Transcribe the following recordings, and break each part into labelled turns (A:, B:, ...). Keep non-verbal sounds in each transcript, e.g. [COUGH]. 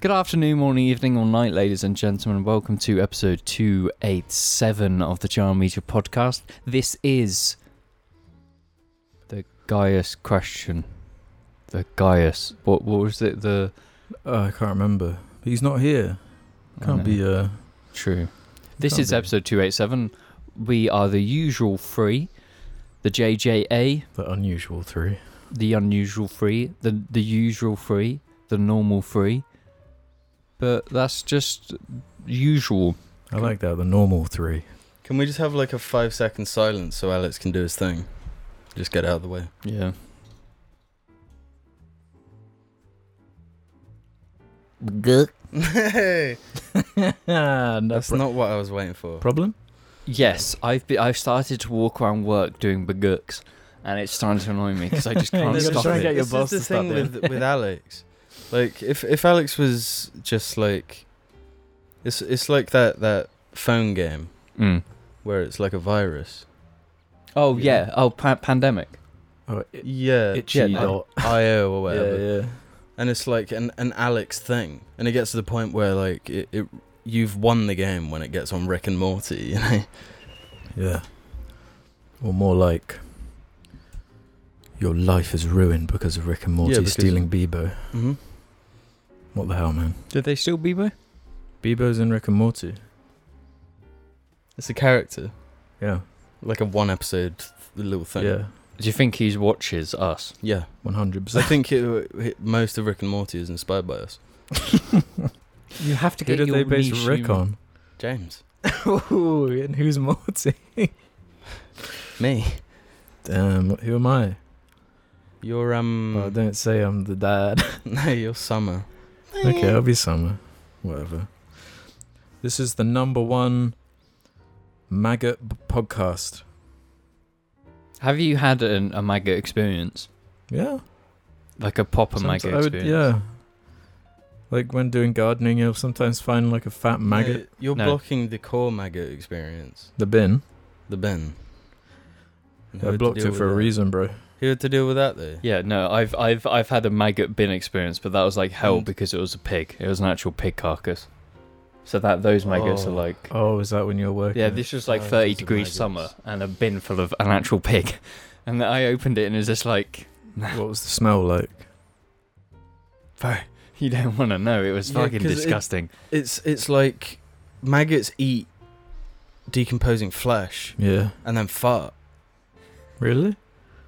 A: Good afternoon, morning, evening, or night, ladies and gentlemen. Welcome to episode 287 of the Jar Media podcast. This is the Gaius question. The Gaius. What, what was it? The.
B: Uh, I can't remember. But he's not here. Can't
A: I
B: be.
A: know.
B: Uh,
A: True. This
B: Can't
A: is
B: be.
A: episode 287. We are the usual three the JJA,
B: the unusual three.
A: the unusual three, the, the usual three, the normal three. But that's just usual.
B: I like that. The normal three.
C: Can we just have like a five second silence so Alex can do his thing? Just get it out of the way.
A: Yeah.
C: [LAUGHS] Hey,
B: That's
C: that's not what I was waiting for.
B: problem.
A: Yes, I've be- I've started to walk around work doing bagooks, and it's starting to annoy me because I [LAUGHS] just can't
B: You gotta
A: stop
B: try
A: it.
B: and get your
C: this
B: boss
C: is
B: to
C: the
B: stop
C: thing
B: doing
C: with with Alex. Like if if Alex was just like, it's it's like that that phone game
A: Mm.
C: where it's like a virus.
A: Oh yeah.
C: Yeah.
A: Oh pa- pandemic.
B: Oh, it,
C: Yeah,
B: itchy
A: yeah,
C: [LAUGHS]
B: dot.
C: IO or
B: Yeah,
C: whatever.
B: yeah.
C: And it's like an an Alex thing, and it gets to the point where like it. it You've won the game when it gets on Rick and Morty, [LAUGHS] you know.
B: Yeah. Or more like. Your life is ruined because of Rick and Morty
C: because-
B: stealing Bebo.
C: Mm-hmm.
B: What the hell, man?
A: Did they still Bebo?
B: Bebo's in Rick and Morty.
C: It's a character,
B: Yeah.
C: like a one episode little thing.
B: Yeah.
A: Do you think he watches us?
C: Yeah,
B: One hundred
C: I
B: percent.
C: think it, it- most of Rick and Morty is inspired by us.
A: You have to
B: Who
A: get
B: did
A: your
B: they base
A: niche
B: Rick
A: humour.
B: on?
C: James,
B: Ooh, and who's Morty?
C: me,
B: Damn, who am I?
C: you're um,
B: Well, don't say I'm the dad.
C: [LAUGHS] no, you're Summer.
B: Okay, I'll be summer. Whatever. This is the number one maggot b- podcast.
A: Have you had an, a maggot experience,
B: Yeah.
A: like a proper
B: somet-
A: maggot
B: I would-
A: experience?
B: yeah. Like when doing gardening, you'll sometimes find like a fat maggot.
C: No, you're
A: No.
C: blocking the core maggot experience,
B: The bin.
C: the bin. And who
B: I
C: had to
B: blocked
C: deal
B: it
C: with
B: for a
C: that?
B: reason, bro.
C: Who had to deal with that though?
A: Yeah, no, I've I've I've had a maggot bin experience, but that was like hell
C: Mm.
A: because it was a pig. It was an actual pig carcass. So that those maggots
C: Oh.
A: are like
B: Oh, is that when you were working?
A: Yeah, this was like
C: Oh,
A: 30
C: those are
A: degrees
C: maggots.
A: summer and a bin full of an actual pig. [LAUGHS] And I opened it and it was just like,
B: What was the smell like?
A: bro, you don't want to know. It was
C: Yeah,
A: fucking
C: 'cause it-
A: disgusting.
C: It's it's like maggots eat decomposing flesh
B: Yeah.
C: and then fart.
B: Really?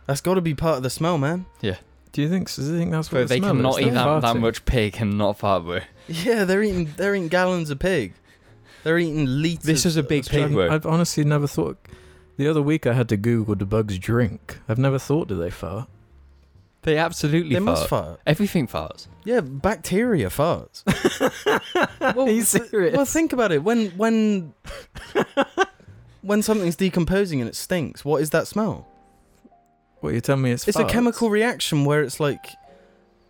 C: That's got to be part of the smell, man.
B: Do you think? Do you think that's what
A: Bro,
B: the
A: they
B: smell
A: cannot
B: is?
A: eat
B: They're
A: that, that
B: farting.
A: much pig and not fart, bro.
C: Yeah, they're eating they're eating gallons of pig. They're eating liters.
A: This is a big
C: of-
A: pig, bro.
B: I've honestly never thought. The other week, I had to Google do bugs drink. I've never thought do they [LAUGHS] fart.
A: They absolutely
C: They
A: fart.
C: must fart.
A: Everything farts.
C: Yeah, bacteria farts.
B: Are you serious?
C: well, think about it. When
B: [LAUGHS]
C: when when something's decomposing and it stinks, what is that smell?
B: What you telling me? It's
C: It's a
B: farts? [LAUGHS]
C: chemical reaction where it's like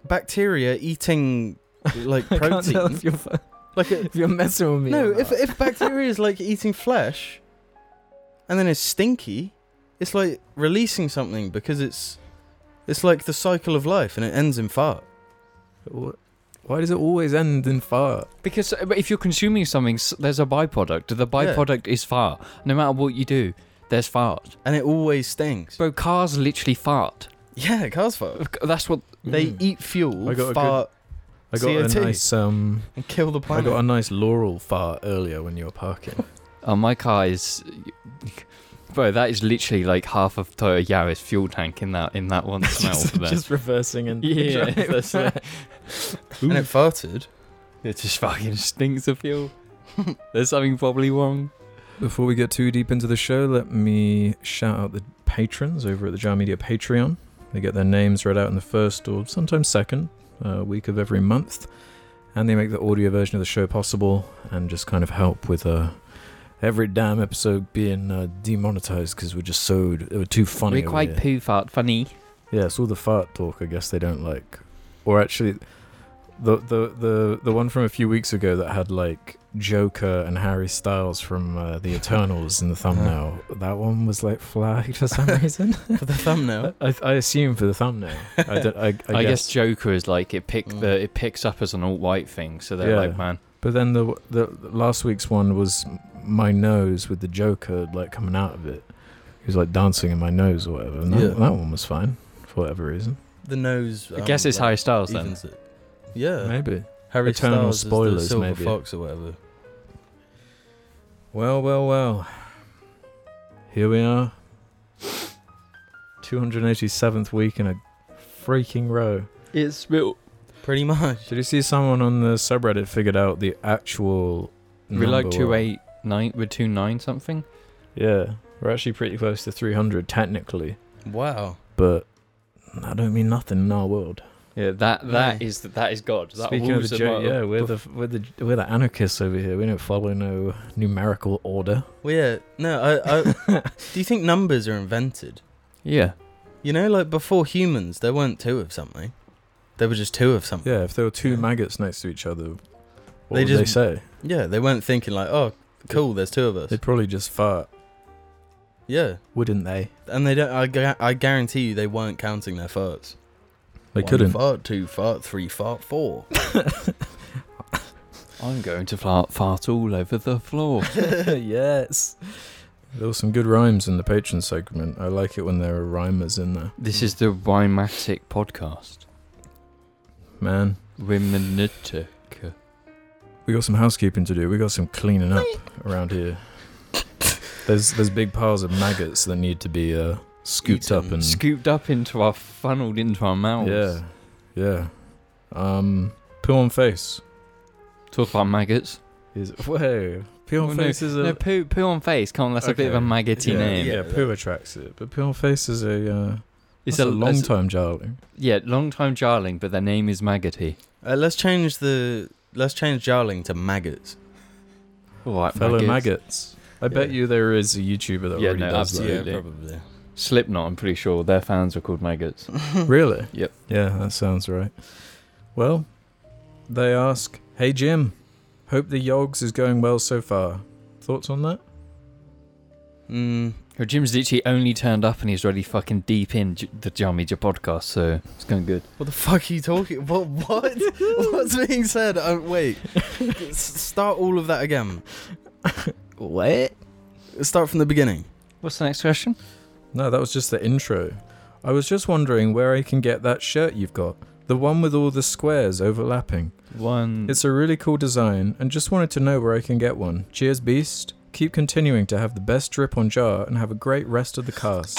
C: bacteria eating like
B: I can't tell
C: protein.
B: if you're, fu-
C: Like a,
B: if you're messing with me.
C: [LAUGHS] no,
B: or
C: if
B: not.
C: if bacteria is like eating flesh, and then it's stinky, it's like releasing something because it's it's like the cycle of life and it ends in fart.
B: Wha- Why does it always end in fart?
A: Because uh, if you're consuming something, s- there's a byproduct. The byproduct is fart. No matter what you do, there's fart.
C: and it always stinks.
A: Bro, cars literally fart.
C: yeah, cars fart.
A: That's what.
C: They
B: Mm.
C: eat fuel,
B: I got a good-
C: fart,
B: I got
C: CO2.
B: a nice um.
C: and kill the
B: I
C: planet.
B: got a nice laurel fart earlier when you were parking.
A: Oh, my car is, [LAUGHS] bro. That is literally like half of Toyota Yaris fuel tank in that in that
C: [LAUGHS]
A: one smell.
B: [LAUGHS] just,
A: there.
B: just reversing
A: [LAUGHS]
B: and [LAUGHS]
A: yeah, that's it.
C: and
A: [LAUGHS]
C: it farted.
A: It just fucking stinks of [LAUGHS] fuel. There's something probably wrong.
B: Before we get too deep into the show, let me shout out the patrons over at the Jar Media Patreon. They get their names read out in the first or sometimes second uh, week of every month, and they make the audio version of the show possible and just kind of help with uh, every damn episode being uh, demonetized because we're just so we're too funny.
A: We're
B: over
A: quite
B: here.
A: poo fart funny.
B: Yeah, it's all the fart talk. I guess they don't like, or actually, The, the the the one from a few weeks ago that had like Joker and Harry Styles from uh, the Eternals in the thumbnail. that one was like flagged for some reason.
C: for the thumbnail.
B: I, I assume for the thumbnail. [LAUGHS] I, don't, I, I,
A: I, guess. Joker is like it pick
C: Mm.
A: the it picks up as an alt white thing, so they're
B: Yeah.
A: like, man,
B: But then the the last week's one was my nose with the Joker like coming out of it. He was like dancing in my nose or whatever. And that,
C: Yeah.
B: that one was fine for whatever reason.
C: The nose.
A: I guess
C: um,
A: it's
C: like,
A: Harry Styles then.
C: evens it. Yeah.
B: Maybe.
C: Harry
B: Eternal
C: Styles is the
B: spoilers,
C: Silver
B: maybe.
C: Fox or whatever.
B: Well, well, well. Here we are. 287th week in a freaking row.
A: It's real.
C: Pretty
B: [LAUGHS]
C: much.
B: Did you see someone on the subreddit figured out the actual
A: We like
B: number
A: two
B: one?
A: eight nine. We're two nine something.
B: Yeah. We're actually pretty close to 300 technically,
C: Wow.
B: but I don't mean nothing in our world.
A: Yeah, that that
C: Yeah.
A: is that is God. That
B: Speaking of
A: rules
B: the joke,
A: world.
B: yeah, we're the we're the we're the anarchists over here. We don't follow no numerical order.
C: Well, yeah. No,
B: [LAUGHS]
C: I. I do you think numbers are invented?
A: yeah.
C: You know, like before humans, there weren't two of something. There were just two of something.
B: Yeah, if there were two
C: Yeah.
B: maggots next to each other, what
C: They
B: would
C: just-
B: they say?
C: Yeah. they weren't thinking like, oh, cool, there's two of us.
B: They'd probably just fart,
C: yeah.
B: wouldn't they?
C: And they don't. I, gu- I guarantee you, they weren't counting their farts.
B: They
C: One
B: couldn't.
C: Fart two, fart three, fart four.
A: I'm going to fart, fart all over the [LAUGHS] floor.
B: [LAUGHS] yes. There were some good rhymes in the patron segment. I like it when there are rhymers in there.
A: this is the Rhymatic podcast.
B: Man,
A: Rhymatic.
B: we got some housekeeping to do. We got some
A: [LAUGHS]
B: cleaning up around here. There's there's big piles of maggots that need to be uh, scooped up
C: Eaten.
B: and
A: Scooped up into our funneled into our mouths.
B: Yeah, yeah. Um, poo on face
A: Talk about maggots.
B: is [LAUGHS] whoa. Poo on
A: Oh,
B: face is a
A: No, poo, poo on face. Come on, that's a bit of a
B: Okay.
A: maggoty
B: yeah,
A: name.
B: Yeah, poo attracts it, but poo on face is a uh,
A: It's
B: that's
A: a
B: long
A: it's-
B: time darling.
A: Yeah, long time jarling, but their name is maggoty.
C: Uh, let's change the. Let's change jarling to maggots.
A: All right,
B: Fellow maggots.
A: maggots.
B: I bet
C: Yeah. you
B: you there is a YouTuber that
A: Yeah,
B: already
A: no,
B: does that.
A: absolutely.
C: probably. [LAUGHS]
A: Slipknot, I'm pretty sure their fans are called maggots.
C: Mm.
B: Really?
A: Yep.
B: Yeah, that sounds right. Well, they ask, "Hey Jim, hope the yogs is going well so far. Thoughts on that?
C: Mm,
A: Well, Jim's literally only turned up and he's already fucking deep in j- the Jamija podcast, so it's going good.
C: what the fuck are you talking? What? What? [LAUGHS] What's being said? Oh, wait. [LAUGHS] S- Start all of that again.
A: What?
C: Start from the beginning.
A: What's the next question?
B: No, that was just the intro. I was just wondering where I can get that shirt you've got, the one with all the squares overlapping.
A: Mm. One.
B: It's a really cool design, and just wanted to know where I can get one. Cheers, Beast. Keep continuing to have the best drip on jar and have a great rest of the cast.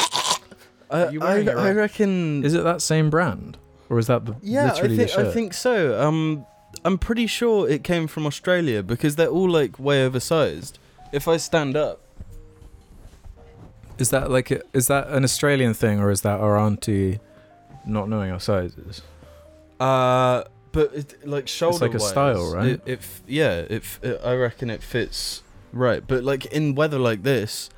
C: I,
A: Are you
C: I,
A: wearing it
C: Uh, I
A: right?
C: reckon.
B: Is it that same brand, or is that the
C: yeah, I
B: literally
C: think
B: the shirt?
C: I think so. Um, I'm pretty sure it came from Australia because they're all like way oversized. If I stand up,
B: Is that like a, is that an Australian thing, or is that our auntie not knowing our sizes?
C: uh, but it, like shoulder.
B: like a style, right?
C: It, it f- yeah, it, f- it- I reckon it fits right. But like in weather like this,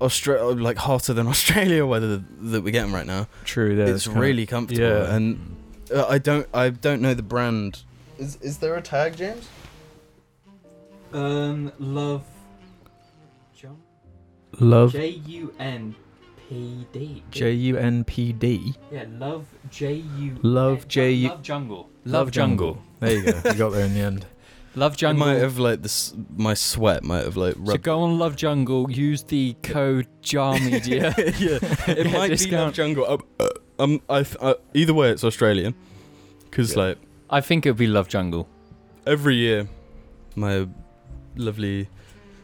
C: Australia like hotter than [LAUGHS] Australia weather th- that we're getting right now.
B: True. Yeah,
C: it's
B: kinda-
C: really comfortable,
B: yeah.
C: and uh, I don't I don't know the brand. Is is there a tag, James?
A: Um, love.
B: love
A: J U N P D.
B: J U N P D.
A: Yeah, love J U.
B: Love J U.
A: Love jungle. Love jungle.
B: There you go. You got there in the
C: [LAUGHS]
B: end.
A: Love
C: It
A: jungle.
C: might have like this. My sweat might have like
A: so [LAUGHS]
C: rubbed.
A: go on Love Jungle, use the code [LAUGHS]
C: [LAUGHS]
A: JARMedia.
C: yeah, it
A: Yeah,
C: might be Love
A: discount.
C: Jungle. Um, uh, um, I, th- uh, either way, it's Australian, because
B: Yeah.
C: like
A: I think it would be Love Jungle.
C: every year, my lovely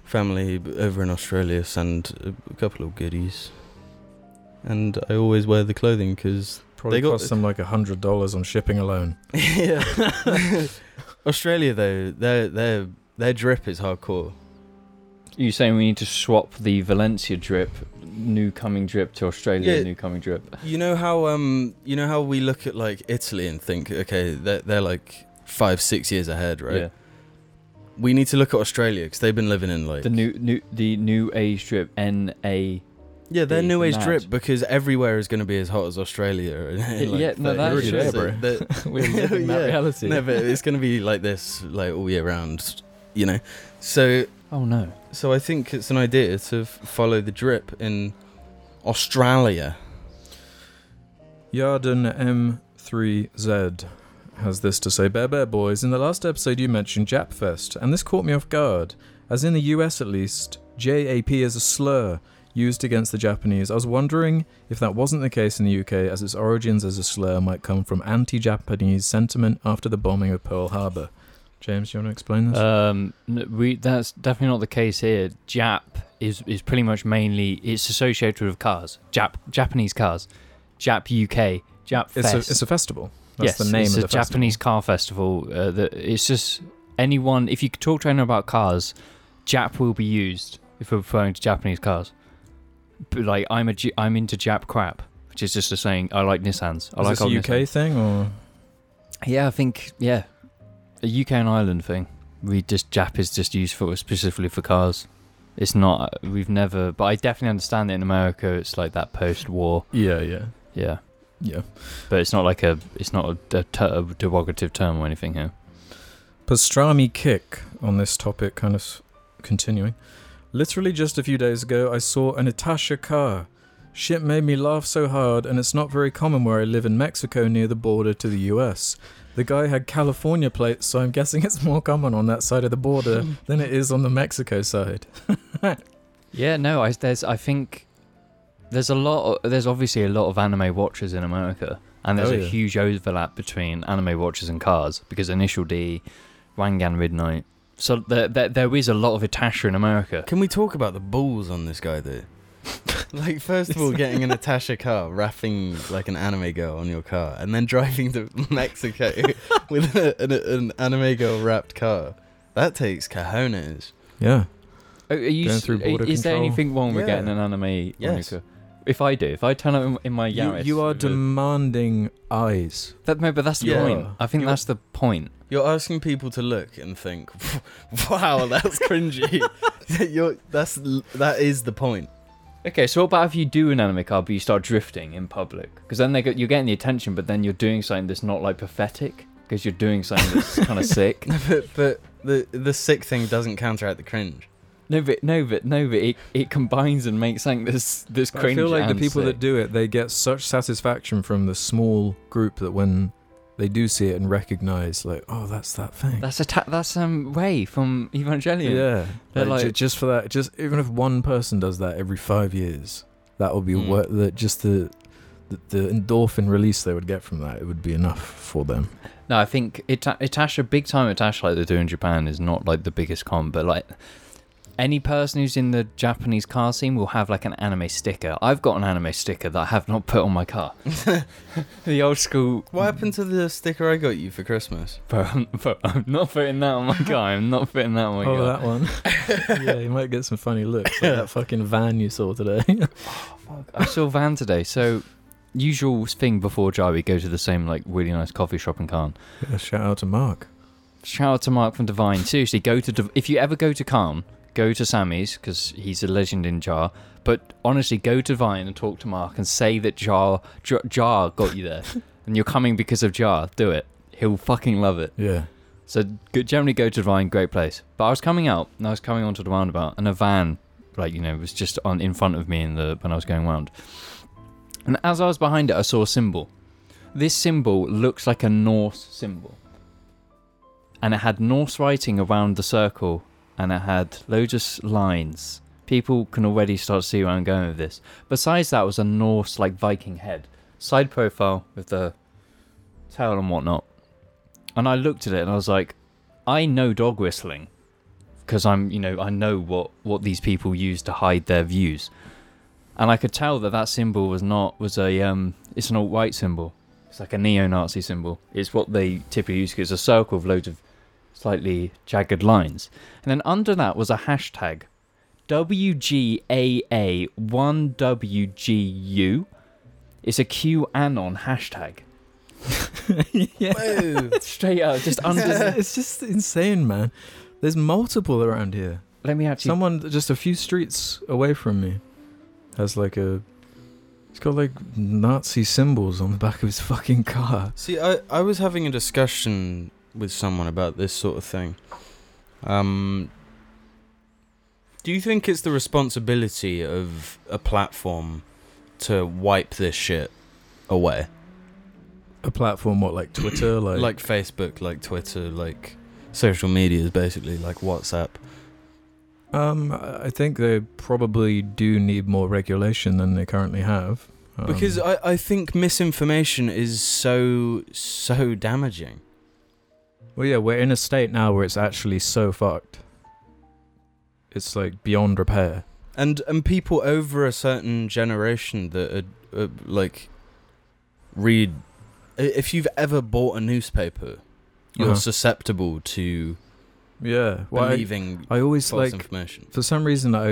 C: family b- over in Australia send a- a couple of goodies, and I always wear the clothing because
B: Probably
C: They got-
B: cost them like a hundred dollars on shipping alone.
A: [LAUGHS]
C: yeah. [LAUGHS] Australia though, their their their drip is hardcore.
A: You saying we need to swap the Valencia drip, new coming drip, to Australia
C: Yeah.
A: new coming drip?
C: You know how um you know how we look at like Italy and think okay they're they're like five six years ahead right.
A: Yeah.
C: We need to look at Australia because they've been living in like
A: The new new the new age drip N A
C: Yeah, their
A: be
C: new age
A: mad.
C: drip because everywhere is going to be as hot as Australia. [LAUGHS] In like
A: Yeah, no,
C: 30
A: that
B: is
C: years.
B: true.
C: So that-
A: [LAUGHS] We're living that
C: Yeah.
A: reality.
C: no, but it's going to be like this like all year round, you know. So
A: [LAUGHS] Oh no.
C: so I think it's an idea to f- follow the drip in Australia.
B: Yarden M3Z has this to say Bear Bear Boys, in the last episode you mentioned Japfest, and this caught me off guard. As in the US at least, JAP is a slur used against the Japanese. I was wondering if that wasn't the case in the UK, as its origins as a slur might come from anti Japanese sentiment after the bombing of Pearl Harbor. James, you want to explain this?
A: Um, n- we that's definitely not the case here. Jap is is pretty much mainly it's associated with cars. Jap Japanese cars. Jap UK. Jap
B: it's,
A: Fest.
B: a, it's a festival.
A: yes,
B: That's the name
A: it's
B: of
A: a
B: the festival.
A: Japanese car festival. Uh, that it's just anyone. If you could talk to anyone about cars, Jap will be used if we're referring to Japanese cars. But like I'm a J- I'm into Jap crap, which is just a saying. I like Nissans. I
B: Is
A: like
B: this
A: old
B: a UK thing or
A: yeah, I think yeah, a UK and Ireland thing. We just Jap is just used for specifically for cars. It's not we've never, but I definitely understand that in America it's like that post-war.
B: yeah yeah
A: Yeah,
B: yeah
A: but it's not like a it's not a, de- ter- a derogative term or anything here.
B: pastrami kick on this topic, kind of s- continuing. Literally just a few days ago, I saw a Natasha car. Shit made me laugh so hard, and it's not very common where I live in Mexico near the border to the US. The guy had California plates, so I'm guessing it's more common on that side of the border than it is on the Mexico side.
A: Yeah, no, I, there's I think there's a lot. There's obviously a lot of anime watchers in America, and there's
B: Oh,
A: a
B: yeah.
A: huge overlap between anime watchers and cars because Initial D, Wangan Midnight. So there, there, there is a lot of Itasha in America.
C: Can we talk about the balls on this guy though? [LAUGHS] like first of all, getting an Natasha car, wrapping like an anime girl on your car, and then driving to [LAUGHS] Mexico with a, an, an anime girl wrapped car. That takes cojones.
B: Yeah.
A: Oh, Are you,
B: Going
A: s-
B: through
A: i-
B: border
A: is there
B: control?
A: anything wrong with
C: Yeah.
A: getting an anime?
C: Yes.
A: moniker? If I do, if I turn up in, in my
B: You,
A: Yaris,
B: you are
A: with a-
B: demanding eyes.
A: that, no, but that's the
C: Yeah.
A: point. I think
C: You-
A: that's the point.
C: You're asking people to look and think, [LAUGHS] "Wow, that's cringy." [LAUGHS] You're, that's l- that is the point.
A: Okay, so what about if you do an anime car, but you start drifting in public? Because then they go, you're getting the attention, but then you're doing something that's not like pathetic. Because you're doing something
B: [LAUGHS]
A: that's kind of sick.
C: but but the the sick thing doesn't counteract the cringe. [LAUGHS]
A: No, but no, but no, but it, it combines and makes something that's this
B: I
A: cringe.
B: feel like the
A: and
B: people that
A: sick.
B: do it, they get such satisfaction from the small group that when they do see it and recognize, like, oh, that's that thing.
A: that's a ta- that's um Ray from Evangelion.
B: Yeah,
A: They're
B: like, ju-
A: like-
B: just for that, just even if one person does that every five years, that would be
C: Mm.
B: worth the just the, the the endorphin release they would get from that. It would be enough for them.
A: No, I think Ita- Itasha, big time Itasha, like they do in Japan, is not like the biggest con, but like any person who's in the Japanese car scene will have like an anime sticker. I've got an anime sticker that I have not put on my car. the old school.
C: What happened to the sticker I got you for Christmas?
A: Bro, [LAUGHS] I'm, bro, I'm not putting that on [LAUGHS] my car. I'm not putting that on Oh my car.
B: Oh,
A: [LAUGHS]
B: one. yeah, you might get some funny looks. Like that fucking van you saw today. [LAUGHS]
A: I saw Van today, so usual thing before Jai, we go to the same like really nice coffee shop in Cannes.
B: yeah, shout out to Mark.
A: Shout out to Mark from [LAUGHS] Divine. Seriously, go to Div- if you ever go to Khan, go to Sammy's because he's a legend in Jar. But honestly, go to Divine and talk to Mark and say that Jar Jar, Jar got you [LAUGHS] there, and you're coming because of Jar. Do it. He'll fucking love it.
B: Yeah.
A: So go, generally go to Divine, great place. But I was coming out and I was coming onto the roundabout and a van, like you know, was just on in front of me in the when I was going round. And as I was behind it, I saw a symbol. This symbol looks like a Norse symbol, and it had Norse writing around the circle, and it had loads of s- lines. People can already start to see where I'm going with this. Besides that, was a Norse like Viking head, side profile with the tail and whatnot. And I looked at it and I was like, I know dog whistling because I'm, you know, I know what what these people use to hide their views. And I could tell that that symbol was not was a um it's an alt-right symbol. It's like a neo-Nazi symbol. It's what they typically use 'cause it's a circle of loads of slightly jagged lines. And then under that was a hashtag WGAA1WGU. It's a QAnon hashtag.
B: [LAUGHS] yeah.
C: Whoa.
A: [LAUGHS] Straight up, just [LAUGHS] under.
C: [LAUGHS]
B: it's just insane, man. There's multiple around here.
A: Let me actually
B: Someone just a few streets away from me. has like a. He's got like Nazi symbols on the back of his fucking car.
C: See, I, I was having a discussion with someone about this sort of thing. Um, do you think it's the responsibility of a platform to wipe this shit away?
B: A platform, what like
C: [COUGHS]
B: Twitter, like,
C: Like Facebook, like Twitter, like social medias, basically, like WhatsApp.
B: Um, I I think they probably do need more regulation than they currently have. Um,
C: Because I, I think misinformation is so, so damaging.
B: Well, yeah, we're in a state now where it's actually so fucked. It's like beyond repair.
C: and and people over a certain generation that are, uh, like read i- if you've ever bought a newspaper you're
B: Uh-huh.
C: susceptible to
B: Yeah. Well, I,
C: believing
B: I always
C: false
B: like
C: information
B: for some reason I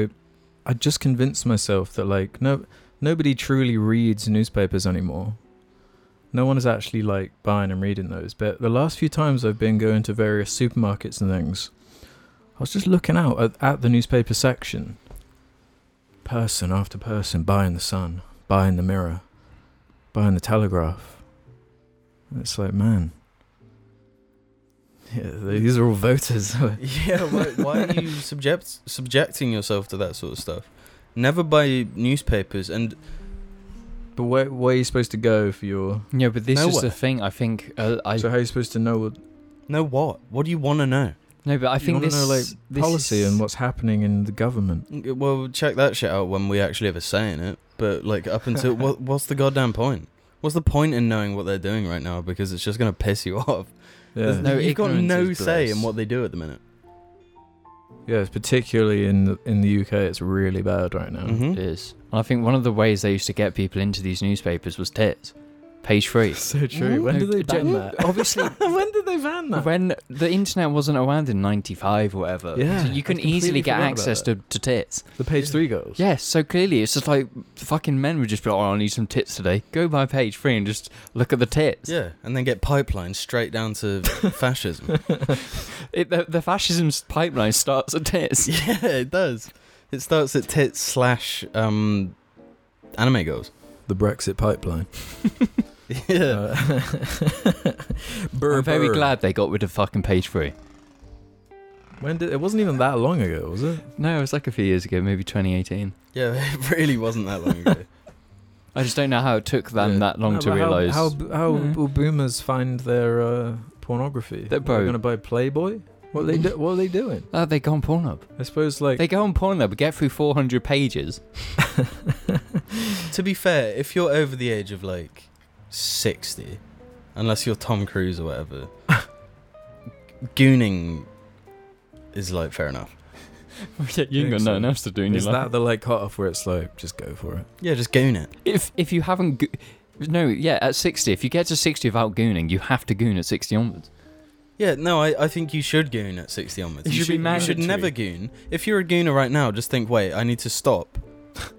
B: I just convinced myself that like no nobody truly reads newspapers anymore. No one is actually like buying and reading those. But the last few times I've been going to various supermarkets and things, I was just looking out at, at the newspaper section. Person after person buying the sun, buying the mirror, buying the telegraph. And it's like, man. Yeah, these are all voters.
C: [LAUGHS]
B: [LAUGHS]
C: yeah why, why are you subject subjecting yourself to that sort of stuff never buy newspapers and
B: But where, where are you supposed to go for your?
A: Yeah, but this
C: No
A: is
C: way.
A: the thing. I think uh, I
B: so how are you supposed to know what
C: know what what do you want to know
A: no, but I
B: You
A: think
B: wanna
A: this,
B: know, like,
A: this
B: policy
A: is-
B: and what's happening in the government?
C: well check that shit out when we actually ever say in it but like
A: [LAUGHS]
C: up until what, what's the goddamn point what's the point in knowing what they're doing right now because it's just going to piss you [LAUGHS] off
B: Yeah,
A: no-
C: You've got
A: ignorance
C: no
A: is
C: say in
A: bliss.
C: what they do at the minute.
B: yeah. it's Particularly in the, in the UK, it's really bad right now.
A: Oh,
B: [LAUGHS]
C: Mm-hmm.
A: It is. And I think one of the ways they used to get people into these newspapers was tits. Page
B: [LAUGHS]
A: three.
B: So
A: true. When did they ban that?
B: Obviously, [LAUGHS] when did they ban that?
A: When the internet wasn't around in 95 or whatever,
B: Yeah,
A: so you
B: I
A: can
B: completely
A: easily get
B: forgot about
A: access to, to tits.
B: the page three girls.
A: Yes, so clearly it's just like fucking men would just be like, oh, I need some tits today. Go buy page three and just look at the tits.
C: Yeah, and then get pipelined straight down
A: [LAUGHS]
C: to fascism.
A: It, the, the fascism's pipeline starts at tits.
C: yeah, it does. It starts at tits slash um, anime girls. [LAUGHS]
B: The Brexit pipeline.
C: Yeah.
B: Uh,
A: [LAUGHS]
B: burr,
A: I'm very
B: burr.
A: glad they got rid of fucking page three.
B: When did? It wasn't even that long ago, was it?
A: No, it was like a few years ago, maybe 2018.
C: yeah, [LAUGHS] it really wasn't that long ago.
A: I just don't know how it took them
B: Yeah.
A: that long
B: No,
A: to Mm-hmm.
B: but how-
A: realise.
B: How b- how
A: Yeah.
B: will boomers find their uh, pornography?
A: They're
B: going
A: broke.
B: to buy Playboy. What they do, what are they doing?
A: Oh, they go on Pornhub.
B: I suppose like
A: They go on Pornhub, get through 400 pages.
C: to be fair, if you're over the age of like 60, unless you're Tom Cruise or whatever, gooning is like fair enough.
A: you ain't got
B: Think so.
A: nothing else to do in
B: is
A: your life.
B: that the like cutoff where it's like just go for it?
C: Yeah, just goon it.
A: If if you haven't, go- no, yeah, at sixty, if you get to sixty without gooning, you have to goon at sixty onwards.
C: Yeah, no, I, I think you should goon at 60 onwards.
A: It should be
C: You should
A: mandatory.
C: never goon. If you're a gooner right now, just think, wait, I need to stop.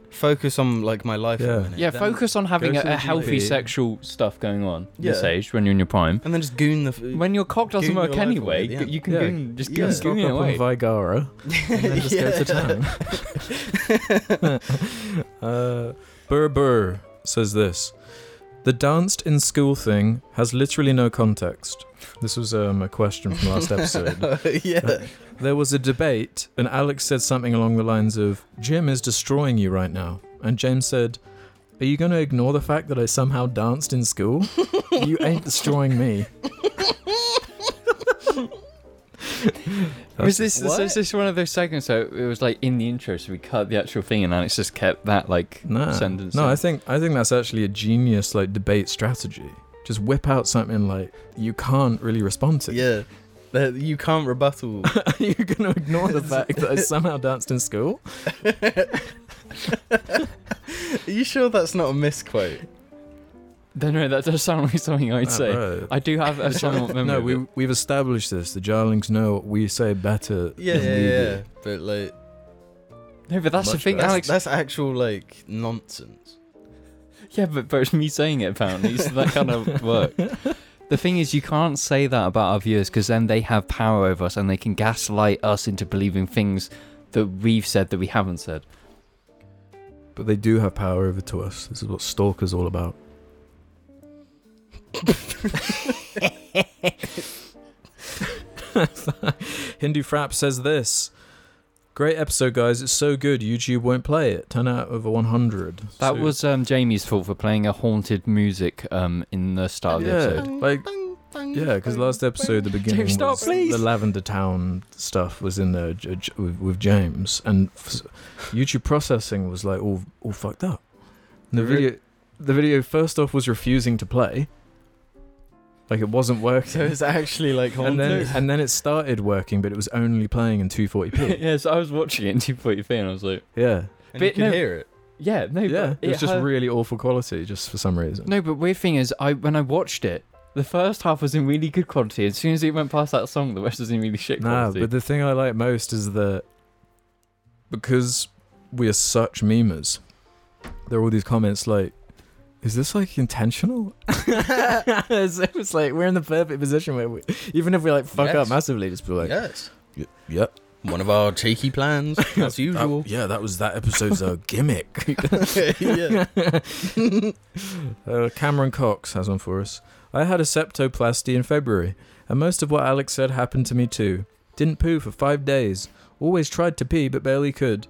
C: Focus on, like, my life for
B: Yeah.
C: a minute.
A: Yeah,
C: then-
A: focus on having
B: go
A: a,
B: to the
A: a healthy
B: GP.
A: sexual stuff going on this
C: Yeah.
A: age when you're in your prime.
C: And then just goon the... F-
A: When your cock doesn't
C: Goon
A: work
C: your life
A: anyway,
C: away, yeah.
A: you can
B: Yeah.
A: goon, just
C: Yeah.
A: goon,
C: Stock
A: goon it
B: up on
A: away. [LAUGHS]
B: Vigara and then [LAUGHS] just go to town.
A: [LAUGHS]
B: uh, Burr Burr says this: the danced in school thing has literally no context. This was um, a question
A: [LAUGHS]
B: from last episode.
C: [LAUGHS] yeah.
B: There was a debate, and Alex said something along the lines of, Jim is destroying you right now. And James said, Are you going to ignore the fact that I somehow danced in school?
A: [LAUGHS]
B: you ain't destroying me.
A: Was this, this
C: What?
A: is this one of those segments? So it was like in the intro, so we cut the actual thing, and Alex just kept that like
B: No.
A: sentence.
B: No,
A: in.
B: I think I think that's actually a genius like debate strategy. Just whip out something like you can't really respond to.
C: yeah. That- you can't rebuttal.
B: [LAUGHS] Are you going to ignore the fact that I somehow danced in school?
C: Are [LAUGHS] you sure that's not a misquote?
A: No, no, that does sound like something I'd
B: Ah,
A: say.
B: bro.
A: I do have a somewhat memory.
B: [LAUGHS] No,
A: of
B: we
A: it.
B: we've established this. The Jarlings know what we say better.
C: Yeah,
B: than
C: yeah,
B: we
C: yeah.
B: do.
C: But, like...
A: No, but that's the
B: Much
A: thing,
C: That's,
A: Alex.
C: that's actual, like, nonsense.
A: Yeah, but, but it's me saying it apparently, so that kind
B: [LAUGHS]
A: of work. The thing is, you can't say that about our viewers because then they have power over us and they can gaslight us into believing things that we've said that we haven't said.
B: But they do have power over to us. This is what Stalker's all about. [LAUGHS] Hindu Frap says this. Great episode, guys. It's so good. YouTube won't play it. 10 out of 100.
A: That
B: So-
A: was um, Jamie's fault for playing a haunted music um, in the start of the
B: Oh, Yeah.
A: episode.
B: like- Yeah, because last
A: [LAUGHS]
B: episode, the beginning,
A: James, stop,
B: was-
A: please.
B: the Lavender Town stuff was in there j- j- with, with James, and f- YouTube processing was like all all fucked up. And the
C: Really?
B: video, the video first off was refusing to play, like it wasn't working,
C: [LAUGHS] So it's actually like
B: and
C: haunted.
B: then and then it started working, but it was only playing in
C: [LAUGHS]
B: 240p.
A: yeah, so I was watching it in 240p and I was like,
B: yeah,
C: And you
A: But
C: can
A: no-
C: hear it.
A: yeah, no,
B: yeah,
A: but
B: it was just
A: had-
B: really awful quality, just for some reason.
A: No, but weird thing is, I when I watched it, the first half was in really good quality. As soon as it went past that song, the rest was in really shit
B: Nah,
A: quality.
B: but the thing I like most is that because we are such memers, there are all these comments like, "Is this like intentional?" [LAUGHS] so it's like we're in the perfect position where, we, even if we like fuck up
C: Yes.
B: massively, just be like,
C: yes.
B: "Yep,
C: One of our cheeky
B: [LAUGHS]
C: plans, as usual.
B: yeah, that was that episode's uh, [LAUGHS] gimmick."
C: [LAUGHS] yeah.
B: [LAUGHS] Uh, Cameron Cox has one for us. I had a septoplasty in February, and most of what Alex said happened to me too. Didn't poo for five days. Always tried to pee, but barely could.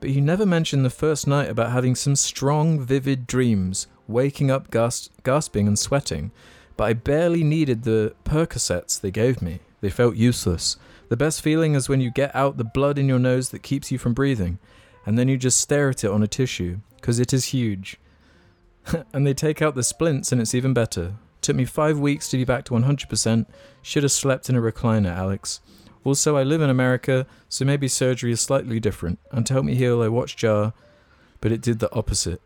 B: But he never mentioned the first night about having some strong, vivid dreams, waking up gas- gasping and sweating. But I barely needed the Percocets they gave me. They felt useless. The best feeling is when you get out the blood in your nose that keeps you from breathing, and then you just stare at it on a tissue, 'cause it is huge. [LAUGHS] and they take out the splints and it's even better. Took me five weeks to be back to 100%. Should have slept in a recliner, Alex. Also, I live in America, so maybe surgery is slightly different. And to help me heal, I watched Jar, but it did the opposite.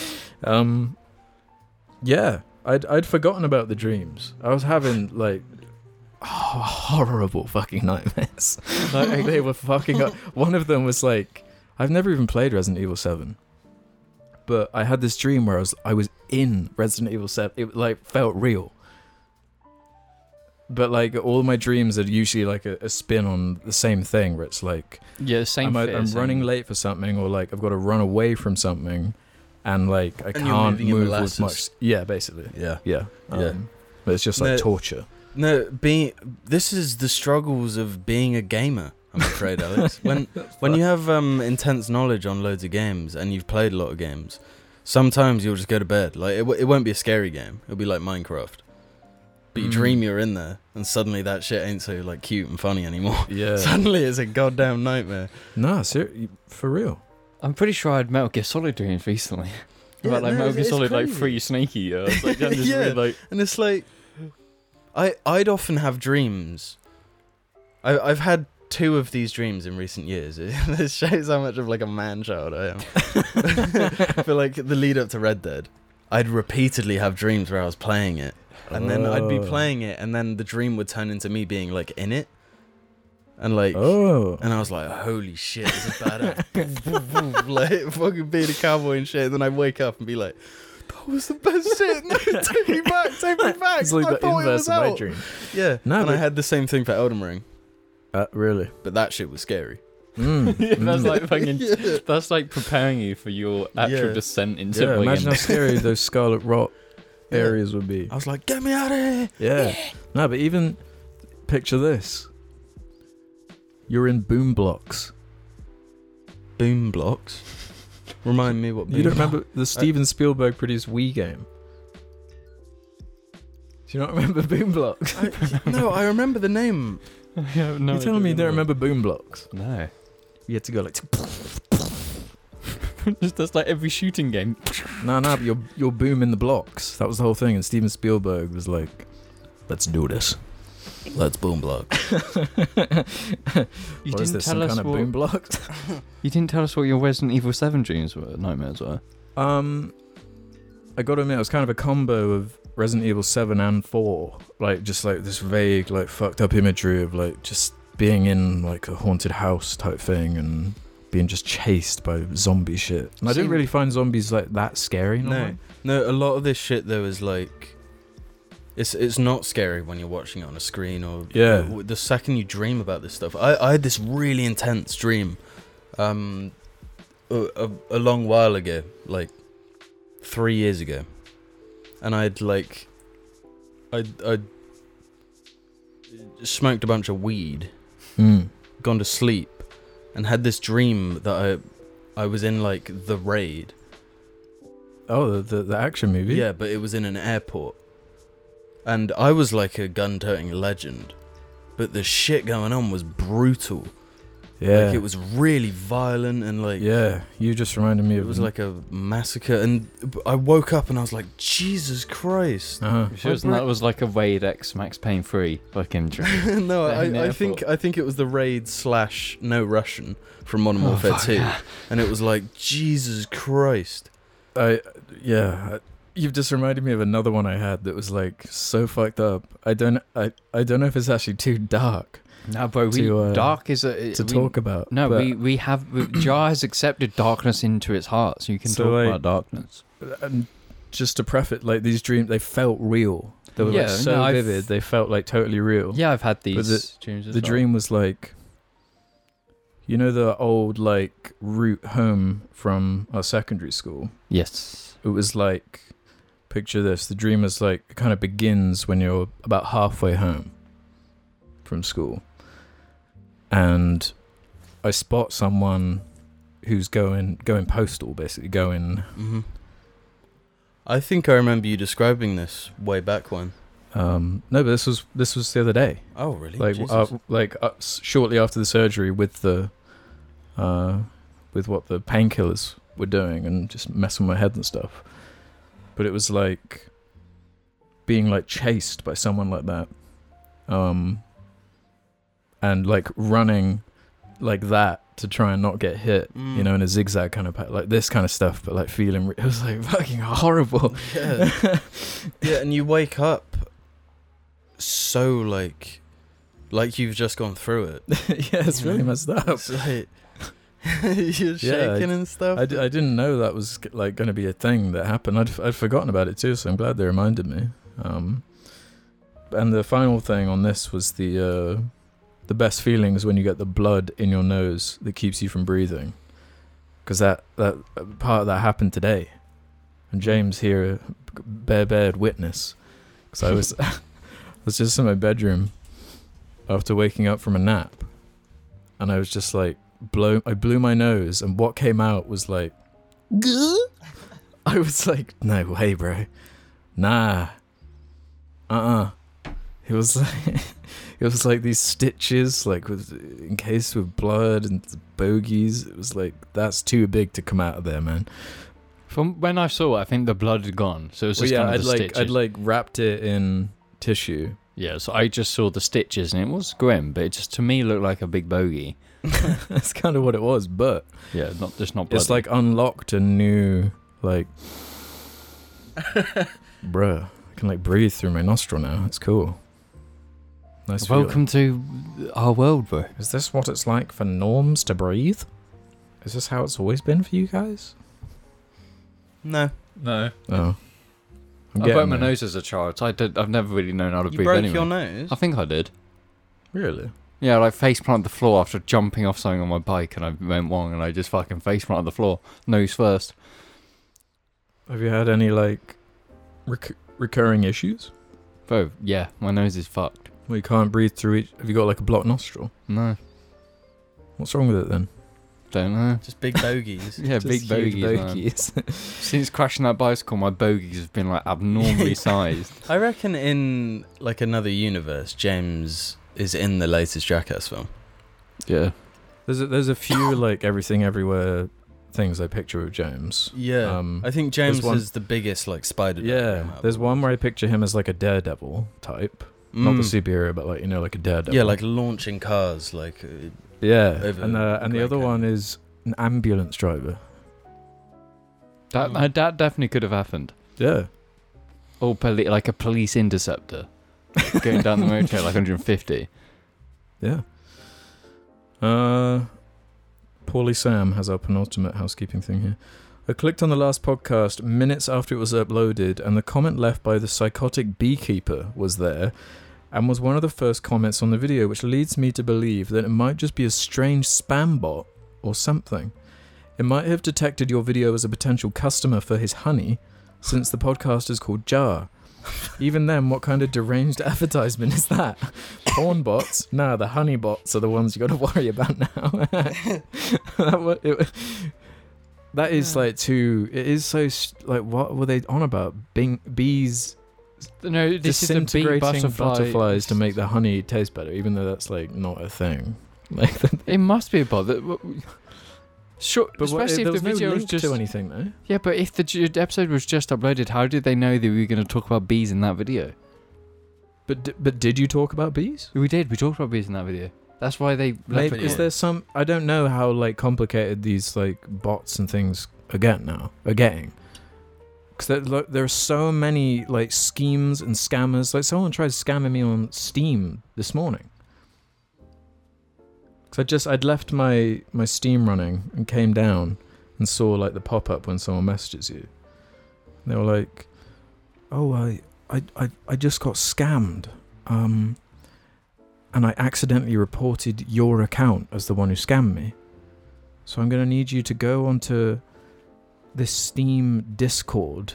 B: [LAUGHS] um, yeah, I'd, I'd forgotten about the dreams. I was having, like, [LAUGHS] horrible fucking nightmares. like, they were fucking up. [LAUGHS] One of them was like, I've never even played Resident Evil 7 but I had this dream where I was I was in Resident Evil 7. It like felt real. But like all my dreams are usually like a, a spin on the same thing where it's like
A: yeah, same.
B: I'm, out-
A: fear,
B: I'm
A: same-
B: running late for something or like I've got to run away from something and like I
C: And you're
B: can't
C: moving in
B: move
C: molasses. Um,
B: as much. Yeah, basically.
C: Yeah.
B: Yeah.
C: Yeah.
B: But it's just like
C: No.
B: torture.
C: No, being this is the struggles of being a gamer. I'm afraid,
B: [LAUGHS]
C: Alex. When when you have um, intense knowledge on loads of games and you've played a lot of games, sometimes you'll just go to bed. Like it, w- it won't be a scary game. It'll be like Minecraft, but you
B: Mm.
C: dream you're in there, and suddenly that shit ain't so like cute and funny anymore.
B: Yeah.
C: [LAUGHS] suddenly it's a goddamn nightmare.
B: nah, ser- for real.
A: I'm pretty sure I had Metal Gear Solid dreams recently. [LAUGHS]
C: Yeah,
A: about like
C: no,
A: Metal
C: it's-
A: Gear
C: it's
A: Solid, like
C: crazy.
A: free snaky. Uh, it's like,
C: [LAUGHS]
A: I'm just
C: Yeah.
A: really, like
C: And it's like, I I'd often have dreams. I I've had two of these dreams in recent years. [LAUGHS] this shows how much of like a man child [LAUGHS] I am. For like the lead up to Red Dead, I'd repeatedly have dreams where I was playing it, and then I'd be
B: Oh.
C: playing it, and then the dream would turn into me being like in it, and like.
B: Oh.
C: And I was like, holy shit, this is [LAUGHS] badass. like, fucking being a cowboy and shit. And then I wake up and be like, that was the best shit.
B: [LAUGHS]
C: No, take me back, take me back.
B: It's like
C: I
B: the
C: thought it
B: inverse
C: was
B: of my
C: out.
B: dream.
C: Yeah.
B: No,
C: and I
B: but-
C: had the same thing for Elden Ring,
B: Uh, really?
C: but that shit was
B: [LAUGHS]
C: scary.
B: Mm.
A: Yeah, that's
B: Mm.
A: like fucking.
C: [LAUGHS] Yeah.
A: That's like preparing you for your actual
C: Yeah.
A: descent into
B: Yeah,
A: Wigan.
B: imagine
A: [LAUGHS]
B: how scary those Scarlet Rot
C: Yeah.
B: areas would be.
C: I was like, get me out of here.
B: Yeah. No, but even picture this. You're in boom blocks.
C: Boom blocks. Remind me what boom
B: You don't remember the Steven Spielberg produced Wii game? Do you not remember [LAUGHS] boom blocks?
C: I, no, I remember the name.
A: I have no
B: You're telling me you
A: idea.
B: don't remember boom blocks?
A: No. [LAUGHS]
B: You had to go like
A: Just that's like every shooting
C: [LAUGHS]
A: game.
B: No, no, but you're you're booming the blocks. That was the whole thing, and Steven Spielberg was like, Let's do this.
C: Let's boom block.
A: You
B: What
A: didn't
B: is this?
A: tell
B: some
A: us
B: kind of
A: what.
B: boom blocks?
A: You didn't tell us what your Resident Evil Seven dreams were, nightmares were.
B: Um, I got to admit, it was kind of a combo of Resident Evil Seven and Four, like just like this vague, like fucked up imagery of like just being in like a haunted house type thing and being just chased by zombie shit. And I didn't
A: See-
B: really find zombies like that scary.
C: No.
B: No,
C: No, a lot of this shit though is like, it's it's not scary when you're watching it on a screen or
B: Yeah.
C: w- The second you dream about this stuff, I I had this really intense dream, um, a, a, a long while ago, like three years ago, and I'd like, I I smoked a bunch of weed, Hmm.
B: Mm.
C: gone to sleep, and had this dream that I I was in like the raid.
B: Oh, the, the the action movie.
C: Yeah, but it was in an airport, and I was like a gun-toting legend, but the shit going on was brutal.
B: yeah,
C: Like it was really violent and like
B: yeah. You just reminded me of
C: It was like a massacre, and I woke up and I was like, Jesus Christ!
B: Uh-huh.
A: Sure, isn't that was like a Wade X Max Payne 3 fucking drink. [LAUGHS]
C: [LAUGHS] no,
A: Then
C: I, I
A: airport.
C: think I think it was the raid slash No Russian from Modern
A: Oh,
C: Warfare
A: fuck,
C: Two,
A: yeah.
C: and it was like Jesus Christ.
B: I yeah, I- you've just reminded me of another one I had that was like so fucked up. I don't I I don't know if it's actually too dark
A: No, bro, we,
B: To, uh,
A: dark is a.
B: to
A: we-
B: talk about.
A: No,
B: but
A: we, we have.
B: [CLEARS THROAT]
A: we- Jar has accepted darkness into its heart, so you can
B: So,
A: talk
B: like,
A: about darkness.
B: and um, just to preface, like these dreams, they felt real. They were
A: Yeah,
B: like so
A: no, I've-
B: vivid. They felt like totally real.
A: Yeah, I've had these
B: the-
A: dreams as
B: the
A: well.
B: dream was like you know the old like route home from our secondary school
A: Yes.
B: it was like picture this the dream is like it kind of begins when you're about halfway home from school and i spot someone who's going going postal basically going
C: hmm I think I remember you describing this way back when.
B: um no but this was this was the other day
C: Oh, really?
B: like
C: Jesus.
B: uh, like uh, s- shortly after the surgery with the uh with what the painkillers were doing and just messing with my head and stuff but it was like being like chased by someone like that um and like running like that to try and not get hit you
C: Mm.
B: know in a zigzag kind of pa- like this kind of stuff but like feeling re- [LAUGHS] it was like fucking horrible [LAUGHS]
C: yeah, yeah, and you wake up so like, like you've just gone through it.
B: yeah it's really messed up
C: It's like [LAUGHS] you're
B: Yeah, I-
C: shaking and stuff.
B: I, d- I didn't know that was like going to be a thing that happened. I'd, I'd forgotten about it too, so I'm glad they reminded me. Um, and the final thing on this was the uh, the best feeling is when you get the blood in your nose that keeps you from breathing, because that that uh, part of that happened today, and James here uh, bare bared witness, because I was [LAUGHS] I was just in my bedroom after waking up from a nap, and I was just like blow I blew my nose and what came out was like "Gah." [LAUGHS] I was like, no way, bro. Nah. Uh uh It was [LAUGHS] like it was like these stitches like with encased with blood and bogies. It was like that's too big to come out of there, man.
A: From when I saw it, I think the blood had gone, so it was
B: Well,
A: just
B: yeah,
A: kind
B: I'd
A: of the
B: like
A: stitches.
B: I'd like wrapped it in tissue. [LAUGHS]
A: Yeah, so I just saw the stitches, and it was grim, but it just to me looked like a big bogey.
B: that's kind of what it was, but
A: Yeah, not just not.
B: it's like unlocked a new like bruh i can like breathe through my nostril now it's cool nice feeling.
A: welcome to our world, bro.
B: is this what it's like for norms to breathe is this how it's always been for you guys
C: [LAUGHS] no,
A: No,
B: oh i'm
A: I broke
B: getting
A: my
B: there.
A: nose as a child. So I did, I've never really known how to
C: you
A: breathe
C: broke
A: anyway.
C: your nose.
A: I think I did.
B: really
A: Yeah, like face planted the floor after jumping off something on my bike, and I went wrong, and I just fucking face planted the floor, nose first.
B: have you had any like rec- recurring issues
A: Bro, yeah, my nose is fucked.
B: well you can't breathe through each have you got like a blocked nostril
A: No,
B: what's wrong with it then
A: don't know.
C: Just big bogeys.
A: Yeah, big bogeys, man. Since crashing that bicycle, my bogies have been like abnormally sized.
C: I reckon in like another universe, James is in the latest Jackass film.
A: Yeah.
B: [LAUGHS] There's a, there's a [COUGHS] few like everything everywhere things I picture of James.
C: Yeah,
B: Um,
C: I think James
B: there's one-
C: is the biggest like spider.
B: yeah, there's one where I picture him as like a daredevil type, not the superhero, but like you know, like a daredevil.
C: Mm. Yeah, like launching cars. Like uh,
B: yeah,
C: over
B: and uh, and the
C: Great
B: other one is an ambulance driver.
A: That
C: Mm.
A: that definitely could have happened.
B: Yeah,
A: Or poli- like a police interceptor going
B: [LAUGHS]
A: down the motorway at like 150.
B: yeah. Uh, Paulie Sam has our penultimate housekeeping thing here. I clicked on the last podcast minutes after it was uploaded, and the comment left by the psychotic beekeeper was there, and was one of the first comments on the video, which leads me to believe that it might just be a strange spam bot or something. It might have detected your video as a potential customer for his honey, since the podcast is called Jar. Even then, what kind of deranged [LAUGHS] advertisement is that? Porn bots? No, the honey bots are the ones you got to [LAUGHS] worry about now. that, wa- it- that is
A: Yeah.
B: like too. It is so s- like what were they on about? Bing, bees
A: No, this is a bee
B: disintegrating
A: butterfly.
B: butterflies to make the honey taste better, even though that's like not a thing. Like,
A: It must be a bot. that- what- Sure,
B: but what,
A: especially
B: there
A: if
B: was
A: the
B: no
A: video was
B: link
A: just
B: to anything though.
A: yeah. But if the ju- episode was just uploaded, how did they know that we were going to talk about bees in that video?
B: But d- but did you talk about bees?
A: We did. We talked about bees in that video. That's why they. left
B: Maybe
A: it
B: is
A: on.
B: there some? I don't know how like complicated these like bots and things are getting now are getting. Because there, lo- there are so many like schemes and scammers. Like someone tried scamming me on Steam this morning. Because I just I'd left my my Steam running and came down and saw like the pop up when someone messages you. And they were like, "Oh, I I I, I just got scammed." Um, and I accidentally reported your account as the one who scammed me. So I'm going to need you to go onto this Steam Discord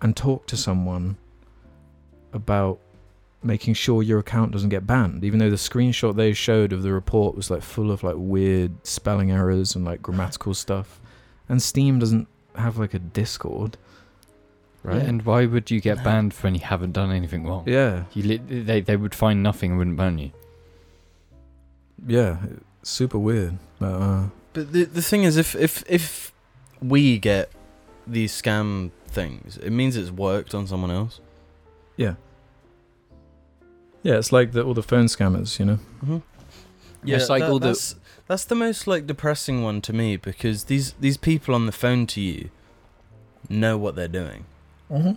B: and talk to someone about making sure your account doesn't get banned even though the screenshot they showed of the report was like full of like weird spelling errors and like grammatical stuff and steam doesn't have like a discord right
A: And why would you get
C: No.
A: banned when you haven't done anything wrong?
B: yeah
A: You lit they they would find nothing and wouldn't ban you.
B: yeah super weird but uh
C: But the the thing is, if if if we get these scam things, it means it's worked on someone else.
B: Yeah, it's like the, all the phone scammers, you know.
C: Mm-hmm.
A: Yeah, it's like all the-
C: that's, that's the most like depressing one to me because these these people on the phone to you know what they're doing.
B: Mm-hmm.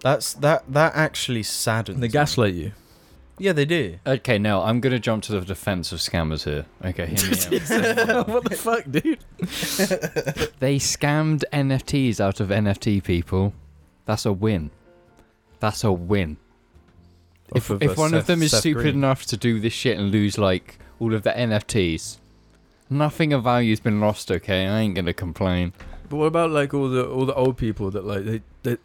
C: That's that that actually saddens.
B: They
C: me.
B: gaslight
A: [LAUGHS]
B: you.
C: Yeah, they do.
A: Okay, now I'm gonna jump to the defense of scammers here. Okay,
B: [LAUGHS]
A: hear me out.
B: what the fuck, dude?
A: They scammed NFTs out of NFT people. That's a win. That's a win. If, if one of them is stupid enough to do this shit and lose like all of the NFTs, nothing of value's been lost. Okay, I ain't gonna complain.
B: but what about like all the all the old people that like they they,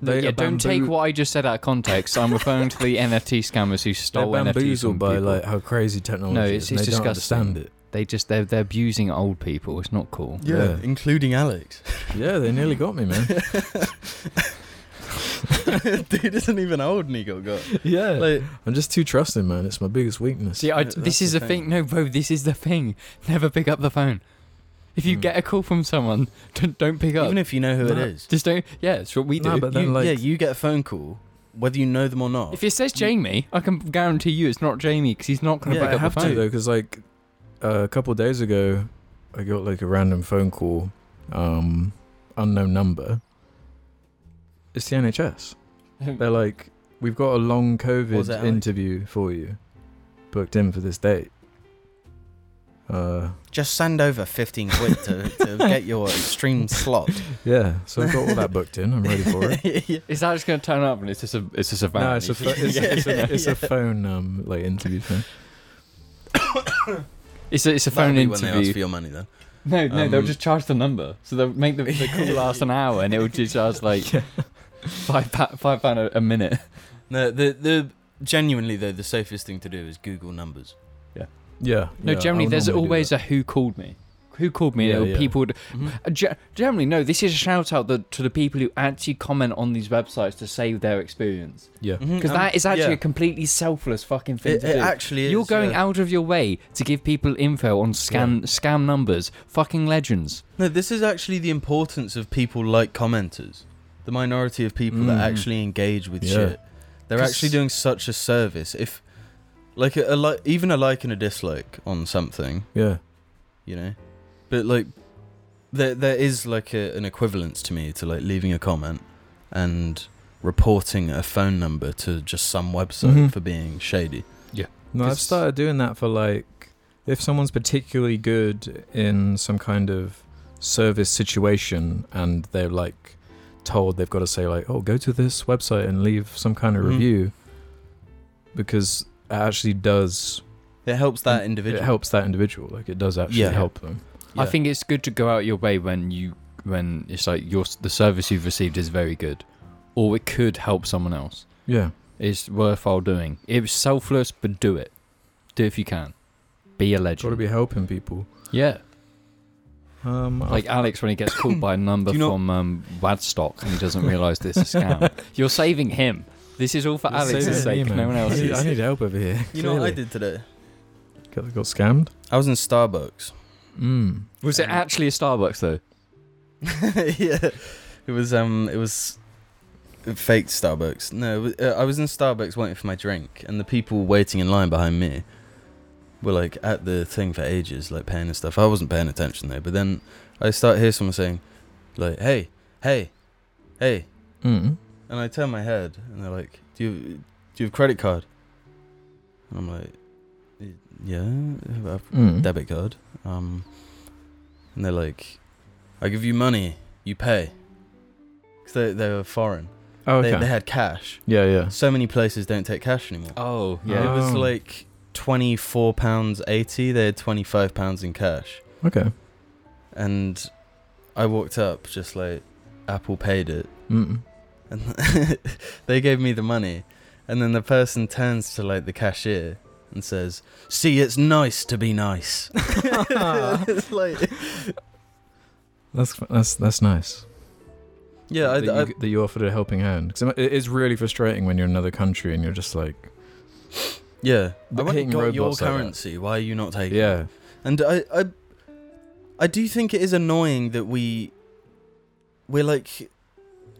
B: they
A: yeah,
B: are
A: don't take
B: bamboo-
A: what I just said out of context. I'm referring to the NFT scammers who
B: they're
A: stole NFTs
B: bamboozled
A: from
B: by
A: people.
B: like how crazy technology
A: No,
B: is.
A: it's-
B: and
A: it's
B: they don't
A: disgusting.
B: understand it.
A: They just they're they're abusing old people. It's not cool.
C: Yeah,
B: Yeah.
C: including [LAUGHS] Alex.
B: Yeah, they nearly got me, man.
A: [LAUGHS]
C: Dude isn't even old and he got got.
B: yeah,
C: Like,
B: I'm just too trusting, man. It's my biggest weakness.
A: See, I,
C: Yeah,
A: this
C: that's
A: is the
C: the
A: thing.
C: thing.
A: No, bro, this is the thing. Never pick up the phone. If you
B: Hmm.
A: get a call from someone, [LAUGHS] don't, don't pick up.
C: even if you know who it
B: No.
C: is.
A: Just don't. Yeah, it's what we do.
B: Nah, but then
C: You-
B: like
C: yeah, you get a phone call, whether you know them or not.
A: if it says Jamie, I can guarantee you it's not Jamie because he's not going
C: Yeah,
A: to
B: I
A: pick up
B: have
A: the
B: to
A: phone.
B: though, because like uh, a couple days ago, I got like a random phone call, um, unknown number. It's the NHS. They're like, we've got a long
C: Was it
B: COVID
C: Alex?
B: interview for you, booked in for this date. Uh,
C: Just send over 15 quid
A: [LAUGHS]
C: to, to get your extreme slot.
B: yeah. So I've got all that booked in. I'm ready for
A: [LAUGHS]
B: it.
C: [LAUGHS] yeah.
A: Is that just going to turn up and it's just a it's just a van?
B: No, it's a pho- it's, a- it's,
A: [LAUGHS]
B: a, it's a phone um like interview thing.
A: it's a, it's a
C: That'll
A: phone
C: be when they ask
A: interview.
C: for your money then.
A: No, no, they'll
C: Um,
A: just charge the number. So they'll make the, the
B: [LAUGHS]
A: call last an hour and it will just charge like five pa- five pound a, a minute.
C: No, the the genuinely though the safest thing to do is Google numbers.
B: Yeah.
A: No,
B: yeah, I
A: generally,
B: would
A: there's
B: normally do
A: always
B: that.
A: a who called me. Who called me?
B: Yeah,
A: It'll-
B: yeah.
A: People would
C: Mm-hmm.
A: Uh, ge- Generally, no. This is a shout out the, to the people who actually comment on these websites to save their experience
B: yeah.
A: because Mm-hmm. that is actually a completely selfless fucking thing
C: it,
A: to
C: it
A: do.
C: actually is.
A: You're going
C: yeah.
A: out of your way to give people info on scam scam numbers, fucking legends.
C: No, this is actually the importance of people like commenters, the minority of people
B: Mm.
C: that actually engage with
B: Yeah.
C: shit. They're
B: 'Cause-
C: actually doing such a service. If like a, a like, even a like and a dislike on something,
B: Yeah.
C: you know, but like there there is like a, an equivalence to me to like leaving a comment and reporting a phone number to just some website
B: Mhm.
C: for being shady.
B: No, I've
C: 'Cause-
B: started doing that for like if someone's particularly good in some kind of service situation and they're like told they've got to say like, "Oh, go to this website and leave some kind of
C: Mhm.
B: review," because it actually does
C: It helps that
B: Mm,
C: individual.
B: it helps that individual. Like it does actually
C: Yeah.
B: help them.
A: I
C: Yeah.
A: think it's good to go out your way when you when it's like your the service you've received is very good, or it could help someone else.
B: Yeah.
A: It's worthwhile doing. It's selfless, but do it. Do it if you can. Be a legend.
B: Got to be helping people.
A: yeah.
B: Um,
A: Like Alex when he gets called by a number
B: [COUGHS] Do you know-
A: from um, Wadstock and he doesn't realise this is a
B: [LAUGHS]
A: scam. You're saving him. This is all for
B: I've-
A: Alex's
B: [LAUGHS] Yeah,
A: sake,
B: man.
A: no one
B: I need, I
A: else's.
B: need help over here.
C: You know what I
B: clearly.
C: did today?
B: Got, got scammed.
C: I was in Starbucks.
B: Mm.
A: Was it actually a Starbucks though?
C: [LAUGHS] yeah, it was. Um, it was fake Starbucks. No, it was, uh, I was in Starbucks waiting for my drink, and the people waiting in line behind me were like at the thing for ages, like paying and stuff. I wasn't paying attention though. But then I start hear someone saying, like, "Hey, hey, hey,"
B: Mm.
C: and I turn my head, and they're like, "Do you do you have credit card?" And I'm like, "Y- "Yeah, I've
B: Mm.
C: debit card. Um, and they're like, I give you money, you pay. Because they, they were foreign.
B: Oh, okay.
C: They, they had cash.
B: yeah, yeah.
C: So many places don't take cash anymore.
A: Oh
B: yeah.
C: It was
B: Oh.
C: like £24.80. They had £25 in cash.
B: Okay.
C: And I walked up just like, Apple paid it.
B: Mm.
C: And [LAUGHS] they gave me the money. And then the person turns to like the cashier and says, See, it's nice to be nice. [LAUGHS] it's like,
B: That's that's that's nice.
C: yeah, I,
B: that,
C: I,
B: you, that you offered a helping hand. 'Cause it is really frustrating when you're in another country and you're just like,
C: Yeah,
B: The
C: I went
B: hitting
C: and got your
B: robots like that.
C: currency. Why are you not taking? it?
B: yeah,
C: and I, I, I do think it is annoying that we, we're like,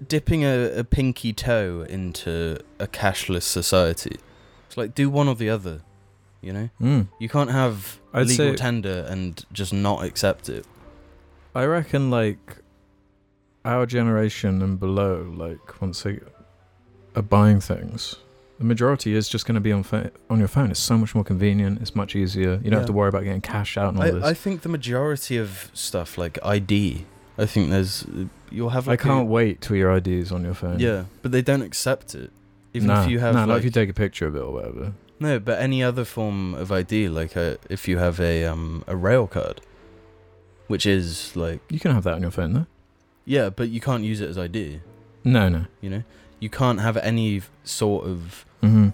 C: dipping a, a pinky toe into a cashless society. It's like do one or the other, you know.
B: mm.
C: You can't have
B: I'd
C: legal
B: say-
C: tender and just not accept it.
B: I reckon like our generation and below, like once they are buying things, the majority is just going to be on pho- on your phone. It's so much more convenient. It's much easier. You don't have
C: Yeah.
B: to worry about getting cash out and all this.
C: I, I think the majority of stuff like ID, I think there's you'll have.
B: I
C: Like a-
B: can't wait till your ID is on your phone.
C: yeah, but they don't accept it. Even
B: Nah,
C: if you have
B: nah,
C: like,
B: not if you take a picture of it or whatever.
C: No, but any other form of ID, like a, if you have a um a rail card, which is like
B: You can have that on your phone though.
C: yeah, but you can't use it as ID.
B: No, no.
C: You know, you can't have any f- sort of
B: Mm-hmm.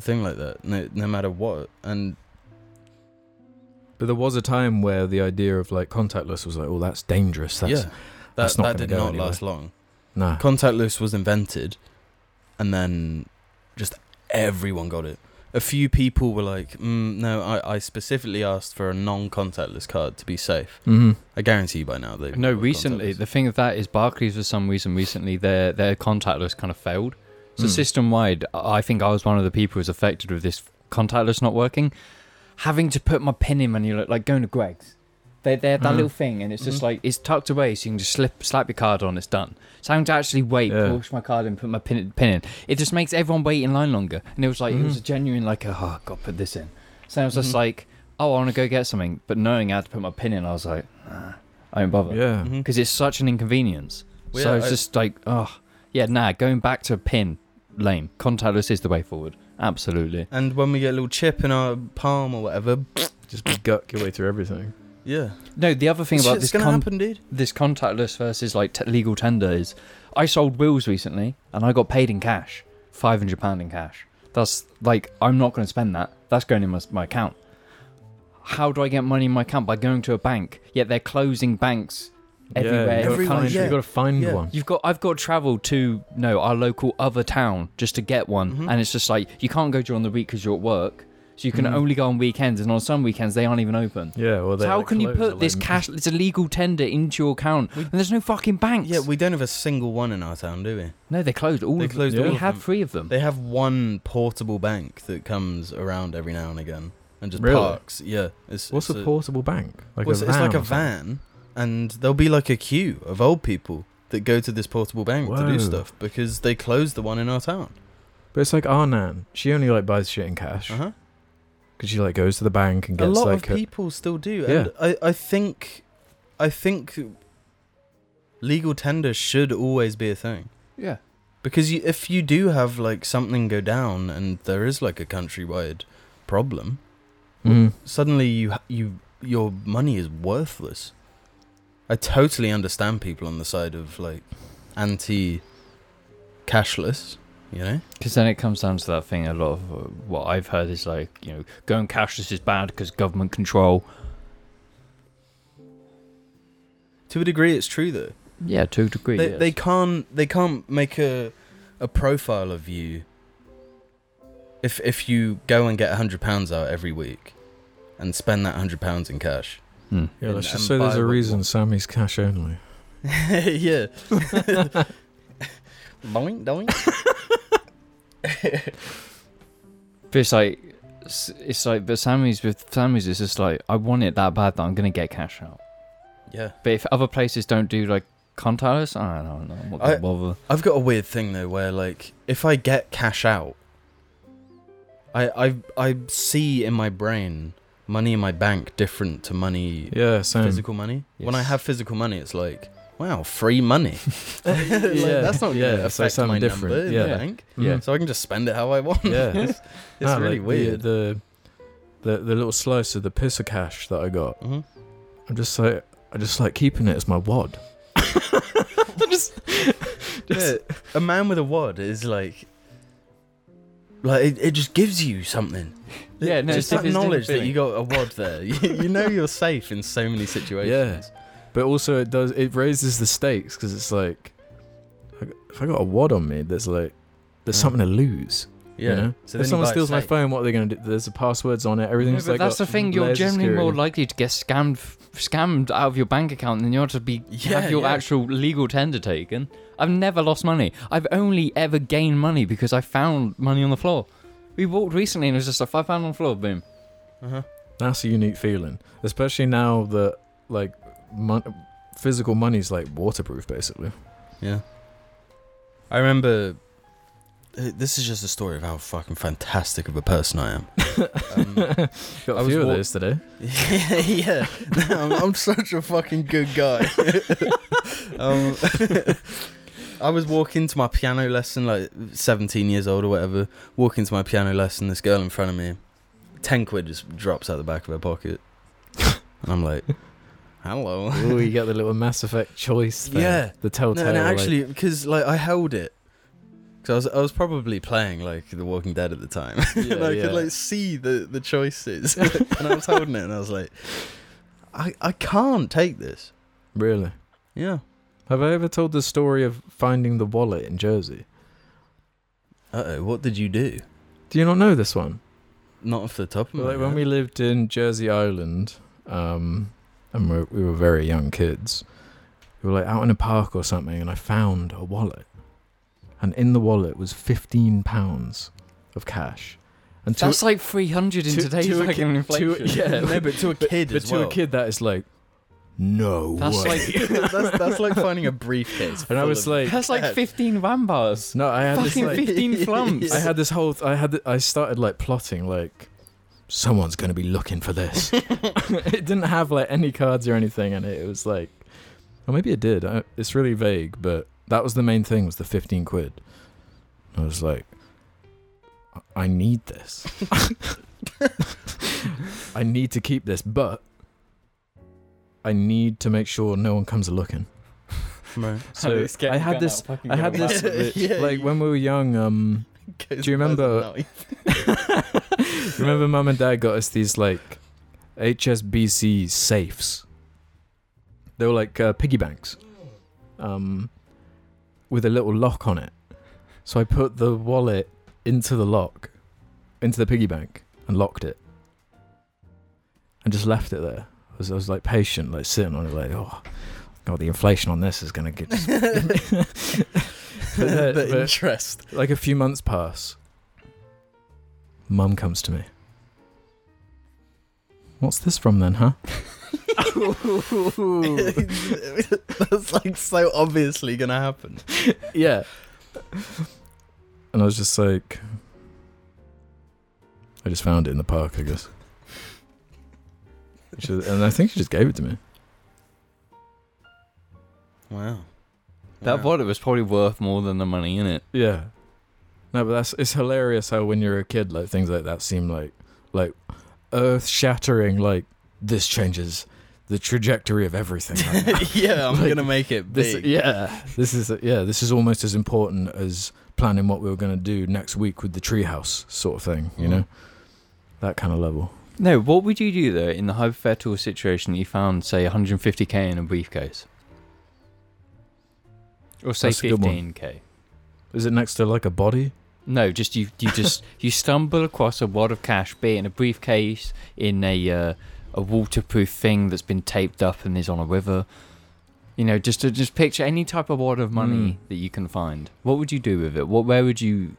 C: thing like that, no, no matter what. And
B: But there was a time where the idea of like contactless was like, oh, that's dangerous. That's
C: yeah, that
B: that's not
C: that
B: gonna
C: did
B: go
C: not
B: anywhere.
C: last long.
B: Nah.
C: Contactless was invented, and then just everyone got it. A few people were like, mm, "No, I, I specifically asked for a non-contactless card to be safe."
B: Mm-hmm.
C: I guarantee you by now they
A: No, recently the thing of that is Barclays for some reason recently their their contactless kind of failed. So
B: Mm.
A: system wide, I I think I was one of the people who was affected with this contactless not working. Having to put my pin in manually, like going to Greg's. They they have that
B: Mhm.
A: little thing, and it's just
C: Mhm.
A: like it's tucked away, so you can just slip slap your card on. It's done. So having to actually wait,
B: Yeah.
A: push my card in, put my pin pin in. It just makes everyone wait in line longer. And it was like it was
B: Mhm.
A: a genuine like, oh, God, put this in. So I was
C: Mhm.
A: just like, oh, I want to go get something, but knowing I had to put my pin in, I was like, nah, I don't bother
B: Yeah.
C: Mhm.
A: because it's such an inconvenience.
C: Well,
A: so
C: yeah,
A: it's
C: I-
A: just like, oh, yeah, nah, going back to a pin, lame. Contactless is the way forward. Absolutely.
C: And when we get a little chip in our palm or whatever,
B: Just guck your way through everything.
C: yeah.
A: No, the other thing about
C: Shit's
A: this
C: gonna
A: con-
C: happen, dude.
A: this contactless versus like t- legal tender is, I sold wills recently and I got paid in cash, five hundred pound in cash. That's like I'm not going to spend that. That's going in my, my account. How do I get money in my account by going to a bank? Yet they're closing banks everywhere.
B: Yeah,
A: in the
B: you
C: Everyone,
B: gotta find,
A: country.
B: you gotta find
C: Yeah.
B: one.
A: You've got I've got to travel to no our local other town just to get one,
C: Mhm.
A: and it's just like you can't go during the week because you're at work, so you can
B: Mhm.
A: only go on weekends, and on some weekends they aren't even open.
B: Yeah. Well,
A: So
B: they-
A: how
B: they
A: can you put
B: close it,
A: this
B: like-
A: cash, it's a legal tender, into your account? and there's no fucking banks.
C: Yeah, we don't have a single one in our town, do we?
A: no, they closed all.
C: They
A: of them.
C: closed
B: all
A: We
C: of
A: had
C: them.
A: three of them.
C: They have one portable bank that comes around every now and again and just
B: Really?
C: parks. Yeah. It's,
B: What's
C: it's
B: a portable bank? Like
C: well, it's, it's like a van, and there'll be like a queue of old people that go to this portable bank to
B: Whoa.
C: do stuff because they closed the one in our town.
B: But it's like our nan. She only like buys shit in cash
C: Uh
B: because
C: huh.
B: she like goes to the bank and
C: a
B: gets
C: lot
B: like
C: of people still do
B: Yeah.
C: and I, I think i think legal tender should always be a thing
A: yeah.
C: because you, if you do have like something go down and there is like a countrywide problem
B: A, mm,
C: suddenly you ha- you your money is worthless I totally understand people on the side of like anti cashless, you know?
A: Because then it comes down to that thing. A lot of uh, what I've heard is like, you know, going cashless is bad because government control.
C: To a degree it's true though.
A: Yeah, to a degree.
C: They,
A: yes.
C: they can't they can't make a a profile of you if if you go and get 100 pounds out every week and spend that 100 pounds in cash.
A: Hmm.
B: Yeah,
C: And-
B: let's just
C: and
B: say there's
C: buy
B: a
C: what-
B: reason Sammy's cash only.
C: [LAUGHS] yeah. [LAUGHS] doink doink.
A: But it's like, it's it's like, but Sammy's with Sammy's is just like, I want it that bad that I'm gonna get cash out.
C: Yeah.
A: But if other places don't do like contactless, I don't know. I'm not
C: I-
A: gonna bother.
C: I've got a weird thing though, where like if I get cash out, I I I see in my brain money in my bank different to money
B: Yeah, same.
C: physical money. When I
A: Yes.
C: have physical money, it's like wow,
B: [LAUGHS]
C: free money. [LAUGHS]
B: yeah,
C: Like, that's not
B: yeah,
C: gonna
B: it's like
C: affect
B: something
C: my
B: different.
C: number in
B: yeah,
C: the
A: Yeah.
C: bank,
A: Yeah.
C: so I can just spend it how I want.
B: Mm-hmm. Yeah.
C: it's, [LAUGHS] it's
B: Nah,
C: really
B: like,
C: weird.
B: The, the the the little slice of the piss of cash that I got.
C: hmm
B: I'm just like I just like keeping it as my wad. I just, [LAUGHS] just
C: Yeah, a man with a wad is like, like it, it just gives you something.
A: Yeah, no,
C: just
A: it's
C: that
A: different- it's different
C: knowledge that
A: feeling.
C: you got a
B: [LAUGHS]
C: wad there. You, you know you're safe in so many situations.
B: But also, it does it raises the stakes because it's like, I g- if I got a wad on me, there's like, there's
C: Yeah.
B: something to lose.
C: Yeah.
B: You know?
C: So
B: if
C: then
B: someone
C: you buy a
B: steals my
C: safe.
B: phone, what are they going to do? There's the passwords on it. Everything's
A: No,
B: like.
A: but that's
B: got
A: the thing. You're
B: layers of
A: generally more
B: security.
A: likely to get scammed, scammed out of your bank account than you are to be
C: Yeah,
A: have your
C: yeah.
A: actual legal tender taken. I've never lost money. I've only ever gained money because I found money on the floor. We walked recently and it was just like five pound on the floor. Boom.
C: Uh-huh.
B: That's a unique feeling, especially now that like, mon- physical money's like waterproof basically.
C: Yeah. I remember. uh, This is just a story of how fucking fantastic of a person I [LAUGHS] am. Um, [LAUGHS]
B: Got
C: I
B: a
C: was
B: few of
C: wa-
B: those today.
C: yeah, yeah. [LAUGHS] I'm, I'm such a fucking good guy. [LAUGHS] um, [LAUGHS] I was walking to my piano lesson, like 17 years old or whatever. Walking to my piano lesson, this girl in front of me, 10 quid just drops out the back of her [LAUGHS] pocket. And I'm like, hello.
B: Oh, you get the little Mass Effect choice. Thing,
C: Yeah.
B: the telltale.
C: No, no,
B: like-
C: actually, because like I held it, because I was I was probably playing like The Walking Dead at the time, [LAUGHS]
B: Yeah,
C: and I
B: yeah.
C: could like see the the
B: [LAUGHS]
C: choices, [LAUGHS] and I was holding it, and I was like, I I can't take this.
B: really.
C: Yeah.
B: Have I ever told the story of finding the wallet in Jersey?
C: Uh oh, what did you do?
B: Do you not know this one?
C: Not off the top of my
B: Well, like
C: head.
B: when we lived in Jersey Island, um, and we we were very young kids, we were like out in a park or something, and I found a wallet, and in the wallet was fifteen pounds of cash, and to,
A: That's like three hundred in
B: to-
A: today's
B: to a
A: fucking
B: ki- to a-
A: inflation.
C: [LAUGHS]
B: [LAUGHS]
A: [LAUGHS]
B: yeah.
C: no, but to a kid
B: but
C: as
B: to
C: well.
B: a
C: [LAUGHS]
B: kid that is like, no
A: That's
B: way.
A: like
C: that's that's like [LAUGHS] finding a briefcase.
B: and I
C: full
B: was
C: of-
B: like,
A: that's like fifteen vampires.
B: no, I had this
A: Fucking
B: like, [LAUGHS]
A: fifteen flumps.
B: I had this whole. I had. th- I started like plotting like. Someone's gonna be looking for this. [LAUGHS]
C: [LAUGHS]
B: it didn't have like any cards or anything in it. It was like, or maybe it did. I, it's really vague, but that was the main thing. Was the fifteen quid? I was like, "I- I need this. [LAUGHS] I need to keep this, but I need to make sure no one comes looking.
C: Right.
B: So I had this. I had this.
C: out.
B: rich-
C: [LAUGHS] Yeah,
B: like
C: you-
B: when we were young. Um,
C: Goes
B: Do you remember-
C: by the
B: [LAUGHS]
C: [LAUGHS] knife.
B: Remember, mum and dad got us these like HSBC safes. They were like uh, piggy banks, um, with a little lock on it. So I put the wallet into the lock, into the piggy bank, and locked it, and just left it there. I was, I was like patient, like sitting on it, like oh. God, the inflation on this is gonna get. But-
C: the
B: but-
C: interest.
B: like a few months pass. Mum comes to me. What's this from then, huh?
C: [LAUGHS]
B: [LAUGHS]
C: That's like so obviously gonna happen.
B: yeah. And I was just like, I just found it in the park, I guess. She- And I think she just gave it to me.
C: Wow.
A: That wallet was probably worth more than the money in it.
B: Yeah. No, but that's it's hilarious how when you're a kid, like things like that seem like like earth shattering. Like this changes the trajectory of everything. Right [LAUGHS] now.
C: [LAUGHS] yeah, I'm
B: Like,
C: gonna make it
B: this,
C: big.
B: yeah, this is yeah, this is almost as important as planning what we were going to do next week with the treehouse sort of thing. You
C: Mhm.
B: know, that kind of level.
A: No, what would you do though in the hypothetical situation that you found, say, 150k in a briefcase, or say
B: That's a good one.
A: 15k?
B: Is it next to like a body?
A: No, just you. You just you stumble across a wad of cash, be it in a briefcase, in a uh, a waterproof thing that's been taped up and is on a river. You know, just to just picture any type of wad of money
B: Mm.
A: that you can find. What would you do with it? What where would you?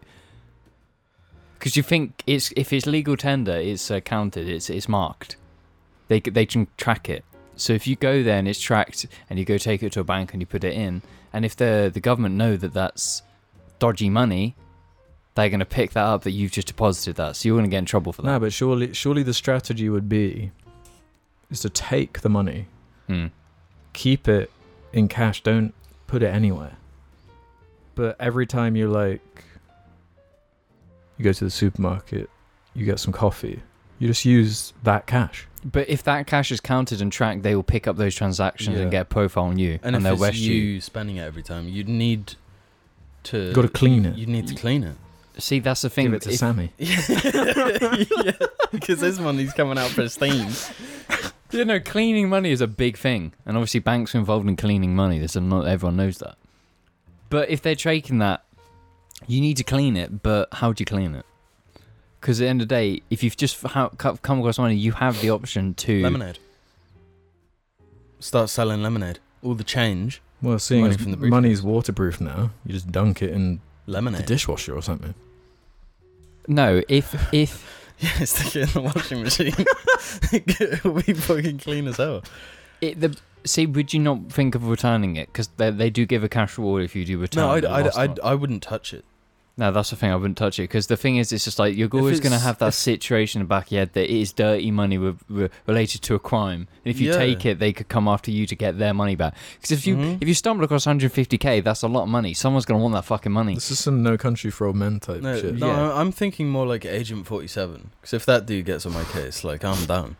A: Because you think it's if it's legal tender, it's uh, counted. It's it's marked. They c- they can track it. So if you go there and it's tracked, and you go take it to a bank and you put it in, and if the the government know that that's dodgy money, they're going to pick that up that you've just deposited that. So you're going to get in trouble for
B: No,
A: that.
B: but surely, surely the strategy would be is to take the money,
A: Hmm.
B: keep it in cash, don't put it anywhere. But every time you like, you go to the supermarket, you get some coffee, you just use that cash.
A: But if that cash is counted and tracked, they will pick up those transactions
B: Yeah.
A: and get a profile on you, and,
C: And, if
A: they'll
C: it's
A: arrest
C: you,
A: you.
C: spending it every time, you'd need to.
B: Got to clean it.
C: You'd need to
B: [LAUGHS]
C: clean it.
A: See, that's the thing.
B: Give it to
A: if-
B: Sammy.
C: [LAUGHS] yeah, because this money's coming out pristine.
A: you know, cleaning money is a big thing, and obviously banks are involved in cleaning money. This not everyone knows that. But if they're taking that, you need to clean it. But how do you clean it? Because at the end of the day, if you've just ha- co- come across money, you have the option to
C: Lemonade. Start selling lemonade. All the change,
B: Well, seeing
C: Money
B: as
C: from the briefcase.
B: money's waterproof now, you just dunk it in the
C: lemonade.
B: dishwasher or something.
A: No, if if
C: [LAUGHS] yeah, stick it in the washing machine. [LAUGHS] It'll be fucking clean as hell.
A: it, the see, would you not think of returning it? Because they, they do give a cash reward if you do return.
C: No, I'd,
A: the
C: I'd,
A: lost
C: I'd,
A: one.
C: I wouldn't touch it.
A: no, that's the thing. I wouldn't touch it because the thing is, it's just like you're always going to
C: it's-
A: have that
C: if-
A: situation in the back of your head that it is dirty money re- re- related to a crime, and if you
C: Yeah.
A: take it, they could come after you to get their money back. Because if you
C: Mhm.
A: if you stumble across 150k, that's a lot of money. Someone's going to want that fucking money.
B: This is some No Country for Old Men type
C: No,
B: shit.
C: no,
A: Yeah.
C: I- I'm thinking more like Agent 47. Because if that dude gets on my case, like, I'm down.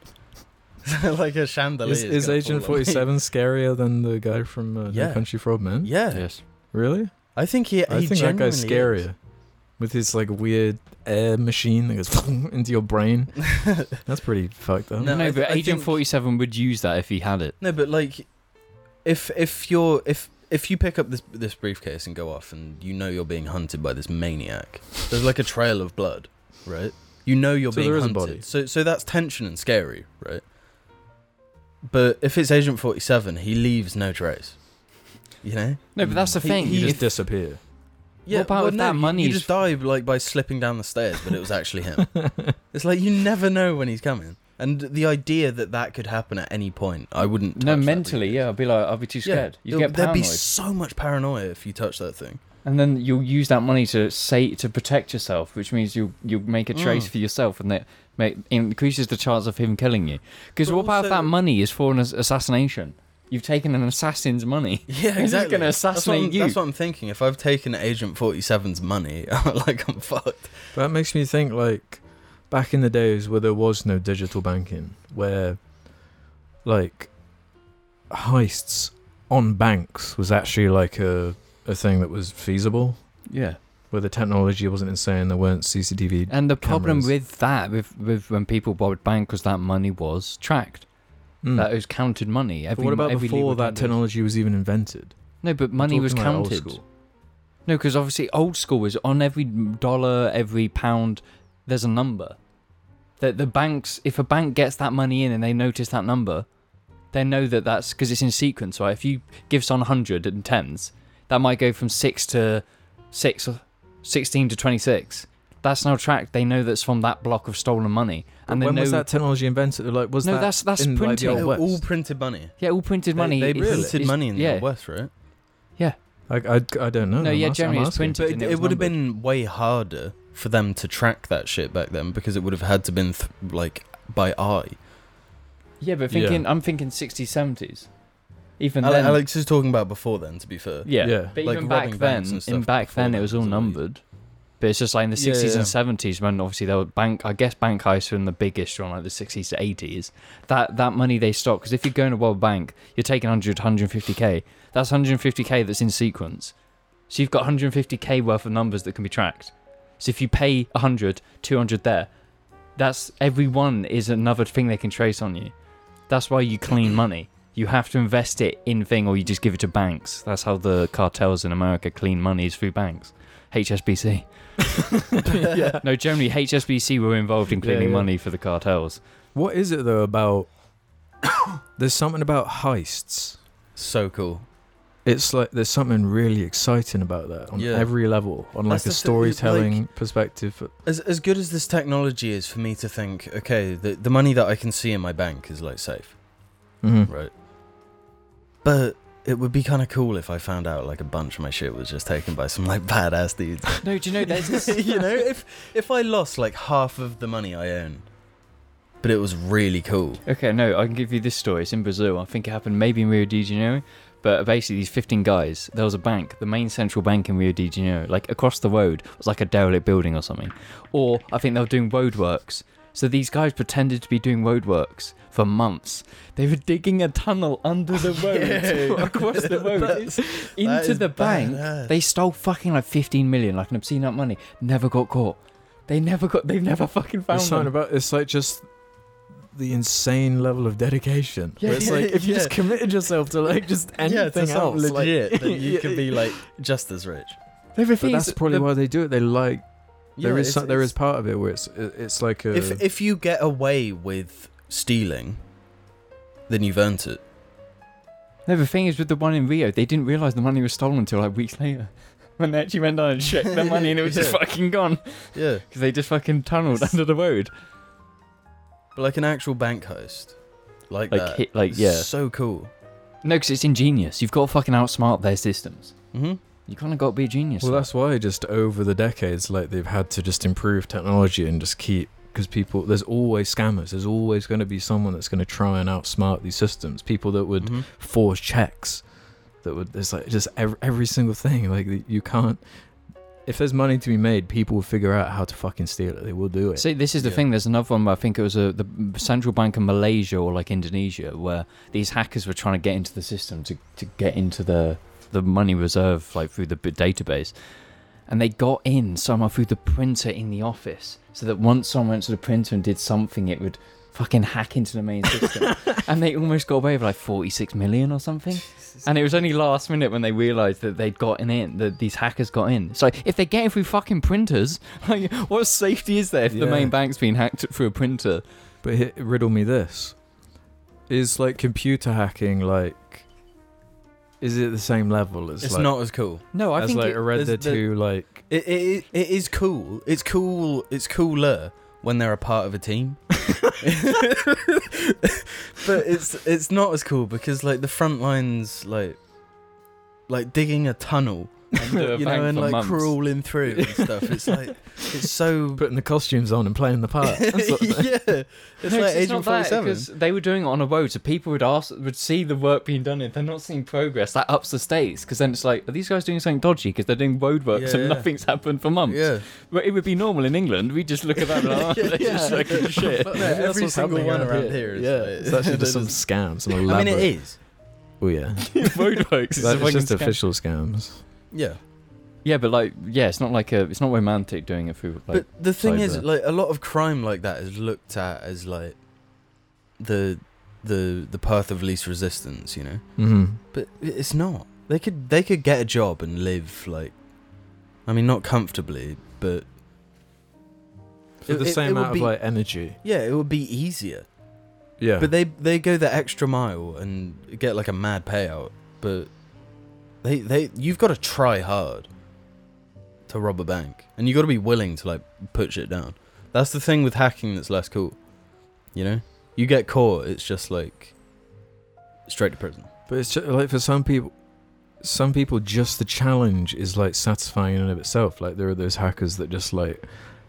C: [LAUGHS] like a chandelier.
B: Is, is
C: gonna
B: Agent
C: fall on me.
B: 47 scarier than the guy from uh,
C: Yeah.
B: No Country for Old Men?
C: [LAUGHS] Yeah.
A: Yes.
B: Really?
C: I think he.
B: I
C: he
B: think that guy's
C: genuinely
B: scarier. With his like weird air machine that goes [LAUGHS] into your brain.
C: is.
B: That's pretty fucked up.
A: No,
C: No, I th-
A: but
C: I
A: Agent
C: think- Mm.
A: 47 would use that if he had it.
C: [LAUGHS] No, but like, if if you're if if you pick up this this briefcase and go off, and you know you're being hunted by this maniac, there's like a trail of blood, right? You know you're
B: So
C: being
B: there is a
C: hunted.
B: body.
C: So so that's tension and scary, right? But if it's Agent Forty Seven, he leaves no trace. You know?
A: No, but that's the
C: He-
A: thing.
B: You just disappear.
A: about if that
C: you-
A: money
C: You
A: is-
C: just die like by slipping down the stairs, but it was
A: [LAUGHS]
C: actually him.
B: [LAUGHS]
C: it's like you never know when he's coming, and the idea that that could happen at any point, I wouldn't.
A: no,
C: touch that
A: mentally,
C: briefcase.
A: yeah, I'd be like, I'd be too scared. you
C: it'll-
A: get
C: there'd
A: paranoid.
C: be so much paranoia if you touch that thing. [LAUGHS]
A: and then you'll use that money to say to protect yourself, which means you you'll make a trace
C: Mm.
A: for yourself, and that make, increases the chance of him killing you. Because
C: But
A: what about if that
C: also-
A: money is for an ass- assassination? You've taken an assassin's
B: [LAUGHS]
A: money.
C: Yeah,
A: He's just gonna
C: That's what I'm-
A: assassinate
C: that's what,
A: you.
C: I'm thinking. If I've taken Agent 47's money, [LAUGHS] I'm like I'm fucked.
B: That makes me think like back in the days where there was no digital banking, where like heists on banks was actually like a a thing that was feasible,
A: Yeah.
B: where the technology wasn't insane, there weren't CCTV.
A: And the problem
B: Cameras.
A: with that, with, with when people borrowed bank, was that money was tracked.
B: Mm.
A: That was counted money.
B: but
A: Every,
B: what about
A: every legal
B: before that
A: tender-
B: technology was even invented?
A: No, but money was
B: Talking about old
A: counted.
B: school.
A: No, because obviously old school was on every dollar, every pound. There's a number. That the banks, if a bank gets that money in and they notice that number, they know that that's because it's in sequence, right? If you give someone hundred and tens, that might go from six to six, or sixteen to twenty-six. That's now tracked. They know that's from that block of stolen money, and they
B: when
A: know
B: was that technology invented? Like, was
A: no,
B: that
A: that's that's
B: in, like, the
A: printing.
B: old
C: They were
B: West?
C: all printed money.
A: yeah, all printed
C: They-
A: money.
C: They,
A: is-
C: printed
A: is-
C: money in
A: yeah.
C: the West, right?
B: I, I, I don't know.
A: No,
B: I'm
A: yeah,
B: ask-
A: generally
B: I'm
A: it's
B: asking.
A: printed.
C: But
A: and
C: it,
A: was
C: would have
A: numbered.
C: been way harder for them to track that shit back then because it would have had to been th- like by eye.
A: Yeah, but
B: Yeah.
A: thinking, I'm thinking 60s, 70s. Even
C: Ale-
A: then,
C: Alex is talking about before then. To be fair,
A: yeah.
B: Yeah.
A: But
C: Like
A: even
C: robbing
A: back
C: banks
A: then,
C: and
A: in
C: stuff
A: back
C: before
A: then,
C: that
A: it was all
C: was always-
A: numbered. But it's just like in the
B: Yeah, yeah,
A: sixties
B: yeah.
A: and seventies when obviously there were bank. I guess bank heists were in the biggest during like the sixties to eighties. That that money they stock because if you're going to World Bank, you're taking 100, 150 k. That's 150 k that's in sequence. So you've got 150 k worth of numbers that can be tracked. So if you pay 100, 200 there, that's every one is another thing they can trace on you. That's why you
B: [CLEARS THROAT]
A: clean money. You have to invest it in thing or you just give it to banks. That's how the cartels in America clean money is through banks. HSBC.
B: [LAUGHS] yeah.
A: No, generally HSBC were involved in
B: Yeah,
A: cleaning
B: yeah.
A: money for the cartels.
B: What is it though about? [COUGHS] there's something about heists.
C: So cool.
B: It's like there's something really exciting about that on
C: Yeah.
B: every level, on like
C: That's
B: a
C: the thing, it's like-
B: storytelling perspective.
C: As as good as this technology is for me to think, okay, the the money that I can see in my bank is like safe,
B: Mhm.
C: right? But it would be kind of cool if I found out like a bunch of my shit was just taken by some like badass dudes.
A: No, do you
C: [LAUGHS]
A: know there's
C: you know, if if I lost like half of the money I own, but it was really cool.
A: Okay, no, I can give you this story. It's in Brazil. I think it happened maybe in Rio de Janeiro. But basically, these 15 guys, there was a bank, the main central bank in Rio de Janeiro, like across the road, was like a derelict building or something. Or I think they were doing roadworks. So these guys pretended to be doing roadworks for months. They were digging a tunnel under the road,
C: [LAUGHS] Yeah.
A: across the road,
C: That's- that
A: into
C: is
A: the bank.
C: badass.
A: They stole fucking like 15 million, like an obscene amount of money. Never got caught. They never got. They've never fucking found
B: There's something
A: them.
B: about it's like just the insane level of dedication.
A: Yeah,
B: where it's
C: yeah,
B: like if you just
C: yeah.
B: committed yourself to like just
C: yeah, to
B: anything
C: something
B: else, like-
C: legit, then you
B: [LAUGHS] Yeah,
A: [LAUGHS]
C: could be like just as rich.
A: But
B: But that's probably why they do it. They like there
C: Yeah,
B: is
C: it's-
B: some, there
C: it's-
B: is part of it where it's it- it's like a
C: If if you get away with stealing, then you've earned it.
A: No, the thing is with the one in Rio, they didn't realise the money was stolen until like weeks later. [LAUGHS] When they actually went down and checked their money and it was just
B: [LAUGHS]
C: Yeah.
A: fucking gone.
C: Yeah,
A: Because they just fucking tunnelled under the road.
C: but like an actual bank heist, like,
A: Like,
C: that.
A: hit, like
C: is
A: yeah.
C: so cool.
A: No, because it's ingenious. You've got to fucking outsmart their systems.
C: Mm-hmm.
A: You kind of got to be a genius.
B: well
A: for
B: that's why just over the decades like they've had to just improve technology and just keep because people there's always scammers there's always going to be someone that's going to try and outsmart these systems people that would
C: Mm-hmm.
B: forge checks that would there's like just every, every single thing like you can't if there's money to be made people will figure out how to fucking steal it they will do it
A: See, this is the
C: Yeah.
A: thing. There's another one. Where I think it was a, the central bank of Malaysia or like Indonesia, where these hackers were trying to get into the system to, to get into the the money reserve, like through the b- database, and they got in somehow through the printer in the office, so that once someone went to the printer and did something, it would fucking hack into the main
B: [LAUGHS]
A: system, and they almost got away with like 46 million or something. And it was only last minute when they realised that they'd gotten in, that these hackers got in. It's like, if they're getting through fucking printers, [LAUGHS] like, what safety is there if the
B: Yeah.
A: main bank's been hacked through a printer?
B: But hi riddle me this: is like computer hacking like? Is it the same level as
C: It's
B: like
C: not as cool.
A: No, I
B: as
A: think
B: like
A: it-
B: a [LAUGHS] Red
C: is
B: Dead
C: the-
B: Two? Like
C: It, it it is cool. It's cool. It's cooler when they're a part of a
A: [LAUGHS]
C: team. [LAUGHS] but it's it's not as cool because like the front lines like like digging
A: [LAUGHS]
C: a tunnel
A: Under a
C: you
A: bank
C: know and
A: for
C: like
A: months.
C: crawling through and stuff
A: [LAUGHS]
C: it's like it's so
B: putting the costumes on and playing the
C: [LAUGHS]
B: part. That's what-
C: yeah it's [LAUGHS]
A: No, 'cause
C: like agent
A: not that,
C: 47
A: 'cause they were doing it on a road, so people would ask, would see the work being done. If they're not seeing progress, that ups the stakes. Because then it's like, are these guys doing something dodgy? Because they're doing road works and
C: Yeah, yeah.
A: nothing's happened for months.
C: yeah
A: But it would be normal in England. We just look at that and [LAUGHS] oh,
C: Yeah,
A: they're just
C: yeah.
A: fucking
B: [LAUGHS]
A: shit.
C: But
B: Maybe
C: no,
B: that's
C: every
B: what's
C: single
B: happening
C: one
B: around
C: around
B: here.
C: here is
B: yeah,
C: like-
B: it's
C: [LAUGHS]
B: actually just some scams, some
C: I
B: elaborate.
C: mean it is
B: Oh
C: [LAUGHS]
B: yeah,
A: Roadworks is a
B: that's
A: fucking
B: just
A: scam.
B: official scams.
C: yeah
A: Yeah, but like, yeah, it's not like a, it's not romantic doing it through. Like,
C: but the thing is,
A: cyber.
C: like a lot of crime like that is looked at as like the the the path of least resistance, you know.
B: hmm
C: But it's not. They could they could get a job and live like, I mean, not comfortably, but
B: For
C: It-
B: the
C: it-
B: same
C: it would
B: amount
C: be-
B: of like energy.
C: yeah, it would be easier.
B: Yeah,
C: But they they go the extra mile and get like a mad payout. But they they you've got to try hard to rob a bank, and you got to be willing to like put shit down. That's the thing with hacking that's less cool. You know, you get caught, it's just like straight to prison.
B: But it's just, like for some people, some people just the challenge is like satisfying in and of itself. Like there are those hackers that just like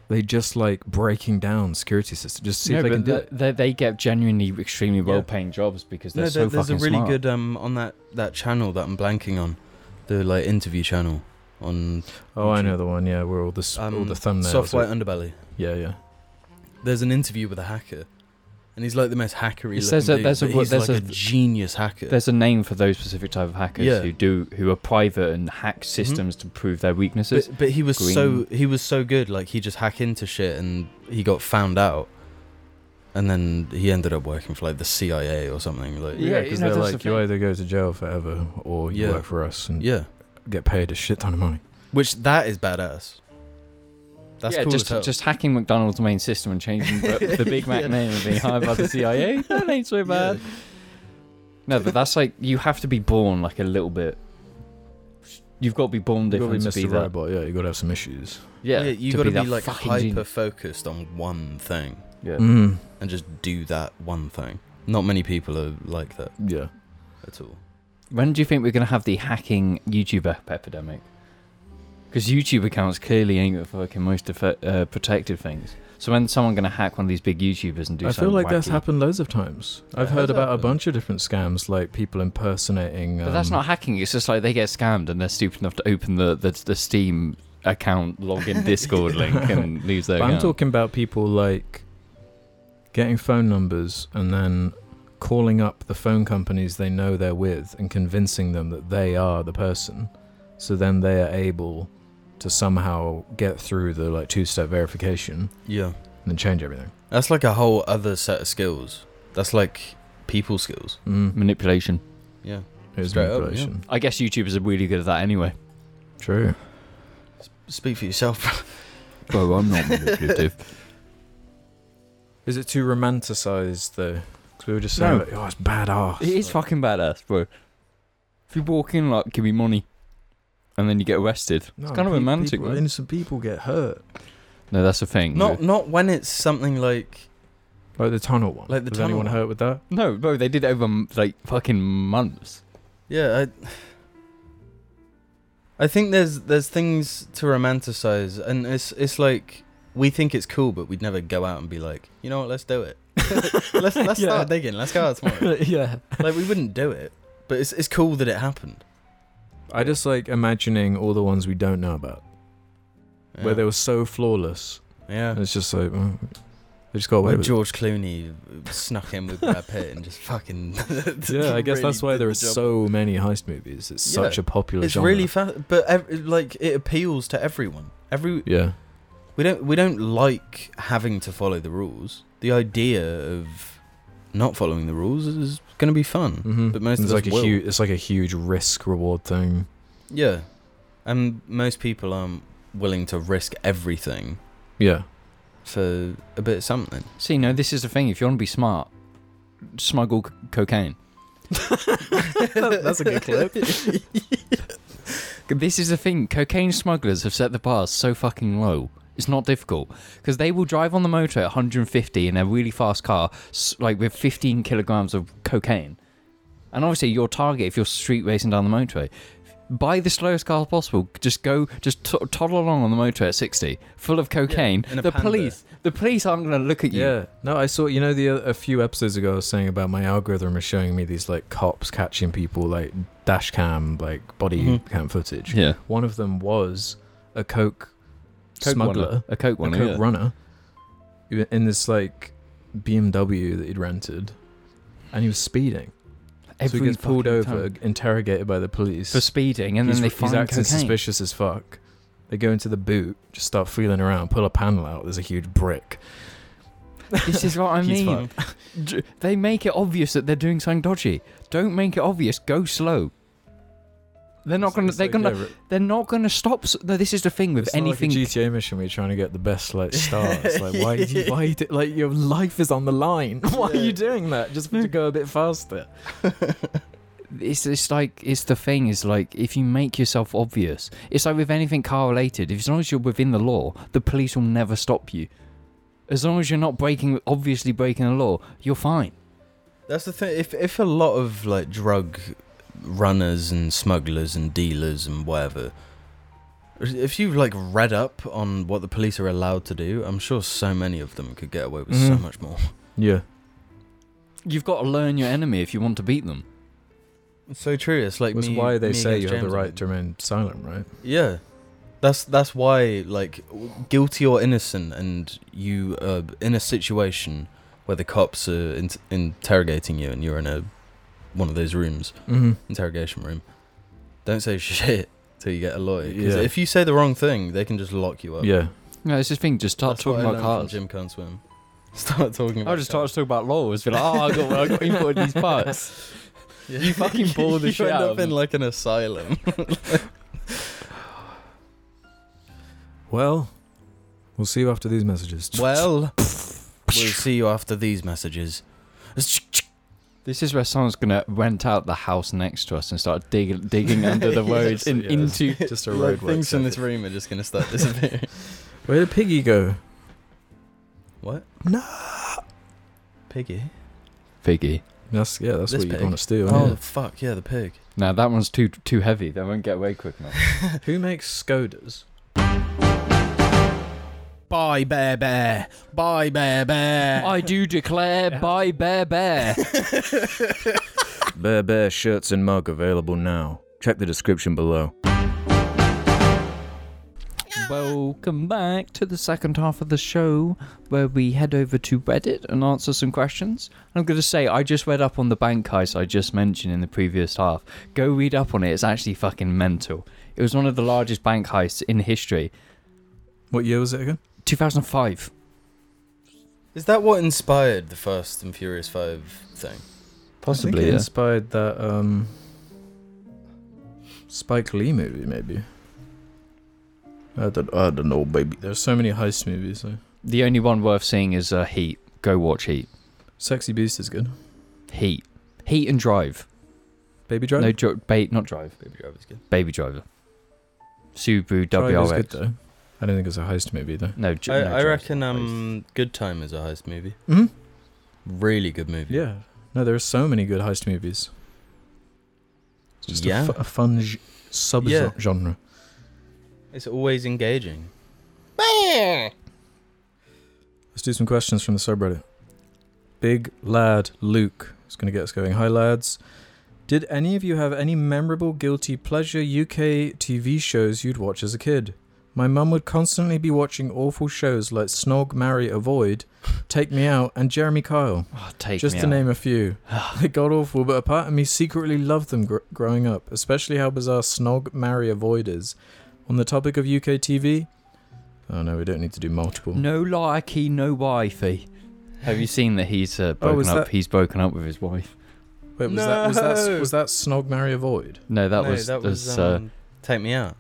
B: they just like breaking down security systems. Just see
A: no,
B: if they can
A: but
B: do
A: th-
B: it.
A: they, they get genuinely extremely
C: Yeah.
A: well-paying jobs because they're
C: no,
A: so
C: there- there's
A: fucking
C: a really
A: smart.
C: good um on that that channel that I'm blanking on, the like interview channel on
B: Oh, I know the one. Yeah, where all the s all
C: um,
B: the thumbnails. are-
C: Software Underbelly.
B: Yeah, yeah.
C: There's an interview with a hacker, and he's like the most hackery.
A: It says that
C: looking dude,
A: there's a
C: but
A: wo-
C: he's
A: there's
C: like
A: a-
C: a, genius hacker.
A: There's a name for those specific type of hackers
C: uh, Yeah. Mm-hmm.
A: who do who are private and hack systems to prove their weaknesses.
C: but, but he was
A: green.
C: so he was so good. Like he just hacked into shit, and he got found out. And then he ended up working for like the CIA or something. Like
A: Yeah,
B: Yeah,
A: you
B: because
A: know,
B: they're
A: that's the
B: like, you
A: thing.
B: either go to jail forever or you
C: Yeah.
B: work for us and
C: yeah,
B: get paid a shit ton of money.
C: which that is badass. That's
A: yeah,
C: cool
A: just
C: as hell.
A: just hacking McDonald's main system and changing
C: [LAUGHS]
A: the the Big Mac
C: Yeah.
A: name and being hired by the
C: [LAUGHS]
A: CIA. That ain't so bad.
C: Yeah.
A: No, but that's like you have to be born like a little bit. You've got to be born
B: You gotta
A: different
B: be
A: to be
B: Mr.
A: that.
B: Robot. Yeah, you gotta have some issues.
A: Yeah,
C: Yeah, you
A: to
C: got to be,
A: that
C: like
A: fucking
C: hyper
A: genius.
C: focused on one thing
A: Yeah.
B: Mm.
C: and just do that one thing. Not many people are like that
B: Yeah.
C: at all.
A: When do you think we're gonna have the hacking YouTube ep- epidemic? Because YouTube accounts clearly ain't the fucking most defe- uh, protected things. So when's someone gonna hack one of these big YouTubers and do
B: I
A: something?
B: feel like that's
A: wacky?
B: happened loads of times. I've
C: It
B: heard
C: has
B: about a
C: happened.
B: bunch of different scams, like people impersonating. Um,
A: But that's not hacking. It's just like they get scammed and they're stupid enough to open the the, the Steam account, log in Discord [LAUGHS] link, and lose their
B: But I'm
A: account.
B: talking about people like getting phone numbers and then calling up the phone companies they know they're with and convincing them that they are the person. So then they are able to somehow get through the like two-step verification
C: Yeah.
B: and then change everything.
C: That's like a whole other set of skills. That's like people skills.
B: Mm.
A: Manipulation.
C: Yeah.
B: It was
C: Straight up, yeah.
B: manipulation.
A: I guess YouTubers are really good at that anyway.
B: True.
C: Speak for yourself. [LAUGHS]
A: Bro, I'm not manipulative.
B: Is it too romanticized though? 'Cause we were just saying,
A: No.
B: like, oh, it's
A: [LAUGHS]
B: badass.
A: it is fucking badass, bro. If you walk in like, give me money, and then you get arrested.
B: No,
A: it's kind of
B: pe-
A: romantic,
B: people-
A: man.
B: Innocent people get hurt.
A: No, that's the thing.
C: not not when it's something like
B: Like the tunnel one.
C: Like the
B: Was
C: tunnel
B: anyone
C: one.
B: hurt with that?
A: no, bro. They did it over m- like fucking
B: [LAUGHS]
A: months.
C: yeah, I I think there's there's things to romanticize and it's it's like we think it's cool but we'd never go out and be like, you know what, let's do [LAUGHS] it. let's let's
B: Yeah.
C: start digging. Let's go out [LAUGHS]
B: [LAUGHS]
C: tomorrow.
B: yeah.
C: like we wouldn't do it, but it's it's cool that it happened.
B: I just like imagining all the ones we don't know about,
C: Yeah.
B: where they were so flawless.
C: yeah.
B: And it's just like, mm, they just got away
C: When
B: with it.
C: George Clooney snuck in with Brad Pitt and just fucking. [LAUGHS]
B: Yeah, I guess that's why
C: really
B: there
C: did the
B: are
C: job.
B: so many heist movies. It's
C: Yeah.
B: such a popular
C: It's
B: genre.
C: really fast, but ev- like it appeals to everyone. Every
B: yeah.
C: we don't we don't like having to follow the rules. The idea of not following the rules is going to be fun.
B: Mm-hmm.
C: But most
B: it's
C: of us
B: like a
C: will.
B: huge, it's like a huge risk reward thing.
C: Yeah, and most people aren't willing to risk everything
B: Yeah.
C: for a bit of something.
A: See, no, this is the thing. If you want to be smart, smuggle c- cocaine.
C: [LAUGHS] that's a good [LAUGHS] clip.
A: This is the thing. Cocaine smugglers have set the bars so fucking low. It's not difficult because they will drive on the motor at 150 in a really fast car, s- like with 15 kilograms of cocaine. And obviously, your target, if you're street racing down the motorway, buy the slowest car possible. Just go, just to toddle along on the motor at 60, full of cocaine.
C: in a
A: the
C: Panda.
A: police, the police aren't going to [LAUGHS] look at you.
B: Yeah. No, I saw. You know, the uh, a few episodes ago, I was saying about my algorithm was showing me these like cops catching people like dash cam, like body
C: Mhm.
B: cam footage.
A: Mm-hmm. yeah.
B: One of them was a coke,
A: Coke runner.
B: smuggler,
A: a coke one,
B: a coke runner, i- in this like BMW that he'd rented, and he was speeding. so he gets pulled over, interrogated by the police.
A: for speeding, and
B: he's,
A: then they
B: he's
A: find
B: acting
A: cocaine.
B: suspicious as fuck. They go into the boot, just start feeling around, pull a panel out. There's a huge brick.
A: This is what I
B: [LAUGHS] He's
A: mean. D- They make it obvious that they're doing something dodgy. Don't make it obvious. Go slow. They're not
B: It's-
A: gonna.
B: it's
A: They're
B: like,
A: gonna.
B: yeah, r-
A: They're not gonna stop. s- No, this is the thing with
B: It's not like a
A: anything.
B: GTA mission where you're trying to get the best like stars. like why? You, why? You do, like your life is on the line. [LAUGHS] Why are
C: Yeah.
B: you doing that? Just to go a bit faster.
C: [LAUGHS]
A: it's it's like it's the thing. Is like if you make yourself obvious. It's like with anything car related. If as long as you're within the law, the police will never stop you. As long as you're not breaking, obviously breaking the law, you're fine.
C: That's the thing. If if a lot of like drug runners and smugglers and dealers and whatever, if you like read up on what the police are allowed to do, I'm sure so many of them could get away with so
B: Mhm.
C: much more. [LAUGHS]
B: Yeah.
A: You've got to learn your enemy if you want to beat them.
C: It's so true. It's like
B: That's
C: me-
B: why they
C: me
B: say you
C: against
B: have the
C: James,
B: right
C: like-
B: to remain silent, right?
C: Yeah, That's that's why, like, w- guilty or innocent, and you are in a situation where the cops are in- interrogating you, and you're in a one of those rooms,
B: Mm-hmm.
C: interrogation room. Don't say [LAUGHS] shit till you get a lawyer. 'cause
B: Yeah.
C: if you say the wrong thing, they can just lock you up.
B: Yeah.
A: No, it's just thing. Just start
C: That's what
A: talking
C: I
A: about
C: learned from
A: cars.
C: Jim can't swim. [LAUGHS] Start talking. About
A: I just
C: cars.
A: start talking about laws. Be like, oh, I got, I got input in these parts.
C: Yeah. [LAUGHS]
A: You fucking bore the
C: You
A: shit
C: end
A: out
C: up
A: of
C: in
A: me.
C: like an
A: [LAUGHS]
C: asylum.
B: [LAUGHS] Well, we'll see you after these messages.
C: well, we'll see you after these messages.
A: This is where someone's gonna rent out the house next to us and start digging [LAUGHS] digging under the [LAUGHS]
C: Yes,
A: roads and
B: yes.
C: [LAUGHS]
A: into. [LAUGHS]
B: Just a
C: Like,
B: roadwork
C: things in this
B: circuit.
C: room are just gonna start disappearing. [LAUGHS]
B: Where did Piggy go?
C: what?
B: No.
C: Piggy.
A: Figgy.
B: That's yeah. That's
C: This
B: what
C: pig.
B: you want to steal.
C: Oh
B: yeah.
C: fuck yeah, the pig.
A: [LAUGHS] Now that one's too too heavy. That won't get away quick enough.
B: Who makes Skodas?
C: Bye bear bear. Bye bear bear.
A: I do [LAUGHS] declare, by Bear Bear.
B: Bear Bear shirts and mug available now. Check the description below.
A: Welcome back to the second half of the show where we head over to Reddit and answer some questions. I'm going to say, I just read up on the bank heist I just mentioned in the previous half. Go read up on it, it's actually fucking mental. It was one of the largest bank heists in history.
B: What year was it again?
A: 2005.
C: Is that what inspired the Fast and Furious Five thing?
B: I think
A: Possibly,
B: it
A: yeah.
B: inspired that um, Spike Lee movie, maybe. I don't, I don't know, baby. There's so many heist movies. So.
A: The only one worth seeing is uh, Heat. Go watch Heat.
B: Sexy Beast is good.
A: Heat. Heat and Drive.
B: Baby Driver.
A: No, dri- ba- not Drive.
C: Baby Driver's good.
A: Baby Driver. Subaru
B: Driver's
A: WRX.
B: good though. I don't think it's a heist movie though.
A: No, j-
C: I,
A: no,
C: I
A: Drive's
C: reckon
A: not based.
C: um Good Time is a heist movie.
B: Hmm.
C: Really good movie.
B: Yeah. No, there are so many good heist movies. It's just
C: Yeah.
B: a, f- a fun j- sub
C: Yeah.
B: genre.
C: It's always engaging.
B: Let's do some questions from the subreddit. Big lad Luke is going to get us going. Hi lads. Did any of you have any memorable guilty pleasure UK TV shows you'd watch as a kid? My mum would constantly be watching awful shows like Snog, Marry, Avoid, Take Me Out, and Jeremy Kyle,
A: Oh, take
B: just
A: me
B: to
A: out.
B: name
A: [SIGHS]
B: a few. They got awful, but a part of me secretly loved them gr- growing up, especially how bizarre Snog, Marry, Avoid is. On the topic of UK TV, oh no, we don't need to do multiple.
A: No likey, no wifey. Have you seen that he's uh,
B: Oh,
A: broken
B: was
A: up?
B: that-
A: He's broken up with his wife.
B: Wait, was that was that
C: No.
B: was that snog marry avoid?
A: No, that
C: No,
A: was
C: that was
A: that's, uh,
C: um, Take Me Out.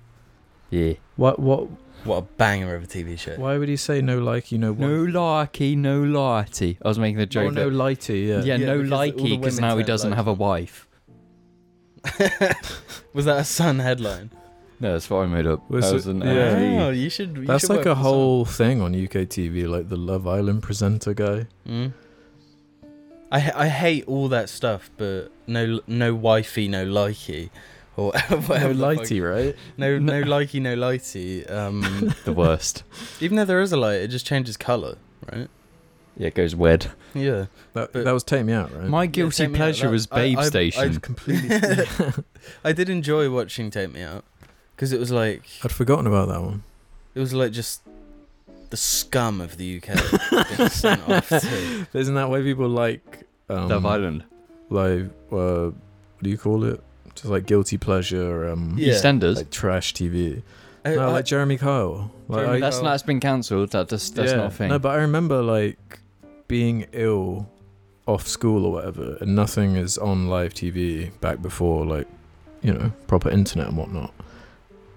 A: yeah.
B: What what?
C: What a banger of a TV show.
B: Why would he say no like you know what?
A: No likey, no lighty. I was making the
B: oh,
A: joke.
B: no
A: that-
B: lighty?
A: yeah,
B: Yeah.
C: Yeah,
A: no
C: because all the
A: likey because
C: women
A: now he
C: don't
A: doesn't
C: like
A: have a
C: him.
A: wife.
C: [LAUGHS] was that a Sun headline?
A: No, that's what I made up.
B: Was
A: that
B: it-
A: was an
B: [LAUGHS] Yeah.
A: ad.
C: Oh, you should. You
B: That's
C: should
B: like
C: work
B: a
C: for
B: whole thing on UK TV, like the Love Island presenter [LAUGHS] guy.
C: Sun. Mm. I ha- I hate all that stuff, but no no wifey, no likey, or [LAUGHS]
B: No
C: whatever. the fuck-
B: lighty, right?
C: No
A: No.
C: no likey, no
B: [LAUGHS]
C: lighty. Um,
A: the worst.
C: even though there is a light, it just changes color, right?
A: [LAUGHS] Yeah, it goes wed.
C: Yeah.
B: That,
C: But-
B: that was take me out, right?
A: My
C: Yeah,
A: guilty
C: Take Me Out,
A: pleasure
C: that-
A: was
C: I-
A: Babe
C: I- I
A: Station. [LAUGHS]
C: completely. [LAUGHS] I did enjoy watching Take Me Out because it was like
B: I'd forgotten about that [LAUGHS] one.
C: it was like just the scum of the [LAUGHS] UK being sent off to. [LAUGHS]
B: Isn't that why people like um,
A: Love Island.
B: Like uh, what do you call it? Just like guilty pleasure, um,
C: Yeah.
A: EastEnders.
B: like trash TV.
C: I-
B: no,
C: I-
B: like Jeremy Kyle. Like,
C: Jeremy
B: I-
A: that's
C: Kyle.
A: not. That's been cancelled. That, that's that's
B: Yeah.
A: not a thing.
B: No, but I remember like being ill off school or whatever, and nothing is on live TV back before like you know proper internet and whatnot.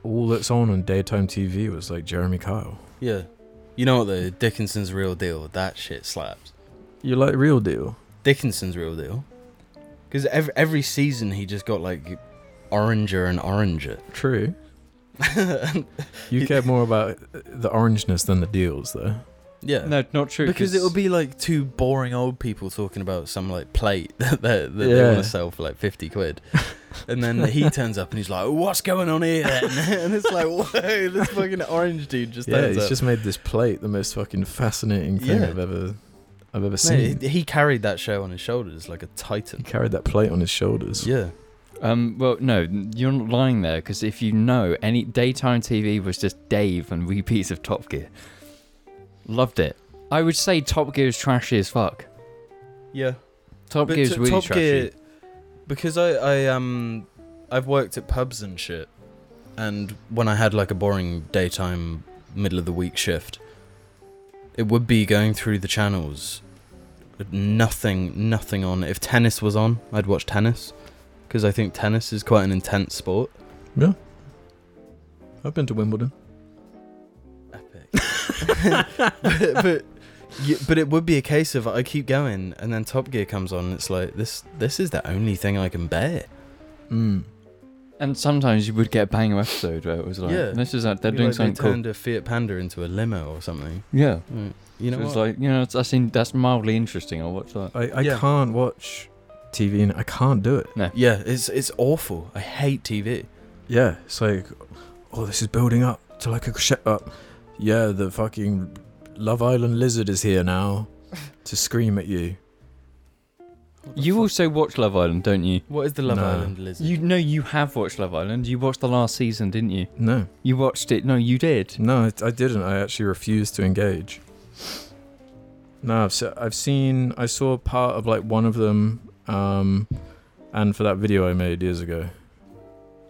B: All that's on on daytime TV was like Jeremy Kyle.
C: yeah. You know what though? Dickinson's real deal. That shit slaps.
B: You like Real Deal?
C: Dickinson's real deal. Because every every season he just got like oranger and oranger. [LAUGHS]
B: True.
C: And-
B: You care more about the orangeness than the deals,
C: [LAUGHS]
B: though.
C: yeah.
A: no, not true.
C: Because it would be like two boring old people talking about some like plate [LAUGHS] that, that, that they
B: Yeah.
C: want to sell for like fifty quid, and then
B: [LAUGHS]
C: he turns up and he's like, "What's going on here?" [LAUGHS] Then? and it's like, "Whoa, this fucking orange dude just
B: Yeah,
C: turns
B: he's
C: up."
B: just made this plate the most fucking fascinating thing
C: Yeah.
B: I've ever, I've ever
C: Mate,
B: seen.
C: he, he carried that show on his shoulders like a
B: He [LAUGHS]
C: titan.
B: carried that plate on his shoulders.
C: Yeah,
A: Um, well, no, you're not lying there because if you know, any daytime TV was just Dave and repeats of Top Gear. Loved it. I would say Top Gear is trashy as fuck.
C: Yeah.
A: Top Gear is
C: t-
A: really
C: Top
A: trashy.
C: Gear- because I, I um I've worked at pubs and shit, and when I had like a boring daytime middle of the week shift, it would be going through the channels. Nothing, nothing on. If tennis was on, I'd watch tennis, because I think tennis is quite an intense sport.
B: I've been to Wimbledon.
C: Epic. [LAUGHS] but, but y- but it would be a case of I keep going, and then Top Gear comes on, and it's like this. This is the only thing I can bear.
B: Mm.
A: And sometimes you would get a banger episode where it was like,
C: Yeah.
A: this is they're
C: Be
A: doing
C: like
A: something
C: they
A: cool.
C: turned a Fiat Panda into a limo or something.
A: Yeah.
C: You know
A: so it's
C: what?
A: like, you know, it's- that's, in, that's mildly interesting. I'll watch that.
B: I, I
C: Yeah.
B: can't watch TV. And I can't do it.
C: yeah, it's it's awful. I hate TV.
B: Yeah, it's like, oh, this is building up to like a shit up. Yeah, the fucking Love Island lizard is here now to scream at you.
A: You also watch Love Island, don't you?
C: what is the Love
B: No.
C: Island lizard?
A: You know you have watched Love Island. You watched the last season, didn't you?
B: No,
A: You watched it. No, you did.
B: no, I, I didn't. I actually refused to engage. No, I've, se- I've seen, I saw part of like one of them, um, and for that video I made years ago.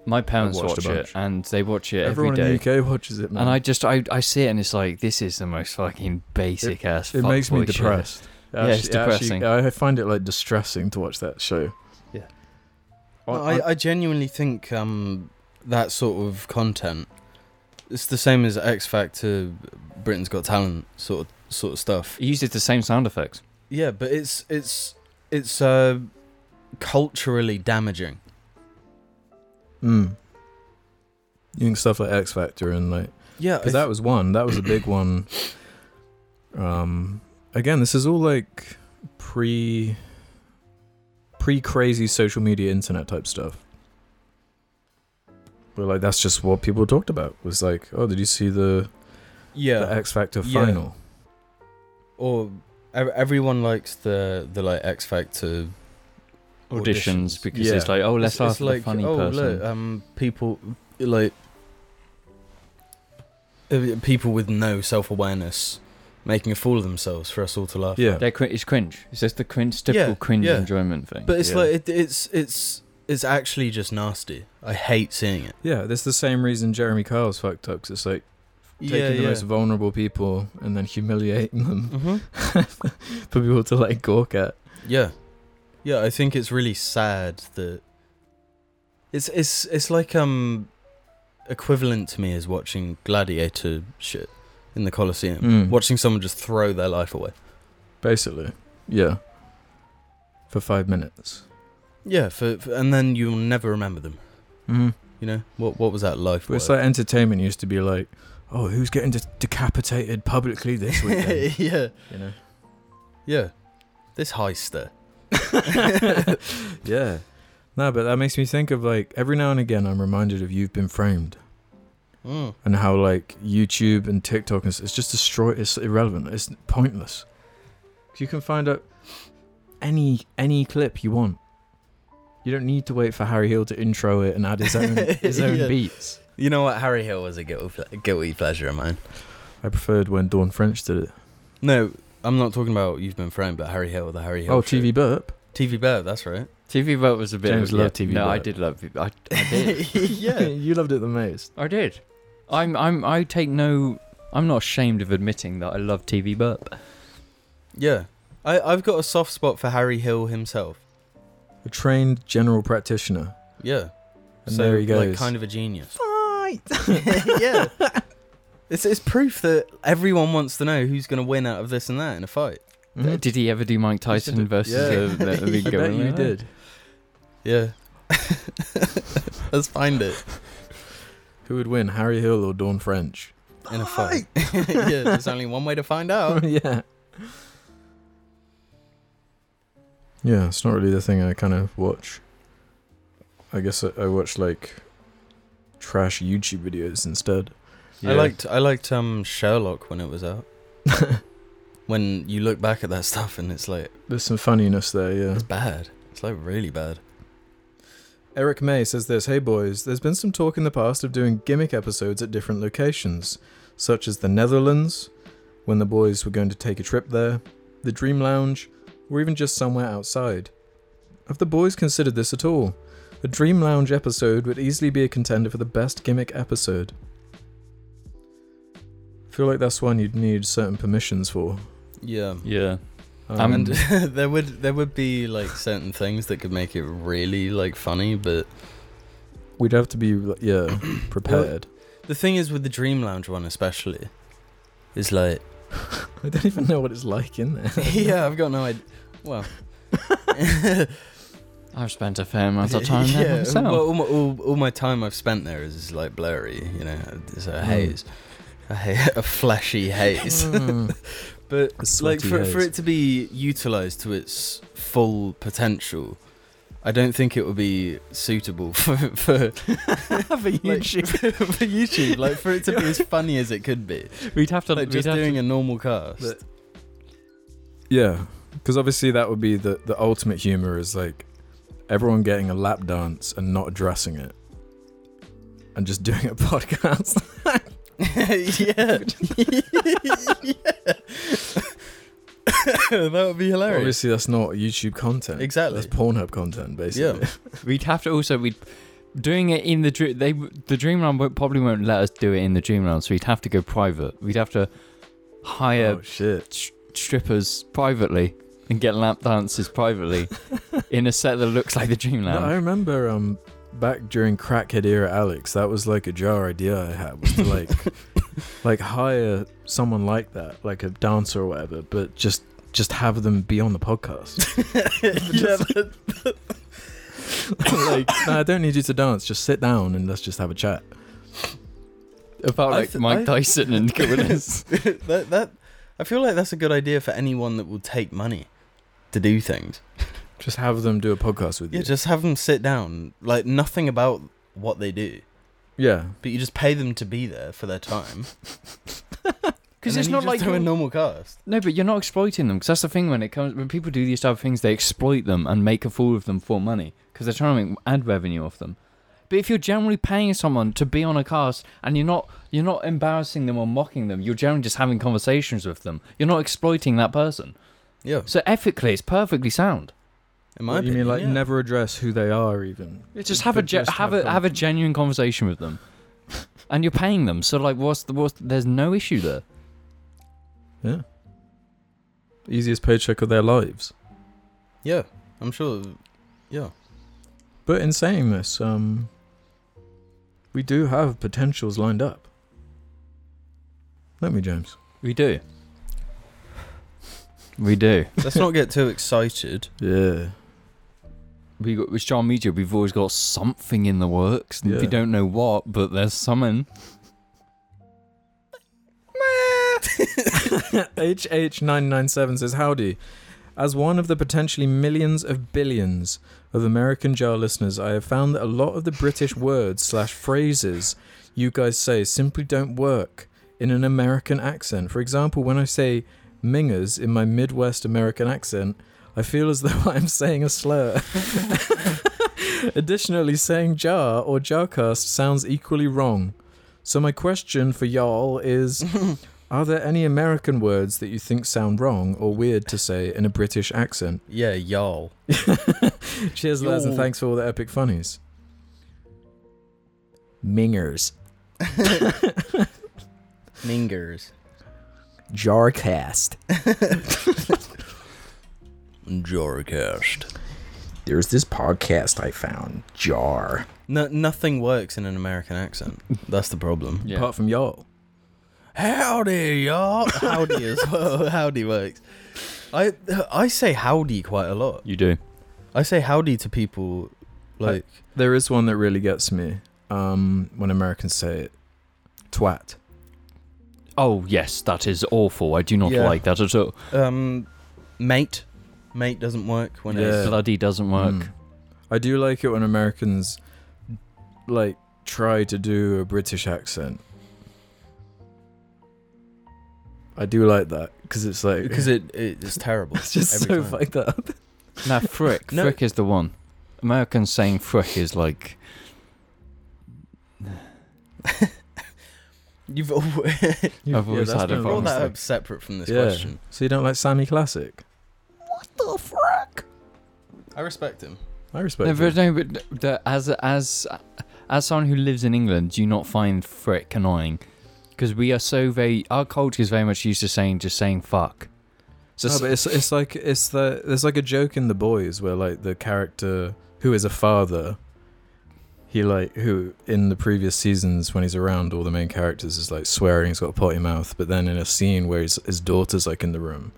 A: My parents
B: watched
A: watch
B: a
A: it,
B: bunch.
A: and they watch it
B: Everyone
A: every day.
B: in the UK watches it, man.
A: And I just I, I see it and it's like this is the most fucking basic ass.
B: it makes me
A: fuckboy shit.
B: depressed.
A: Yeah, it's
B: Actually- actually,
A: depressing.
B: I find it like distressing to watch that show.
A: Yeah.
C: No, I, I genuinely think um that sort of content. It's the same as X Factor, Britain's Got Talent sort of sort of stuff.
A: It uses the same sound effects.
C: Yeah, but it's it's it's uh culturally damaging.
B: Mm. You think stuff like X Factor and like
C: Yeah,
B: because that was one that was a
A: [CLEARS THROAT]
B: big one. Um, again, this is all like pre pre crazy social media internet type stuff. But like that's just what people talked about was like, oh, did you see the,
C: yeah.
B: the X Factor
C: Yeah.
B: final?
C: or ev- everyone likes the the like X Factor
A: Auditions,
C: Auditions.
A: because
B: Yeah.
A: it's like oh let's
C: It's-
A: ask
C: it's
A: the
C: like,
A: funny
C: oh,
A: person.
C: Look, um, people like uh, people with no self awareness making a fool of themselves for us all to laugh.
B: Yeah,
A: They're cr- it's cringe. It's just the cringe,
C: Yeah,
A: typical cringe
C: yeah.
A: enjoyment thing.
C: But it's
B: Yeah.
C: like it, it's it's it's actually just nasty. I hate seeing it.
B: yeah. That's the same reason Jeremy Kyle's fucked up. 'cause it's like taking the most vulnerable people and then humiliating them [LAUGHS]
A: Mm-hmm.
C: Mhm.
B: for people to like gawk at.
C: Yeah, yeah. I think it's really sad that it's it's it's like um equivalent to me as watching gladiator shit in the Colosseum,
B: Mm.
C: watching someone just throw their life away.
B: Basically, yeah. For five minutes.
C: Yeah, for, for and then you'll never remember them.
B: Mm.
C: You know what? What was that life?
B: But it's
C: worth?
B: like entertainment used to be like, oh, who's getting de- decapitated publicly this
C: [LAUGHS]
B: weekend?
C: yeah,
B: you know?
C: yeah. This [LAUGHS] heister.
B: yeah. No, but that makes me think of like every now and again, I'm reminded of You've Been Framed
C: Mm.
B: and how like YouTube and TikTok is it's just destroyed. It's irrelevant. It's pointless. 'Cause You can find out any any clip you want. You don't need to wait for Harry Hill to intro it and add his own
C: [LAUGHS]
B: his own
C: Yeah.
B: beats.
C: You know what? Harry Hill was a guilty, ple- guilty pleasure of mine.
B: I preferred when Dawn French did it.
C: No, I'm not talking about you've been framed, but Harry Hill, the Harry Hill.
B: oh,
C: shit.
B: TV Burp.
C: TV Bear. That's right.
A: TV vote was a bit.
B: James
A: of, yeah,
B: loved TV
A: No, I
B: vote.
A: did love. I,
C: [LAUGHS]
A: I did.
B: [LAUGHS]
C: yeah.
B: you loved it the most.
A: I did. I'm I'm I take no. I'm not ashamed of admitting that I love TV burp.
C: Yeah. I, I've got a soft spot for Harry Hill himself.
B: A trained general practitioner.
C: Yeah.
B: And there he goes.
C: Like, kind of a genius.
B: Fight!
C: [LAUGHS] yeah. It's, it's proof that everyone wants to know who's going to win out of this and that in a fight.
B: Mhm.
A: Did he ever do Mike
B: Yes, I
A: Tyson
B: did.
A: versus?
B: Yeah.
A: uh, the- the
B: [LAUGHS] I bet
A: gorilla?
B: you did.
C: Yeah. [LAUGHS] Let's find it
B: Who would win, Harry Hill or Dawn French?
C: in a fight. [LAUGHS] yeah, there's only one way to
B: [LAUGHS]
C: find [LAUGHS] out.
B: yeah. Yeah, it's not really the thing I kind of watch. I guess I, I watch like trash YouTube videos instead.
C: I
A: Yeah.
C: liked I liked um Sherlock when it was [LAUGHS] out. when you look back at that stuff and it's like
B: There's some funniness there, yeah.
C: it's bad. It's like really bad.
B: Eric May says this Hey boys, there's been some talk in the past of doing gimmick episodes at different locations, such as the Netherlands, when the boys were going to take a trip there, the Dream Lounge, or even just somewhere outside. Have the boys considered this at all? A Dream Lounge episode would easily be a contender for the best gimmick episode. feel like that's one you'd need certain permissions for.
C: [LAUGHS] Yeah.
A: Yeah.
B: Um,
A: I'm-
C: and [LAUGHS] there would there would be like certain things that could make it really like funny, but
B: we'd have to be like, yeah prepared.
C: the thing is with the Dream Lounge one especially, is like
B: I don't even know what it's like in there.
C: [LAUGHS] yeah, I've got no idea. Well,
A: I've spent a fair amount
C: [LAUGHS]
A: of time there myself.
C: Well,
A: [LAUGHS]
C: [LAUGHS] all my, all, all my time I've spent there is, like blurry, you know, it's a
B: Mm.
C: haze, a, ha- [LAUGHS] a
B: [LAUGHS]
C: flashy haze. [LAUGHS]
B: Mm.
C: but
B: A
C: like
B: sweaty
C: for, for
B: haze.
C: it to be utilized to its full potential, I don't think it would be suitable [LAUGHS] for for,
A: for
C: like,
A: [LAUGHS]
C: for YouTube. [LAUGHS] Like for it to be
B: [LAUGHS]
C: as funny as it could be,
A: we'd have to
C: like
A: we'd
C: just
A: have to-
C: doing a normal cast.
B: But- Yeah, because obviously that would be the the ultimate humor is like everyone getting a lap dance and not addressing it, and just [LAUGHS] doing a podcast.
C: [LAUGHS]
B: [LAUGHS]
C: yeah. [LAUGHS] that would be hilarious.
B: obviously, that's not YouTube content.
C: Exactly.
B: That's Pornhub content, basically.
C: Yeah.
A: We'd have to also we'd doing it in the dream. They the dream round won't, probably won't let us do it in the dream round, so we'd have to go private. We'd have to hire
B: [LAUGHS] Oh shit.
A: sh- strippers privately and get lap dances [LAUGHS] privately in a set that looks like the dream
B: No, I
A: lounge.
B: remember um back during crackhead era, Alex. That was like a jar idea I had
C: [LAUGHS]
B: was to like like hire someone like that, like a dancer or whatever, but just just have them be on the podcast.
C: [LAUGHS] yeah, that-
B: like, no, I don't need you to dance. Just sit down and let's just have a chat.
A: About
C: I
A: like
C: th-
A: Mike
C: I-
A: Tyson [LAUGHS] and gorillas.
C: [LAUGHS] that that I feel like that's a good idea for anyone that will take money to do things.
B: Just have them do a podcast with
C: Yeah,
B: you.
C: just have them sit down, like nothing about what they do,
B: yeah.
C: but you just pay them to be there for their time.
A: Because
C: And
A: it's
C: then you
A: not
C: just
A: like
C: do a
A: you're-
C: normal cast.
A: no, but you're not exploiting them. Because that's the thing when it comes when people do these type of things, they exploit them and make a fool of them for money because they're trying to make ad revenue off them. But if you're generally paying someone to be on a cast and you're not you're not embarrassing them or mocking them, you're generally just having conversations with them. You're not exploiting that person.
C: Yeah,
A: So ethically, it's perfectly sound.
C: in my
B: you mean
C: opinion,
B: like
C: yeah.
B: never address who they are even?
A: Just have a
B: But
A: ge-
B: just
A: have
B: have
A: a
B: them.
A: have a genuine conversation with them, and you're paying them. So like, what's the what's there's no issue there.
B: Yeah. Easiest paycheck of their lives.
C: Yeah, I'm sure. Yeah,
B: But in saying this, um, we do have potentials lined up. Don't we, James?
A: We do. We do.
C: let's not get too excited.
B: Yeah.
A: We got with John Media. We've always got something in the works. and We
B: Yeah.
A: don't know what, but there's something.
B: [LAUGHS] HH997 says, Howdy. As one of the potentially millions of billions of American jar listeners, I have found that a lot of the British words slash phrases you guys say simply don't work in an American accent. For example, when I say mingers in my Midwest American accent, I feel as though [LAUGHS] I'm saying a slur. [LAUGHS] Additionally, saying jar or jarcast sounds equally wrong. So my question for y'all is are there any American words that you think sound wrong or weird to say in a British accent?
C: yeah, y'all.
B: Cheers, lads, and
C: Yo.
B: thanks for all the epic funnies. Mingers.
C: Mingers.
B: Jarcast.
C: Jorcast.
B: There's this podcast I found. Jar.
C: No, nothing works in an American accent. That's the problem.
A: Yeah.
B: Apart from y'all.
C: Howdy, y'all. Oh, Howdy as [LAUGHS] well. Howdy works. I I say howdy quite a lot.
A: you do.
C: I say howdy to people, like
B: There is one that really gets me um, when Americans say it. Twat.
A: Oh yes, that is awful. I do not
C: Yeah.
A: like that at all.
C: um, mate. Mate doesn't work when
A: It Hmm.
B: Yeah.
C: it's
A: bloody doesn't work.
B: Mm. I do like it when Americans like try to do a British accent. I do like that because it's like
C: [LAUGHS] because it, it it's
B: [LAUGHS]
C: terrible.
B: it's just so
C: every time.
B: fucked up.
A: Now [LAUGHS] frick,
C: No.
A: frick is the one. Americans saying frick is like
C: You've [LAUGHS] always
B: You-
A: I've always
B: that's
A: had a
B: no
A: problem
C: brought
B: wrong
A: with
C: that
B: thing.
C: up separate from this
B: Yeah.
C: question.
B: So you don't like Sammy Classic?
C: What the frick? I respect him.
B: I respect
A: no, but,
B: it.
A: no, but the, as as as someone who lives in England, do you not find frick annoying? Because we are so very our culture is very much used to saying just saying fuck. So
B: no, but it's it's like it's the there's like a joke in the boys where like the character who is a father, he like who in the previous seasons when he's around all the main characters is like swearing, he's got a potty mouth, but then in a scene where his his daughter's like in the room,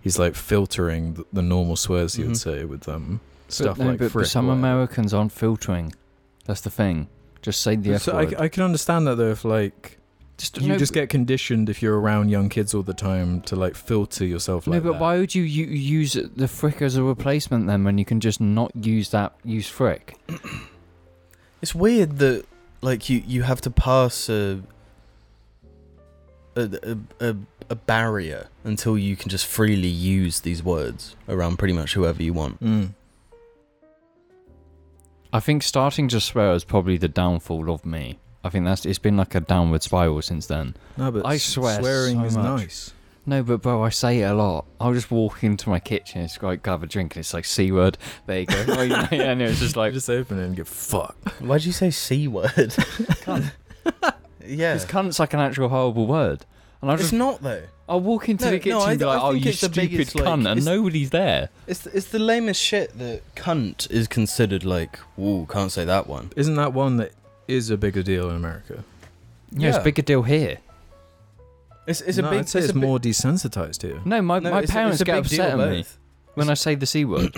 B: he's like filtering the, the normal swears he
C: Mhm.
B: would say with um
A: but
B: stuff
A: no,
B: like
A: but,
B: frick
A: but some
B: or whatever.
A: Americans aren't filtering. That's the thing. Just say the F
B: So
A: word.
B: I, I can understand that though if like
A: just,
B: you
A: no,
B: just
A: but-
B: get conditioned if you're around young kids all the time to like filter yourself
A: No,
B: like
A: but
B: that.
A: why would you, you use the frick as a replacement then when you can just not use that use frick?
C: It's weird that like you you have to pass a a, a, a, a barrier until you can just freely use these words around pretty much whoever you want.
B: Mm.
A: I think starting to swear is probably the downfall of me. I think that's it's been like a downward spiral since then.
B: No, but
A: I
B: s-
A: swear
B: swearing
A: so
B: is
A: much.
B: nice.
A: No, but bro, I say it a lot. I'll just walk into my kitchen, it's like grab a drink and it's like C word. There you
C: [LAUGHS]
A: go. Oh, yeah, yeah, no, it's just like
B: just open it and get fucked.
C: Why'd you say c [LAUGHS] word? [LAUGHS] yeah,
A: it's cunt's like an actual horrible word. And I'll
C: it's
A: just
C: not though.
A: I'll walk into
C: No,
A: the kitchen
C: no, I
A: and be
C: th- I
A: like, Oh
C: think
A: you
C: it's the
A: stupid
C: biggest, like,
A: cunt and
C: it's-
A: nobody's there.
C: It's the, it's the lamest shit that cunt is considered like. Ooh, can't say that one.
B: Isn't that one that is a bigger deal in America?
A: Yeah, it's a
C: Yeah.
A: bigger deal here.
C: It's it's
B: No,
C: a big.
B: I'd say it's,
C: a big-
B: more desensitized here.
A: No, my,
C: no,
A: my
C: it's a-
A: parents
C: it's a
A: get
C: big deal
A: upset at me.
C: both.
A: when I say the c
C: [COUGHS]
A: word.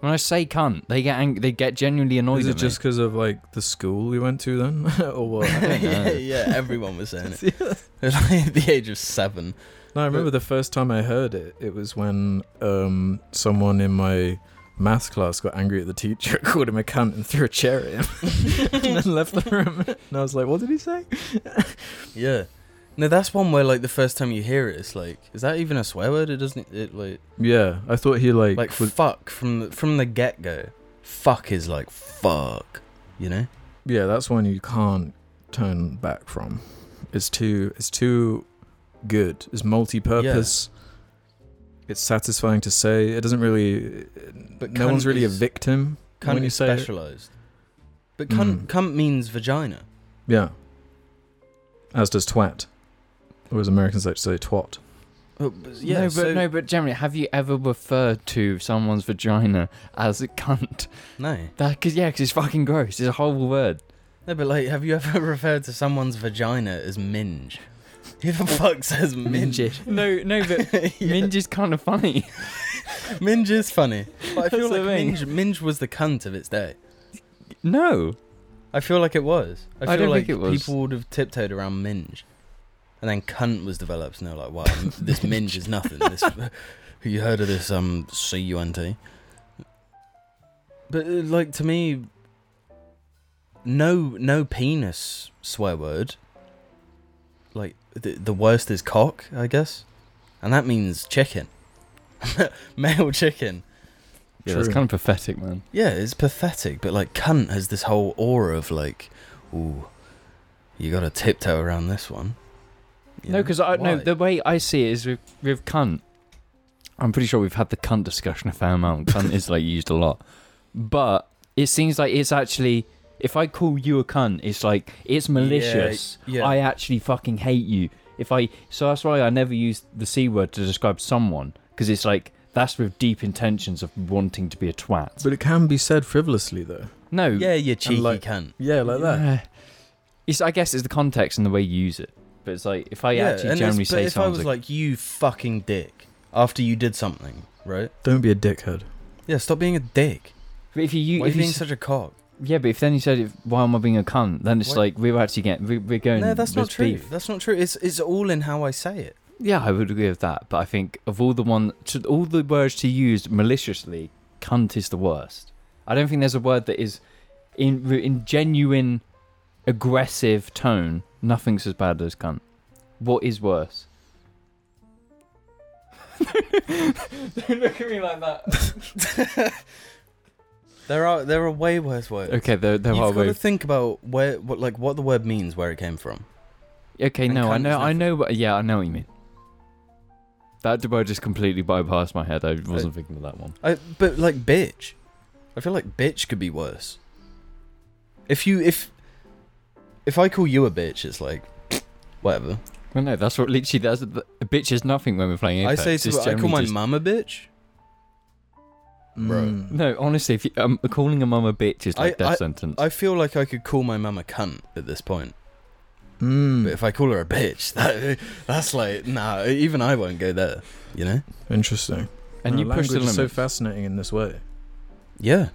A: when I say cunt, they get ang- they get genuinely annoyed
B: Is
A: at
B: it just because of like the school we went to then, [LAUGHS] or what?
A: don't
C: yeah,
A: know.
C: yeah, everyone was saying it.
B: [LAUGHS] Yeah.
C: [LAUGHS] Like at the age of seven.
B: No, I remember the first time I heard it. It was when um, someone in my math class got angry at the teacher, [LAUGHS] called him a cunt, and threw a chair at him, [LAUGHS] and then left the room. And I was like, "What did he say?"
C: Yeah. No, that's one where like the first time you hear it, it's like, is that even a swear word? It doesn't. It like
B: Yeah, I thought he like,
C: like
B: was-
C: fuck from the from the get go. Fuck is like fuck. You know.
B: yeah, that's one you can't turn back from. It's too it's too good. It's multi-purpose. It's satisfying to say. It doesn't really.
C: But
B: no one's
C: cunt
B: really a
C: is-
B: victim
C: Cunt
B: when you
C: is
B: say. it.
C: specialized. But
B: Mm.
C: cunt cunt means vagina.
B: Yeah. As does twat, or as Americans like to say, twat.
C: Oh, but- yeah.
A: no, but
C: so-
A: no, but generally, have you ever referred to someone's vagina as a cunt? [LAUGHS]
C: no.
A: That, cause yeah, 'cause it's fucking gross. It's a horrible word.
C: No, but like, have you ever [LAUGHS] referred to someone's vagina as minge? Who the fuck says minge?
A: [LAUGHS] No, no, but
C: [LAUGHS] Yeah.
A: minge is kind of funny.
C: Minge is funny. But I feel
A: That's the
C: like
A: thing.
C: minge, minge was the cunt of its day.
A: [LAUGHS] No,
C: I feel like it was. I
A: I
C: feel
A: don't
C: like
A: think it was.
C: people would have tiptoed around minge, and then cunt was developed, and they're like, "Wow, m-
A: [LAUGHS]
C: this minge is nothing." This, [LAUGHS] you heard of this um C U N T? But uh, like to me, no, no penis swear word. Like the the worst is cock, I guess, and that means chicken, [LAUGHS] male chicken.
A: yeah, that's
B: True.
A: kind of pathetic, man.
C: Yeah, it's pathetic, but like cunt has this whole aura of like, ooh, you gotta tiptoe around this one. You
A: No,
C: know?
A: 'cause no, because I no
C: Why?
A: the way I see it is with with cunt. I'm pretty sure we've had the cunt discussion a fair amount. Cunt is like used a lot, but it seems like it's actually if I call you a cunt, it's like it's malicious.
C: yeah.
A: I actually fucking hate you. If I so that's why I never use the c word to describe someone because it's like that's with deep intentions of wanting to be a twat.
B: But it can be said frivolously, though.
A: no,
C: yeah, you cheeky
B: like-
C: cunt.
B: Yeah, like that.
A: Yeah. It's, I guess it's the context and the way you use it. But it's like if I
C: yeah,
A: actually
C: and it's-
A: generally
C: but
A: say
C: if I
A: something,
C: was like, you fucking dick, after you did something, right?
B: Don't be a dickhead.
C: Yeah, stop being a dick.
A: but if you,
C: Why are
A: if
C: you
A: you
C: being
A: s-
C: such a cock?
A: Yeah, but if then you said, if, "Why am I being a cunt?" Then it's
C: What?
A: like we're actually getting we- we're going.
C: No, that's not
A: there's
C: true.
A: beef.
C: That's not true. It's it's all in how I say it.
A: Yeah, I would agree with that. But I think of all the one, to, all the words to use maliciously, cunt is the worst. I don't think there's a word that is in in genuine aggressive tone. Nothing's as bad as cunt. What is
C: [LAUGHS]
A: worse? don't look at me like that.
C: There are there are way worse words.
A: [LAUGHS] Okay, there, there are
C: You've got to
A: ways.
C: think about where, what, like, what the word means, where it came from.
A: Okay,
C: and
A: no, I
C: cunt
A: know,
C: is
A: I
C: nothing.
A: know, but yeah, I know what you mean. That d- word just completely bypassed my head. I wasn't thinking of that one.
C: I, but like, bitch. I feel like bitch could be worse. If you if if I call you a bitch, it's like [SNIFFS] whatever.
A: Well, no, that's what literally that's the, bitch is nothing when we're playing Apex.
C: I say
A: It's
C: to I call
A: generally
C: my
A: just-
C: mum a bitch. Bro.
B: Mm.
A: No, honestly, if you, um, calling a mum a bitch is like
C: I-
A: death
C: I-
A: sentence.
C: I feel like I could call my mum a cunt at this point.
B: Mm.
A: Hmm.
C: But if I call her a bitch, [LAUGHS] that that's like nah. Even I won't go there. You know?
B: Interesting.
A: and
B: No,
A: you push the
B: language
A: limit.
B: is so fascinating in this way.
C: Yeah.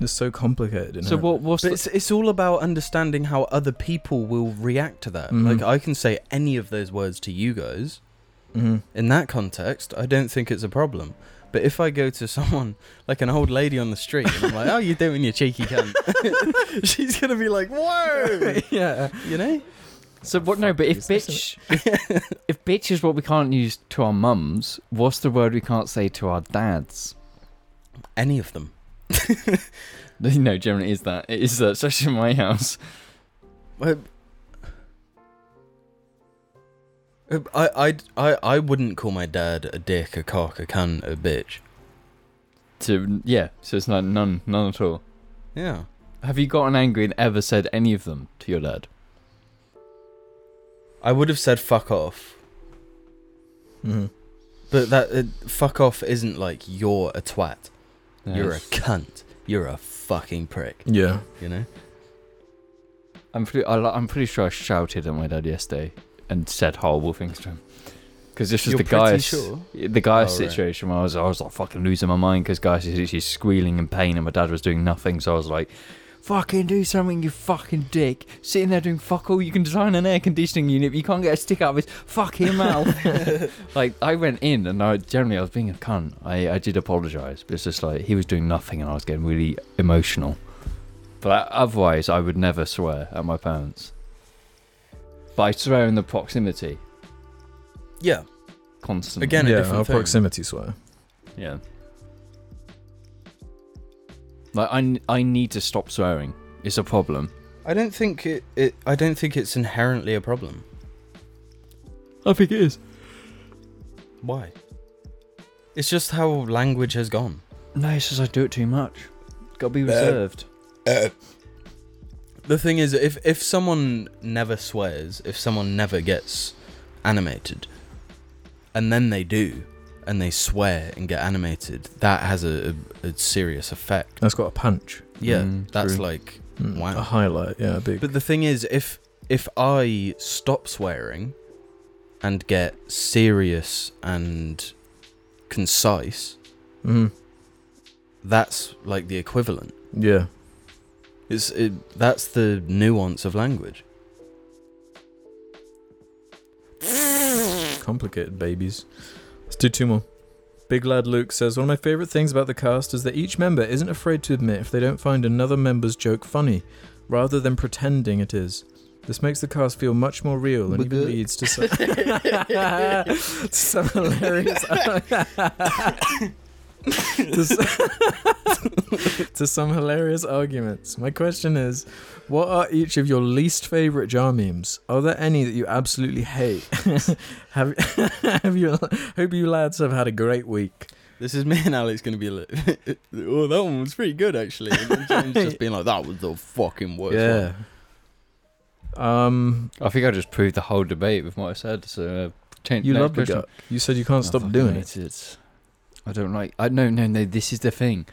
B: It's so complicated. In
A: So what? What's
C: But
A: the- [LAUGHS]
C: it's, it's all about understanding how other people will react to that.
A: Mm-hmm.
B: Mhm.
C: Like I can say any of those words to you guys.
B: Mm.
C: In that context, I don't think it's a problem. But if I go to someone like an old lady on the street and I'm like, "Oh, you doing your cheeky cunt," [LAUGHS] she's gonna be like, "Whoa,"
B: yeah.
C: you know? [LAUGHS]
A: so what? No, but if
B: Fuck these,
A: bitch, if, if bitch is what we can't use to our mums, what's the word we can't say to our dads? [LAUGHS]
C: Any of them.
A: No, generally it is that it is that, especially in my house.
C: Well, I, I'd- I, I wouldn't call my dad a dick, a cock, a cunt, a bitch.
A: To yeah, so it's not none, none at all.
C: Yeah.
A: Have you gotten angry and ever said any of them to your dad?
C: I would have said fuck off,
B: Mm.
C: but that uh, fuck off isn't like you're a twat.
A: No,
C: You're a
A: it's-
C: cunt. You're a fucking prick.
B: Yeah.
C: You know?
A: I'm pretty. I, li- I'm pretty sure I shouted at my dad yesterday and said horrible things to him. Because this was
C: You're
A: the
C: pretty
A: guy,
C: sure?
A: [LAUGHS]
C: [LAUGHS]
A: the guy
C: Oh, right.
A: situation where I was, I was like fucking losing my mind because guys is literally squealing in pain and my dad was doing nothing. So I was like, "Fucking do something, you fucking dick! Sitting there doing fuck all. You can design an air conditioning unit, but you can't get a stick out of his fucking
C: [LAUGHS]
A: mouth." like I went in and I generally I was being a cunt. I I did apologise, but it's just like he was doing nothing and I was getting really emotional. But I, otherwise, I would never swear at my parents. But I swear in the proximity
C: Yeah.
A: constantly.
C: Again, a
B: yeah.
C: different
B: Our
C: thing.
B: proximity swear.
A: Yeah. Like I, n- I need to stop swearing. It's a problem.
C: I don't think it, it. I don't think it's inherently a problem.
A: I think it is.
C: Why? It's just how language has gone.
A: No, it's just I do it too much. Got to be reserved.
C: The thing is, if if someone never swears, if someone never gets animated, and then they do, and they swear and get animated, that has a, a, a serious effect.
B: That's got a punch.
C: Yeah,
A: Mm,
C: that's
A: true.
C: like.
B: Mm.
C: Wow.
B: A highlight. Yeah. A big.
C: But the thing is, if if I stop swearing, and get serious and concise,
B: Mm.
C: that's like the equivalent.
B: Yeah.
C: It's it, that's the nuance of [LAUGHS] language.
B: Complicated babies. Let's do two more. Big Lad Luke says One of my favourite things about the cast is that each member isn't afraid to admit if they don't find another member's joke funny, rather than pretending it is. This makes the cast feel much more real and even
C: But-
B: leads to some, [LAUGHS] some hilarious. [LAUGHS] to, s- [LAUGHS] to some hilarious arguments. My question is what are each of your least favourite jar memes? Are there any that you absolutely
C: [LAUGHS]
B: hate? have, have you? [LAUGHS] Hope you lads have had a great week.
C: This is me and Alex going to be like, [LAUGHS] oh, that one was pretty good actually. And then James [LAUGHS] just being like, that was the fucking worst. one."
B: Um,
A: I think I just proved the whole debate with what I said. So uh, change.
B: you
A: next
B: love the
A: question.
B: gut. You said you can't
A: I
B: stop
A: Oh, fucking
B: doing it.
A: hate I don't like. I no no no. This is the thing.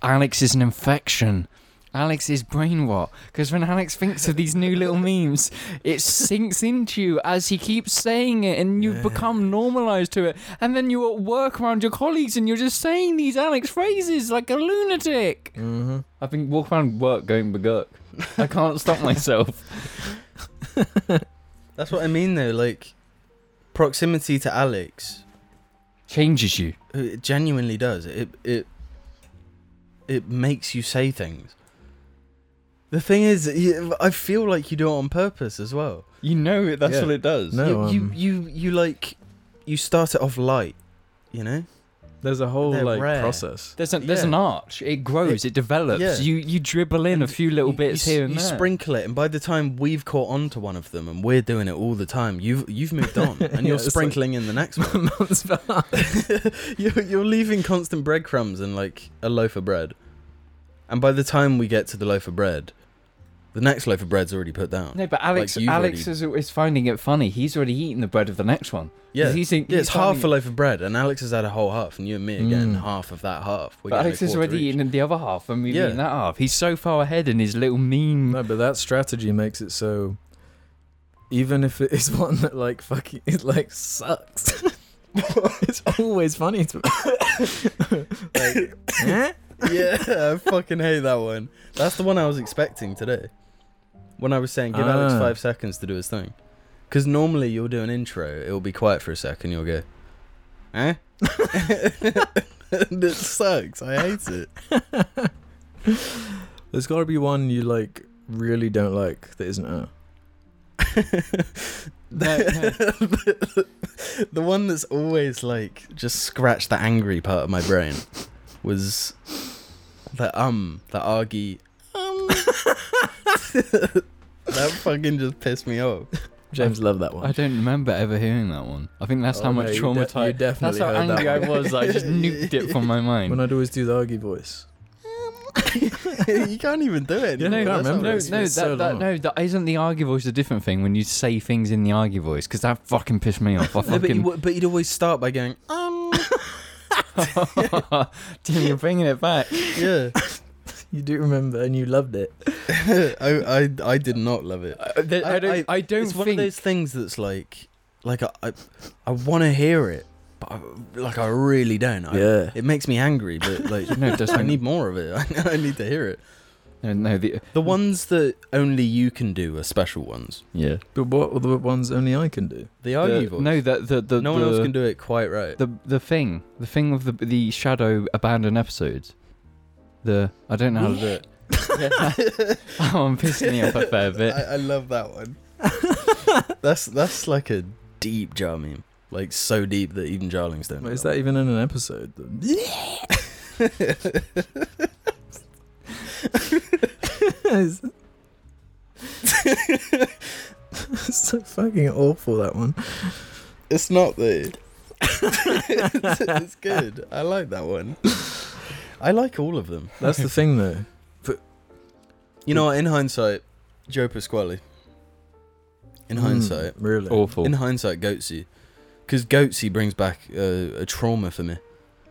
A: Alex is an infection. Alex is brain rot because when Alex thinks of these new little memes, it sinks into you as he keeps saying it, and you
B: Yeah.
A: become normalized to it. And then you're at work around your colleagues, and you're just saying these Alex phrases like a lunatic.
B: Mm-hmm.
A: I've been walking around work going berserk. [LAUGHS] I can't stop myself.
C: That's what I mean though. Like proximity to Alex,
A: Changes you.
C: it genuinely does. It it it makes you say things. The thing is, you- I feel like you do it on purpose as well.
A: You know it. That's
B: Yeah.
A: what it does.
B: No,
C: you,
B: um,
C: you you you like you start it off light, you know.
B: There's a whole
C: They're
B: like
C: rare.
B: process.
A: There's an, there's an
C: Yeah.
A: arch. It grows. It, develops.
C: yeah.
A: You you dribble in a
C: And
A: few little
C: you-
A: bits
C: you, s-
A: here and
C: you
A: there.
C: [LAUGHS] sprinkle it, and by the time we've caught on to one of them, and we're doing it all the time, you've you've moved on, and
B: Yeah,
C: you're
B: it's like-
C: sprinkling in the next
A: [LAUGHS]
C: one. [LAUGHS]
B: Months behind.
C: you're, you're leaving constant breadcrumbs and like a loaf of bread, and by the time we get to the loaf of bread, the next loaf of bread's already put down.
A: No, but Alex
C: you've
A: Alex is, is finding it funny. He's already eaten the bread of the next one. 'Cause
C: Yeah,
A: he's, think-
C: yeah,
A: he's
C: it's half a
A: finding it-
C: loaf of bread, and Alex has had a whole half, and you and me are getting
B: Mm.
C: half of that half. We're
A: But
C: getting a
A: Alex has
C: quarter
A: already
C: each.
A: eaten the other half, and we've
C: Yeah.
A: eaten that half. He's so far ahead in his little meme.
B: No, but that strategy makes it so. Even if it is [LAUGHS] one that like fucking it like sucks, [LAUGHS] it's always funny to me. like, eh?
C: [LAUGHS] yeah, I fucking hate that one. That's the one I was expecting today. When I was saying give Alex
B: Ah.
C: five seconds to do his thing, because normally you'll do an intro, it'll be quiet for a second, you'll go, eh? [LAUGHS] and it sucks. I hate it.
B: There's got to be one you like really don't like that isn't her.
A: [LAUGHS] No, no.
C: [LAUGHS] the one that's always like just scratched the angry part of my brain was the um, the argy um. [LAUGHS] that fucking just pissed me off. [LAUGHS]
B: James loved that
A: I
B: one.
A: don't remember ever hearing that one. I think that's how
B: Oh,
A: much
B: no, you de- you
A: traumatized. that's
B: definitely
A: how
B: heard that
A: angry
B: one.
A: I was. I just nuked it from
B: [LAUGHS]
A: my mind.
B: When I'd always do the argy voice.
C: you can't even do it.
B: Yeah,
C: anymore.
B: I
A: No,
B: can't remember.
C: That's how it
A: no,
C: is.
B: It's been
A: that,
B: so
A: that,
B: long.
A: no, that isn't the argy voice a different thing when you say things in the argy voice because that fucking pissed me off. I
C: [LAUGHS] No, but, you,
A: fucking
C: would- but you'd always start by going,
B: [LAUGHS]
C: um,
A: [LAUGHS] Tim, you're bringing it
C: [LAUGHS]
A: back.
C: yeah.
B: You do remember, and you loved it.
C: [LAUGHS] I, I, I did not love it.
A: I, don't.
C: I-
A: I, don't,
C: I- it's one of those things that's like, like I, I, I want to hear it, but I, like I really don't. I,
B: Yeah.
C: It makes me
A: [LAUGHS]
C: angry, but like,
A: No, it doesn't.
C: I need more of it. [LAUGHS] I, need to hear it.
A: no, no, the,
C: The ones that only you can do are special ones.
A: yeah.
B: But what are the ones only I can do?
C: The argue
A: The-
C: voice.
A: No, the the the
C: no
A: the,
C: one else can do it quite right.
A: the the thing, the thing of the the shadow abandoned episodes. The I don't know how to do it.
C: [LAUGHS]
A: oh, I'm pissing me off a fair bit.
C: I, I love that
A: [LAUGHS]
C: one. that's that's like a deep jar meme. Like so deep that even jarlings don't.
B: Is that even in an episode? It's it's so fucking awful that one.
C: It's
B: [LAUGHS]
C: not the. it's, it's good. I like that one. I like all of them.
B: [LAUGHS] That's the thing though.
C: You know, what, in hindsight, Joe Pasquale. In
B: Mm,
C: hindsight,
B: really.
A: Awful.
C: in hindsight, Goatsy, because Goatsy brings back uh, a trauma for me.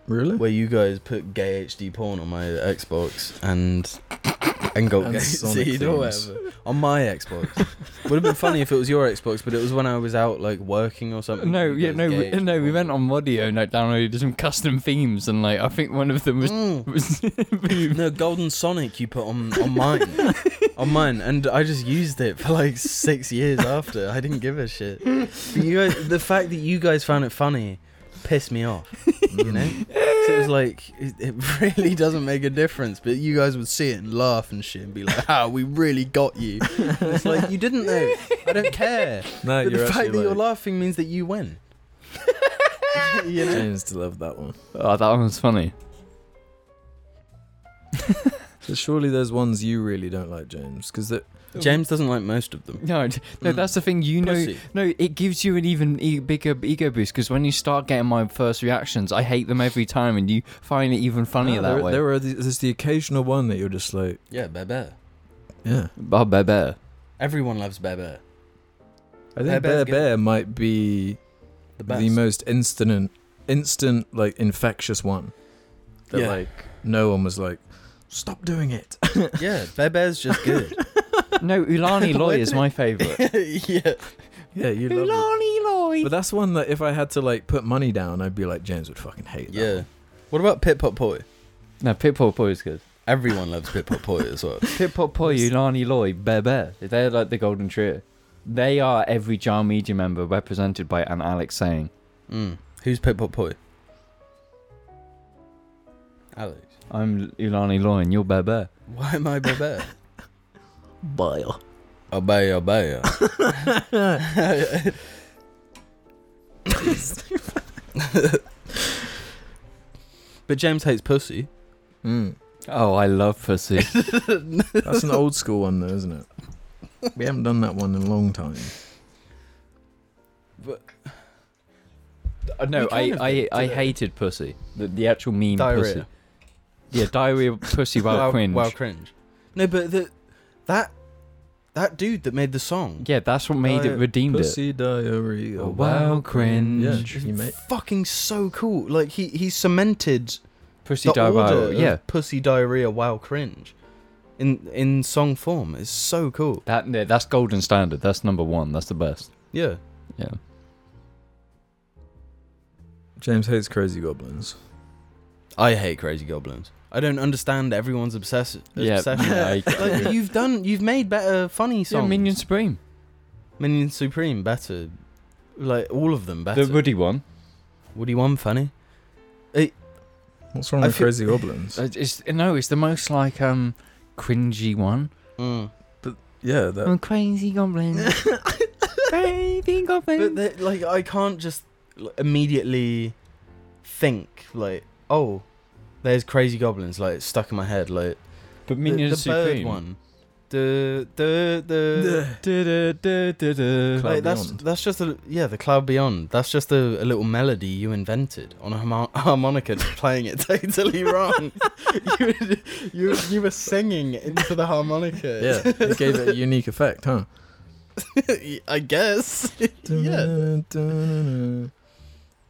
B: really?
C: [LAUGHS] where you guys put gay HD porn on my Xbox and and got
B: And
C: gay
B: Sonic
C: seed or
B: themes.
C: whatever on my Xbox. Would have been funny if it was your Xbox, but it was when I was out like working or something.
A: No,
C: You
A: yeah,
C: guys
A: no,
C: gay
A: we,
C: HD
A: no. We
C: porn.
A: went on Modio and I downloaded some custom themes, and like I think one of them
C: [LAUGHS]
A: was. [LAUGHS]
C: Mm.
A: was
C: No, Golden Sonic you put on on mine, on mine, and I just used it for like six years after. I didn't give a shit. But you guys, the fact that you guys found it funny pissed me off. you [LAUGHS] know? So it was like, it, it [LAUGHS] really doesn't make a difference, but you guys would see it and laugh and shit and be like, ah, we really got you. And it's like, you didn't though. I don't [LAUGHS] care.
B: Mm. No,
C: But
B: you're
C: the fact
B: actually
C: that you're
B: like,
C: laughing means that you [LAUGHS] win. you know?
B: James to love that one.
A: oh, that one was funny.
B: But surely there's ones you really don't like, James, because that
C: James doesn't like most of them.
A: No, d- no,
C: Mm.
A: that's the thing. You know,
C: Pussy.
A: no, it gives you an even e- bigger ego boost because when you start getting my first reactions, I hate them every time, and you find it even funnier
B: Ah,
A: that
B: there,
A: way.
B: There are the, there's the occasional one that you're just like,
C: Yeah, Bebe.
B: yeah.
A: Oh, bear, bear.
C: Everyone loves
B: I
C: Bebe. Bear
B: think
C: Bear's
B: Bear
C: good.
B: Bear might be the,
C: The best.
B: most instant, instant like infectious one. That
C: Yeah.
B: like no one was like, stop doing it. [LAUGHS]
C: yeah, Bebe's just good.
A: No,
C: [LAUGHS]
A: Ulani
C: Why
A: Loy
C: did
A: is
C: it-
A: my favourite.
C: [LAUGHS] yeah.
B: yeah, you love
A: Ulani Loy.
B: it. But that's one that if I had to like put money down, I'd be like James would fucking hate. That
C: Yeah. What about Pit Pop Poi?
A: No, Pit Pop Poi is good.
C: Everyone loves Pit Pop Poi as [LAUGHS] well.
A: Pit Pop Poi, Ulani Loy, Bear Bear. They're like the golden trio. They are every Jar Media member represented by an Alex saying,
C: Mm. Who's Pit Pop Poi? Alex.
A: "I'm Ulani Loy and you're Bear Bear."
C: Why am
A: [LAUGHS]
C: I Bebe?
B: Bile.
A: [LAUGHS]
C: obey, obey. But James hates pussy.
B: Mm.
A: Oh, I love
C: [LAUGHS]
A: pussy.
B: [LAUGHS] That's an old school one, though, isn't it? We haven't done that one in a long time.
A: Uh, no,
C: We kind
A: I,
C: of
A: I,
C: did,
A: I
C: didn't we?
A: hated pussy. The, the actual meme pussy.
C: Diarrhea.
A: Yeah, diarrhea
C: [LAUGHS]
A: pussy while
C: Wow-
A: cringe.
C: wow, cringe. No, but the, that that dude that made the song.
A: yeah, that's what made
C: Oh,
B: Diar-
A: it redeemed it.
B: Pussy diarrhea.
A: Oh, wow, cringe.
B: Yeah,
C: It's
B: you mate.
C: fucking so cool. Like he he cemented
A: Pussy
C: the order
A: diarrhea.
C: of
A: Yeah,
C: pussy diarrhea. Wow, cringe. In in song form, it's so cool.
A: that no, that's golden standard. That's number one. That's the best.
C: Yeah,
A: Yeah.
B: James hates crazy goblins.
C: I hate crazy goblins. I don't understand everyone's obsess-
A: [LAUGHS] Yeah,
C: obsession.
A: yeah, I-
C: like you've done, you've made better funny songs.
A: Yeah, Minion Supreme.
C: Minion Supreme better, like all of them better.
A: The Woody one.
C: what do you want, funny?
B: What's wrong
C: I
B: with
C: feel-
B: crazy [LAUGHS] goblins?
A: It's, it's- no, it's the most like um cringy
C: [LAUGHS]
A: one.
C: Mm.
B: yeah, that, [LAUGHS]
A: Oh, crazy goblin. [LAUGHS] crazy
C: But
A: goblin.
C: they- like, I can't just like, immediately think like, oh, there's crazy goblins like it's stuck in my head like
A: But
C: the,
A: Minion
C: the bird
A: Supreme.
C: one. The the the
A: Du-du-du-du-du.
B: Cloud
C: like that's
B: Beyond.
C: that's just a yeah the cloud beyond that's just a, a little melody you invented on a harmo- [LAUGHS] harmonica just playing
B: [LAUGHS]
C: it totally wrong you, were- you you were singing into the harmonica
B: yeah, it gave it a unique effect, huh?
C: yeah [LAUGHS]
B: [LAUGHS]
C: I guess yeah
B: It's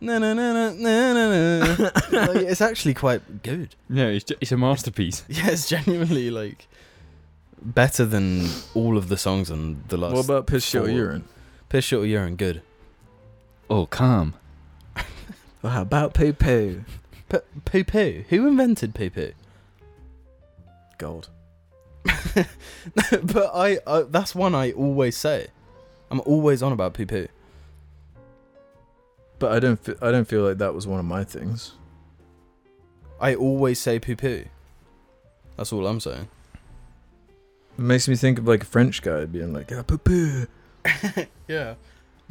C: no no no no
B: [LAUGHS]
C: no no like, it's actually quite good [LAUGHS]
A: No, it's, ju- it's a masterpiece.
C: yeah it's genuinely like better than all of the songs on the last
B: What about piss shit or
C: four.
B: urine?
C: piss shit or urine good
A: Oh,
C: [LAUGHS]
A: calm.
B: What about poo poo?
C: P- poo poo who invented poo poo
B: Gold.
C: [LAUGHS] but I, I that's one I always say. I'm always on about poo poo.
B: But I don't. Fe- I don't feel like that was one of my things.
C: I always say poo poo. That's all I'm saying.
B: It makes me think of like a French guy being like, ah, poo poo.
C: Yeah. [LAUGHS]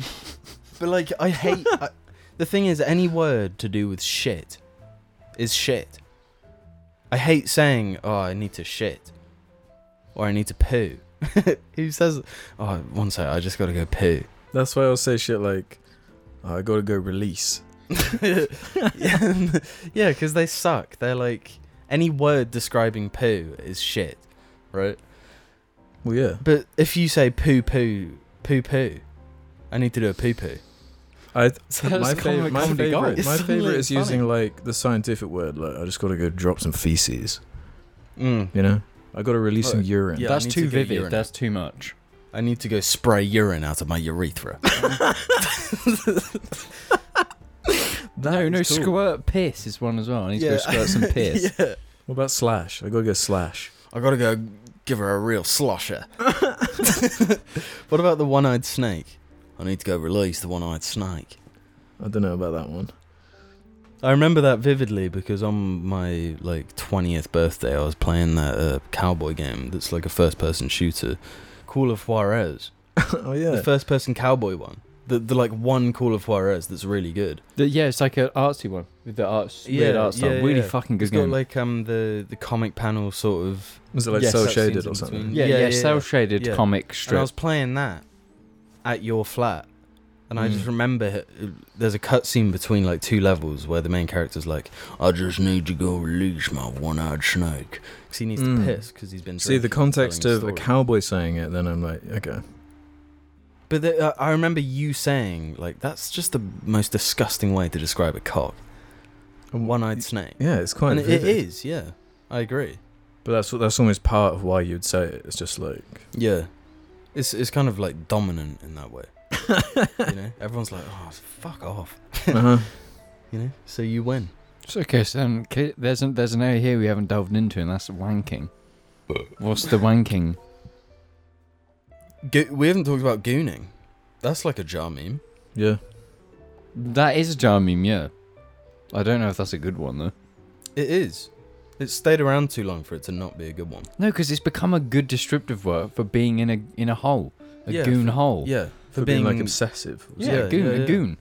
C: but like I hate I, the thing is any word to do with shit is shit. I hate saying oh I need to shit or I need to poo. [LAUGHS] Who says oh one sec I just got to go poo.
B: That's why I'll say shit like, "Oh, I gotta go release.
C: yeah, yeah, [LAUGHS] because they suck. They're like any word describing poo is shit, right?
B: Well, yeah.
C: But if you say poo poo poo poo, I need to do a poo poo.
B: I
A: that's
B: my, fav-
A: comic
B: my
A: comedy gold.
B: favorite.
C: It's
B: My
C: so,
B: favorite
C: like,
B: is
C: funny.
B: using like the scientific word. Like, I just gotta go drop some feces.
C: Mm.
B: You know, I gotta release some
C: Look,
B: urine.
C: yeah. I
A: That's
C: need
A: too
C: to get
A: vivid.
C: urinate.
A: That's too much.
C: I need to go spray urine out of my [LAUGHS] urethra.
A: no, no,
B: is cool.
A: squirt piss is one as well. I need to go squirt
C: [LAUGHS]
A: some piss.
C: yeah.
B: What about slash? I gotta go slash.
C: I gotta go give her a real [LAUGHS] slosher. what about the one-eyed snake? I need to go release the one-eyed snake.
B: I don't know about that one.
C: I remember that vividly because on my like 20th birthday, I was playing that uh, cowboy game that's like a first-person shooter, Call of Juarez,
B: oh yeah.
C: the first-person cowboy one. The, the like one Call of Juarez that's really good.
A: The- yeah, it's like an artsy one with the arts, weird
C: Yeah,
A: art style.
C: yeah,
A: really
C: yeah.
A: fucking good
C: It's got
B: Mm.
A: game.
C: like um the the comic panel sort of.
B: Was it like
A: Yes,
B: cell
A: that
B: shaded
C: seems
B: or
C: in
B: something?
C: between.
A: yeah,
C: yeah,
A: yeah,
C: yeah, yeah.
A: cell shaded
C: Yeah.
A: comic
C: And I
A: strip.
C: was playing that at your flat, and I just
B: Mm.
C: remember h- there's a cutscene between like two levels where the main character's like, "I just need to go release my one-eyed snake," because he needs
B: Mm.
C: to piss because he's been.
B: See the
C: drinking and
B: context
C: telling
B: of a
C: story.
B: cowboy saying it, then I'm like, okay.
C: But the, uh, I remember you saying like that's just the most disgusting way to describe a cock, one-eyed snake.
B: Yeah, it's quite.
C: And it
B: vivid.
C: is, yeah. I agree.
B: But that's that's almost part of why you'd say it. It's just like
C: Yeah, it's it's kind of like dominant in
B: [LAUGHS]
C: that way. you know, everyone's like, "Oh, fuck off,"
B: uh-huh.
C: you know. So you win.
A: So, okay, so um, ki- there's an, there's an area here we haven't delved into, and that's wanking. What's the wanking?
C: Go- we haven't talked about gooning. That's like a jar meme.
B: yeah.
A: That is a jar meme, yeah. I don't know if that's a good one though.
C: It is. It stayed around too long for it to not be a good one.
A: No, because it's become a good descriptive word for being in a in a hole, a
C: Yeah,
A: goon
C: for-
A: hole.
C: Yeah,
B: For, being, like obsessive.
A: Yeah,
C: Yeah,
A: goon,
C: yeah, yeah.
A: a goon.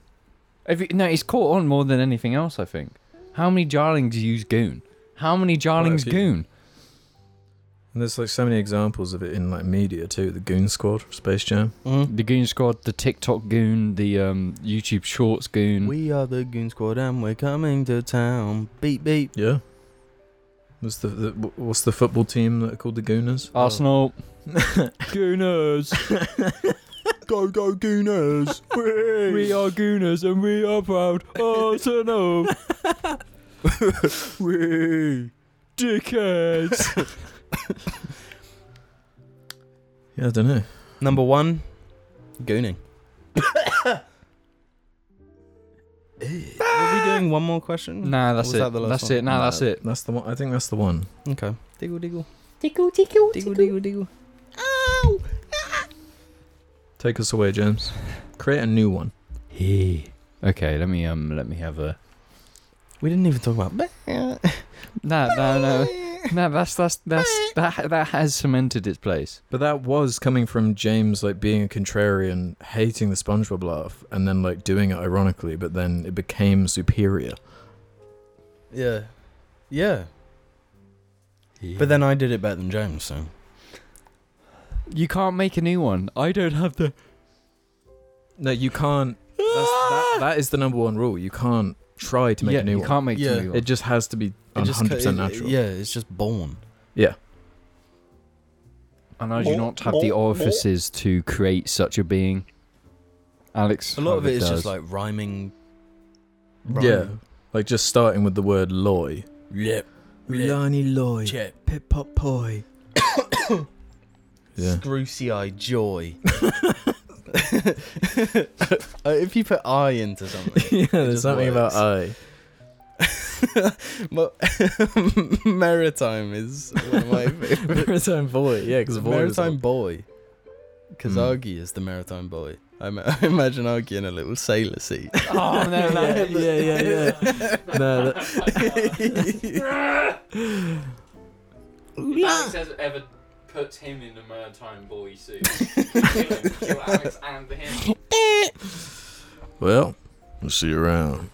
A: Every, no, it's caught on more than anything else, I think. How many Jarlings use Goon? How many Jarlings
B: few.
A: Goon?
B: And there's like so many examples of it in like media too. The Goon Squad, Space Jam.
C: Mm.
A: The Goon Squad, the TikTok Goon, the um, YouTube Shorts Goon.
C: We are the Goon Squad and we're coming to town. Beep beep.
B: Yeah. What's the, the wh- what's the football team that are called the Gooners?
C: [LAUGHS]
A: Arsenal. Gooners.
C: [LAUGHS] Go go Gooners.
A: We are Gooners and we are
C: [LAUGHS]
A: proud. Arsenal.
C: Wee. [LAUGHS]
A: Dickheads.
B: Yeah, I don't know.
C: Number one, [COUGHS] gooning. Eh. Are we doing one more question?
A: nah, that's
C: Was
A: it.
C: that the last
A: that's
C: one?
A: it. Nah,
B: Nah.
A: that's it.
B: That's the one. I think that's the one.
C: Okay. Diggle diggle.
D: Tickle, tickle, Ah!
C: Diggle
D: tickle.
C: diggle diggle. Ow!
B: Take us away, James. Create a new one.
A: Okay, let me um, let me have a.
C: We didn't even talk about.
A: Nah, no, no,
C: [LAUGHS]
A: no. That's that's that's that that has cemented its place.
B: But that was coming from James like being a contrarian, hating the SpongeBob laugh, and then like doing it ironically. But then it became superior.
C: Yeah. Yeah. But then I did it better than James, so.
A: you can't make a new one. I don't have the.
B: No, you can't.
C: [LAUGHS]
B: That's, that, that is the number one rule. You can't try to make
A: yeah,
B: a new
A: you
B: one.
A: can't make
C: Yeah.
A: a new one.
B: It just has to be
C: It just
B: 100 percent
C: ca- it-
B: natural.
C: Yeah, it's just born.
A: and I do not have the orifices to create such a being. Alex,
C: A lot of
A: however,
C: it is
A: does.
C: just like rhyming.
B: Yeah. Like just starting with the word loy.
C: Yep.
B: loy.
C: Chip.
B: Pip pop poi.
C: [LAUGHS]
B: yeah. [LAUGHS]
C: Scrusii joy. [LAUGHS] Uh, if you put I into something,
B: [LAUGHS] yeah,
C: just
B: there's something
C: works.
B: about I. [LAUGHS]
C: Well, [LAUGHS] maritime is one of
B: [LAUGHS]
C: my favorite.
B: Maritime boy. Yeah, because boy. is
C: maritime boy. Because
B: Hmm.
C: Argy is the maritime boy. I, ma- [LAUGHS] I imagine Argy in a little sailor
B: [LAUGHS]
C: seat.
A: oh no, no,
B: yeah, [LAUGHS] yeah, yeah,
C: [LAUGHS]
B: yeah. no, that,
A: Alex has ever put him in a maritime boy suit. [LAUGHS] kill Alex and him.
B: well, we'll see you around.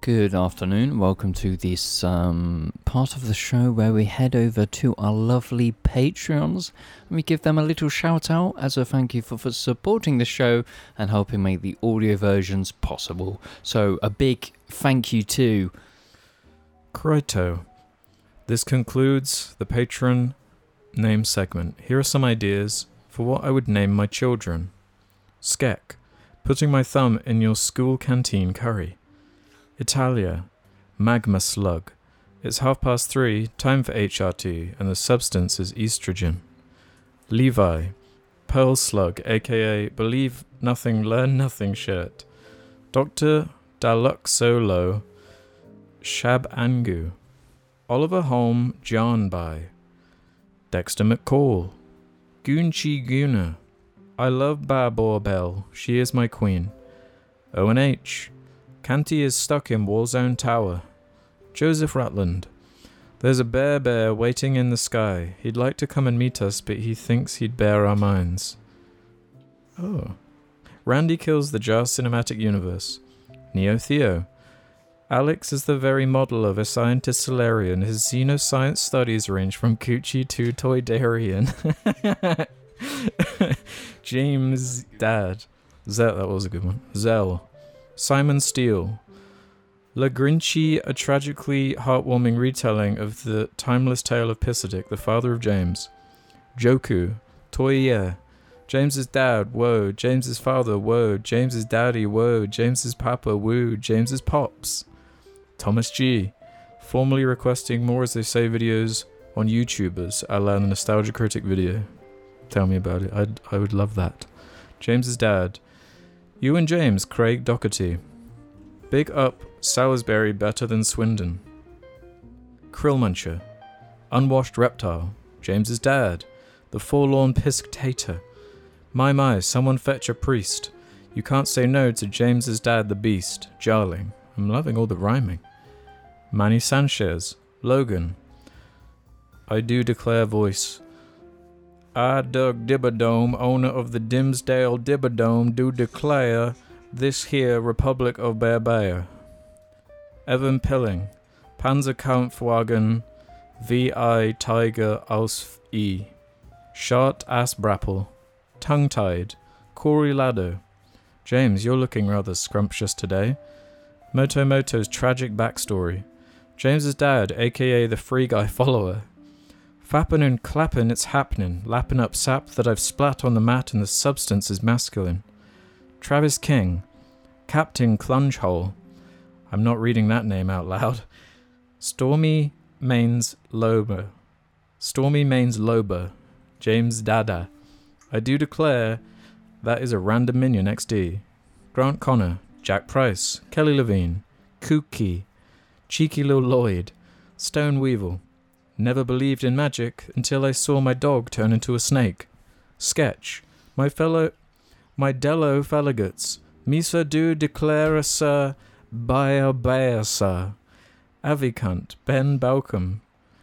A: Good afternoon. Welcome to this um, part of the show where we head over to our lovely Patreons and we give them a little shout out as a thank you for, for supporting the show and helping make the audio versions possible. So, a big thank you to
B: Crito. This concludes the patron name segment. Here are some ideas for what I would name my children. Skek, putting my thumb in your school canteen curry. Italia, magma slug. It's half past three, time for HRT, and the substance is estrogen. Levi, pearl slug, aka believe nothing, learn nothing shirt. Dr. Daluxolo, Shab Angu, Oliver Holm John By, Dexter McCall, Goonchi Guna. I love Babor Bell, she is my queen. Owen H. Canty is stuck in Warzone Tower. Joseph Rutland. There's a bear bear waiting in the sky. He'd like to come and meet us, but he thinks he'd bear our minds. Oh. Randy kills the Jar Cinematic Universe. Neo Theo. Alex is the very model of a scientist Solarian. His xenoscience studies range from Coochie to Toydarian. [LAUGHS] James Dad. Zell, that was a good one. Zell. Simon Steele. La Grinchy, a tragically heartwarming retelling of the timeless tale of Pisidic, the father of James. Joku. Toya. James's dad, whoa. James's father, whoa. James's daddy, whoa. James's papa, woo. James's pops. Thomas G, formerly requesting more as they say videos on YouTubers, a la the Nostalgia Critic video. Tell me about it. I'd, I would love that. James's dad. You and James, Craig Doherty. Big up Salisbury better than Swindon. Krillmuncher. Unwashed reptile. James's dad. The forlorn pisctator. My my, someone fetch a priest. You can't say no to James's dad the beast, Jarling. I'm loving all the rhyming. Manny Sanchez, Logan. I do declare voice. I, Doug Dibadome, owner of the Dimsdale Dibadome, do declare this here Republic of Bavaria. Evan Pilling, Panzerkampfwagen VI Tiger aus E. Shot ass brapple, tongue tied, Corey Laddo. James, you're looking rather scrumptious today. Motomoto's tragic backstory. James's dad, aka the free guy [LAUGHS] follower. Fappin' and clappin', it's happening. Lappin' up sap that I've splat on the mat, and the substance is masculine. Travis King, Captain Clungehole. I'm not reading that name out loud. Stormy Mains Loba. Stormy Mains Loba. James Dada. I do declare that is a random minion XD. Grant Connor, Jack Price, Kelly Levine, Kooky, Cheeky Lil Lloyd, Stone Weevil. Never believed in magic until I saw my dog turn into a snake. Sketch. My fellow. My Dello Faligots. Misa do declare sir. Bayer Bayer sir. Avikant. Ben Balcom.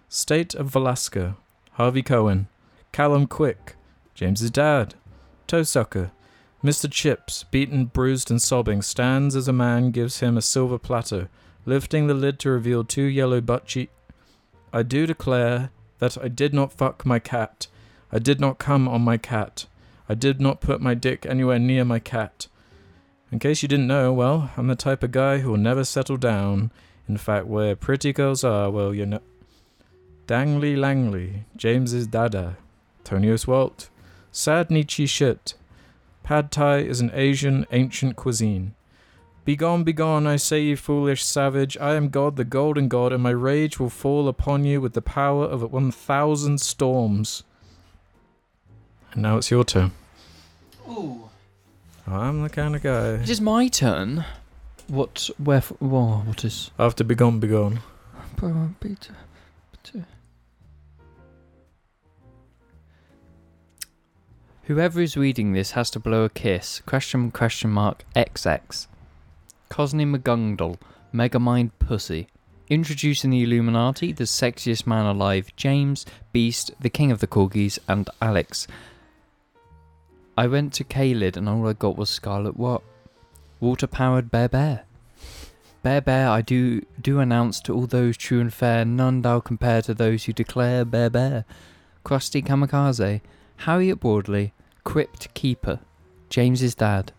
B: State of Velasca. Harvey Cohen. Callum Quick. James's dad. Toesucker. Mr. Chips, beaten, bruised, and sobbing, stands as a man gives him a silver platter, lifting the lid to reveal two yellow butt cheek. I do declare that I did not fuck my cat. I did not come on my cat. I did not put my dick anywhere near my cat. In case you didn't know, well, I'm the type of guy who will never settle down. In fact, where pretty girls are, well, you know. Dangley Langley, James's dada, Tony Oswalt, sad Nietzsche shit. Pad Thai is an Asian ancient cuisine. Begone, begone, I say, you foolish savage. I am God, the golden God, and my rage will fall upon you with the power of 1,000 storms. And now it's your turn.
A: Ooh.
B: I'm the kind of guy.
A: It is my turn. What? Where? Well, what is?
B: After Begone, Begone.
A: Peter. Whoever is reading this has to blow a kiss. Question question mark XX. Cosney McGungdal, Megamind Pussy. Introducing the Illuminati, the sexiest man alive, James, Beast, the King of the Corgis, and Alex. I went to Kalid and all I got was Scarlet What? Water powered Bear Bear. Bear Bear, I do do announce to all those true and fair, none thou compare to those who declare Bear Bear. Krusty Kamikaze, Harriet Broadley, Crypt Keeper, James's Dad,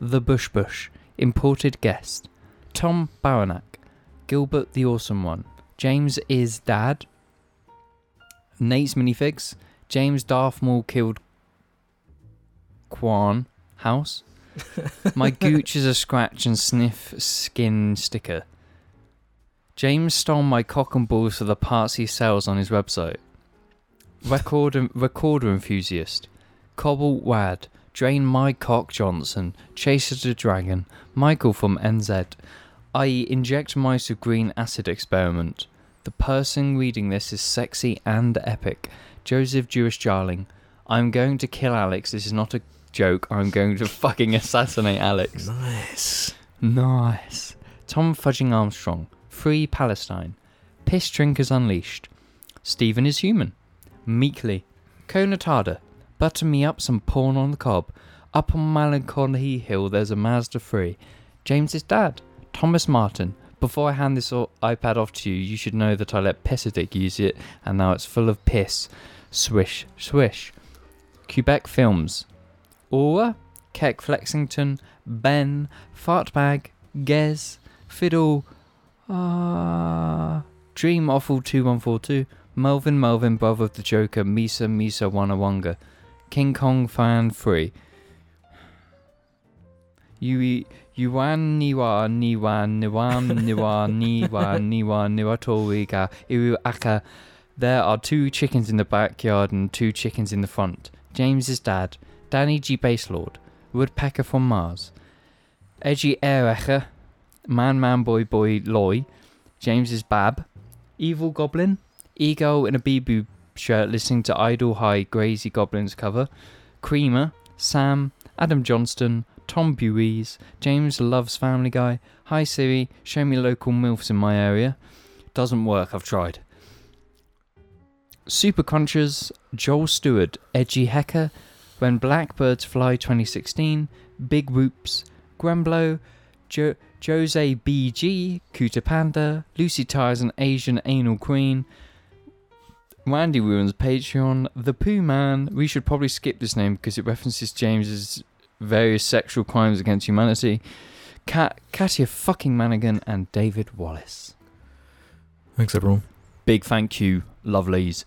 A: The Bush Bush, Imported Guest, Tom Baranak, Gilbert the Awesome One, James is Dad, Nate's Minifigs, James Darth Maul killed Quan House, My Gooch is a scratch and sniff skin sticker. James stole my cock and balls for the parts he sells on his website. Record recorder enthusiast, Cobble Wad, Drain My Cock Johnson, Chaser the Dragon, Michael from NZ. I inject mice with green acid experiment. The person reading this is sexy and epic. Joseph Jewish Jarling. I'm going to kill Alex. This is not a joke. I'm going to fucking assassinate Alex.
B: Nice.
A: Nice. Tom Fudging Armstrong. Free Palestine. Piss Drinkers Unleashed. Stephen is Human. Meekly. Conatada. Butter me up some porn on the cob. Up on Malenconley Hill, there's a Mazda 3. James's dad. Thomas Martin. Before I hand this o- iPad off to you, you should know that I let Pissadick use it, and now it's full of piss. Swish, swish. Quebec Films. Aura, Keck Flexington, Ben, Fartbag, Gez, Fiddle, Ah, Dream Awful 2142, Melvin Melvin, Brother of the Joker, Misa Misa Wanawanga, King Kong Fan 3, Yui, Yuan Niwa Niwa Niwam Niwa Niwa Niwa Niwa Torika Iru Aka. There are two chickens in the backyard and two chickens in the front. James's dad, Danny G. Baselord, Woodpecker from Mars, Edgy Airacher, Man Man Boy Boy Loy, James's Bab, Evil Goblin, Ego in a Bebo shirt listening to Idle High Grazy Goblins cover, Creamer, Sam, Adam Johnston, Tom Buies, James Loves Family Guy, Hi Siri, show me local MILFs in my area. Doesn't work, I've tried. Super Conscious, Joel Stewart, Edgy Hecker, When Blackbirds Fly 2016, Big Whoops, Gremblow, jo- Jose BG, Kuta Panda, Lucy Tyres and Asian Anal Queen, Randy Ruins Patreon, The Pooh Man. We should probably skip this name because it references James's various sexual crimes against humanity. Kat, Katia fucking Manigan and David Wallace.
B: Thanks, everyone.
A: Big thank you, lovelies.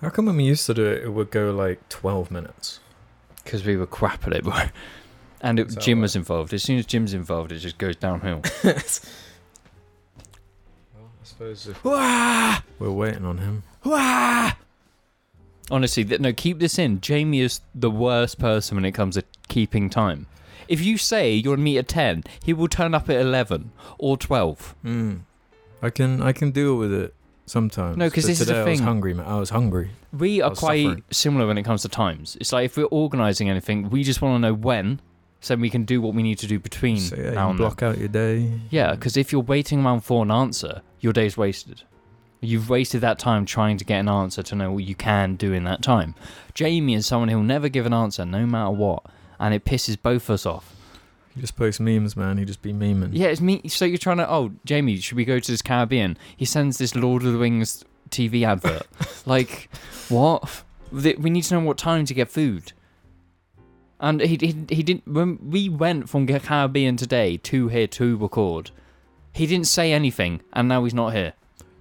B: How come when we used to do it, it would go like 12 minutes?
A: because we were crap at it, [LAUGHS] bro. And it,
B: That's how
A: Jim
B: it
A: was involved. As soon as Jim's involved, it just goes downhill.
B: well, I suppose if we're waiting on him.
A: Honestly, th- no, keep this in. Jamie is the worst person when it comes to keeping time. If you say you'll meet at 10, he will turn up at 11 or 12.
B: Mm. I can I can deal with it sometimes.
A: No, 'cause
B: but
A: this is the
B: today I was
A: thing.
B: hungry, man. I was hungry.
A: We
B: I
A: are
B: was
A: quite
B: suffering.
A: similar when it comes to times. It's like if we're organising anything, we just want to know when, so we can do what we need to do between
B: So yeah, you
A: now
B: can
A: and then.
B: block out your day.
A: Yeah, because if you're waiting around for an answer, your day's wasted. You've wasted that time trying to get an answer to know what you can do in that time. Jamie is someone who'll never give an answer, no matter what, and it pisses both of us off.
B: He just posts memes, man. He just be memeing.
A: Yeah, it's me. So you're trying to, oh, Jamie, should we go to this Caribbean? He sends this Lord of the Rings TV advert. like, what? Th- We need to know what time to get food. And he he, he didn't. When we went from the Caribbean today to here to record, he didn't say anything, and now he's not here.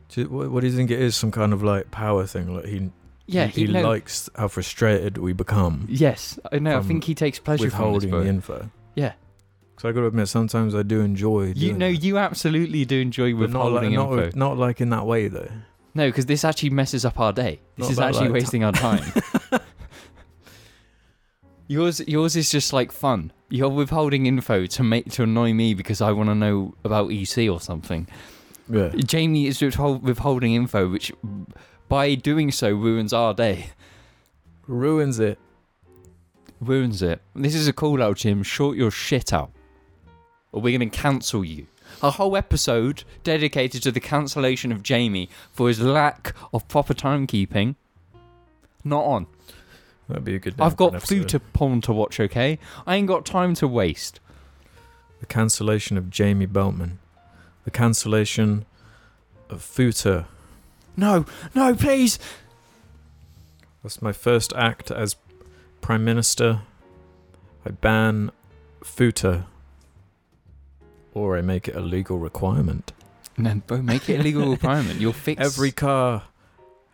B: Do you- what, what do you think it is? Some kind of like power thing? Like he
A: Yeah, he,
B: he, he
A: no-
B: likes how frustrated we become
A: Yes, I know. I
B: from
A: think he takes pleasure from this,
B: withholding the
A: bro.
B: info.
A: Yeah.
B: Because I got to admit, sometimes I do enjoy.
A: You
B: doing
A: know,
B: that.
A: you absolutely do enjoy
B: But not like
A: withholding
B: not,
A: info.
B: not like in that way though.
A: No, because this actually messes up our day. This
B: Not
A: is
B: that
A: actually
B: like-
A: wasting our time.
B: [LAUGHS]
A: yours, yours is just like fun. You're withholding info to make to annoy me because I want to know about EC or something.
B: Yeah.
A: Jamie is withhold, withholding info, which by doing so ruins our day,
B: Ruins it.
A: ruins it. This is a call out, Jim. Short your shit out, or we're gonna cancel you. A whole episode dedicated to the cancellation of Jamie for his lack of proper timekeeping. Not on.
B: That'd be a good. name
A: I've
B: for an
A: got food
B: episode.
A: to porn to watch, okay? I ain't got time to waste.
B: The cancellation of Jamie Beltman. The cancellation of Futa.
A: No, no, please.
B: That's my first act as Prime Minister. I ban Futa. Or I make it a legal requirement.
A: No, bro, make it a [LAUGHS] legal requirement. You'll fix
B: Every car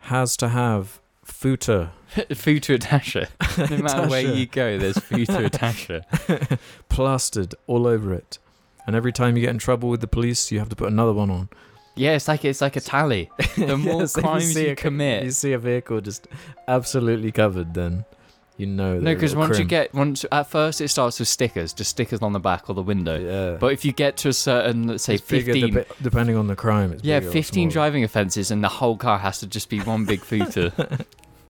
B: has to have Futa.
A: food to a [LAUGHS] dasher. [LAUGHS] No matter where you go, there's food to a dasher.
B: [LAUGHS] Plastered all over it. And every time you get in trouble with the police, you have to put another one on.
A: [LAUGHS] Yeah, it's like it's like a tally. [LAUGHS] The more
B: Yes, if
A: crimes
B: see
A: you
B: a-
A: commit-
B: you see a vehicle just absolutely covered, then you know.
A: No,
B: they're a
A: because
B: little
A: once you
B: crim.
A: get once at first it starts with stickers, just stickers on the back or the window.
B: yeah,
A: But if you get to a certain, let's say,
B: It's bigger
A: fifteen,
B: depe- depending on the crime, it's
A: yeah,
B: bigger or
A: fifteen
B: smaller.
A: driving offences, and the whole car has to just be one big food to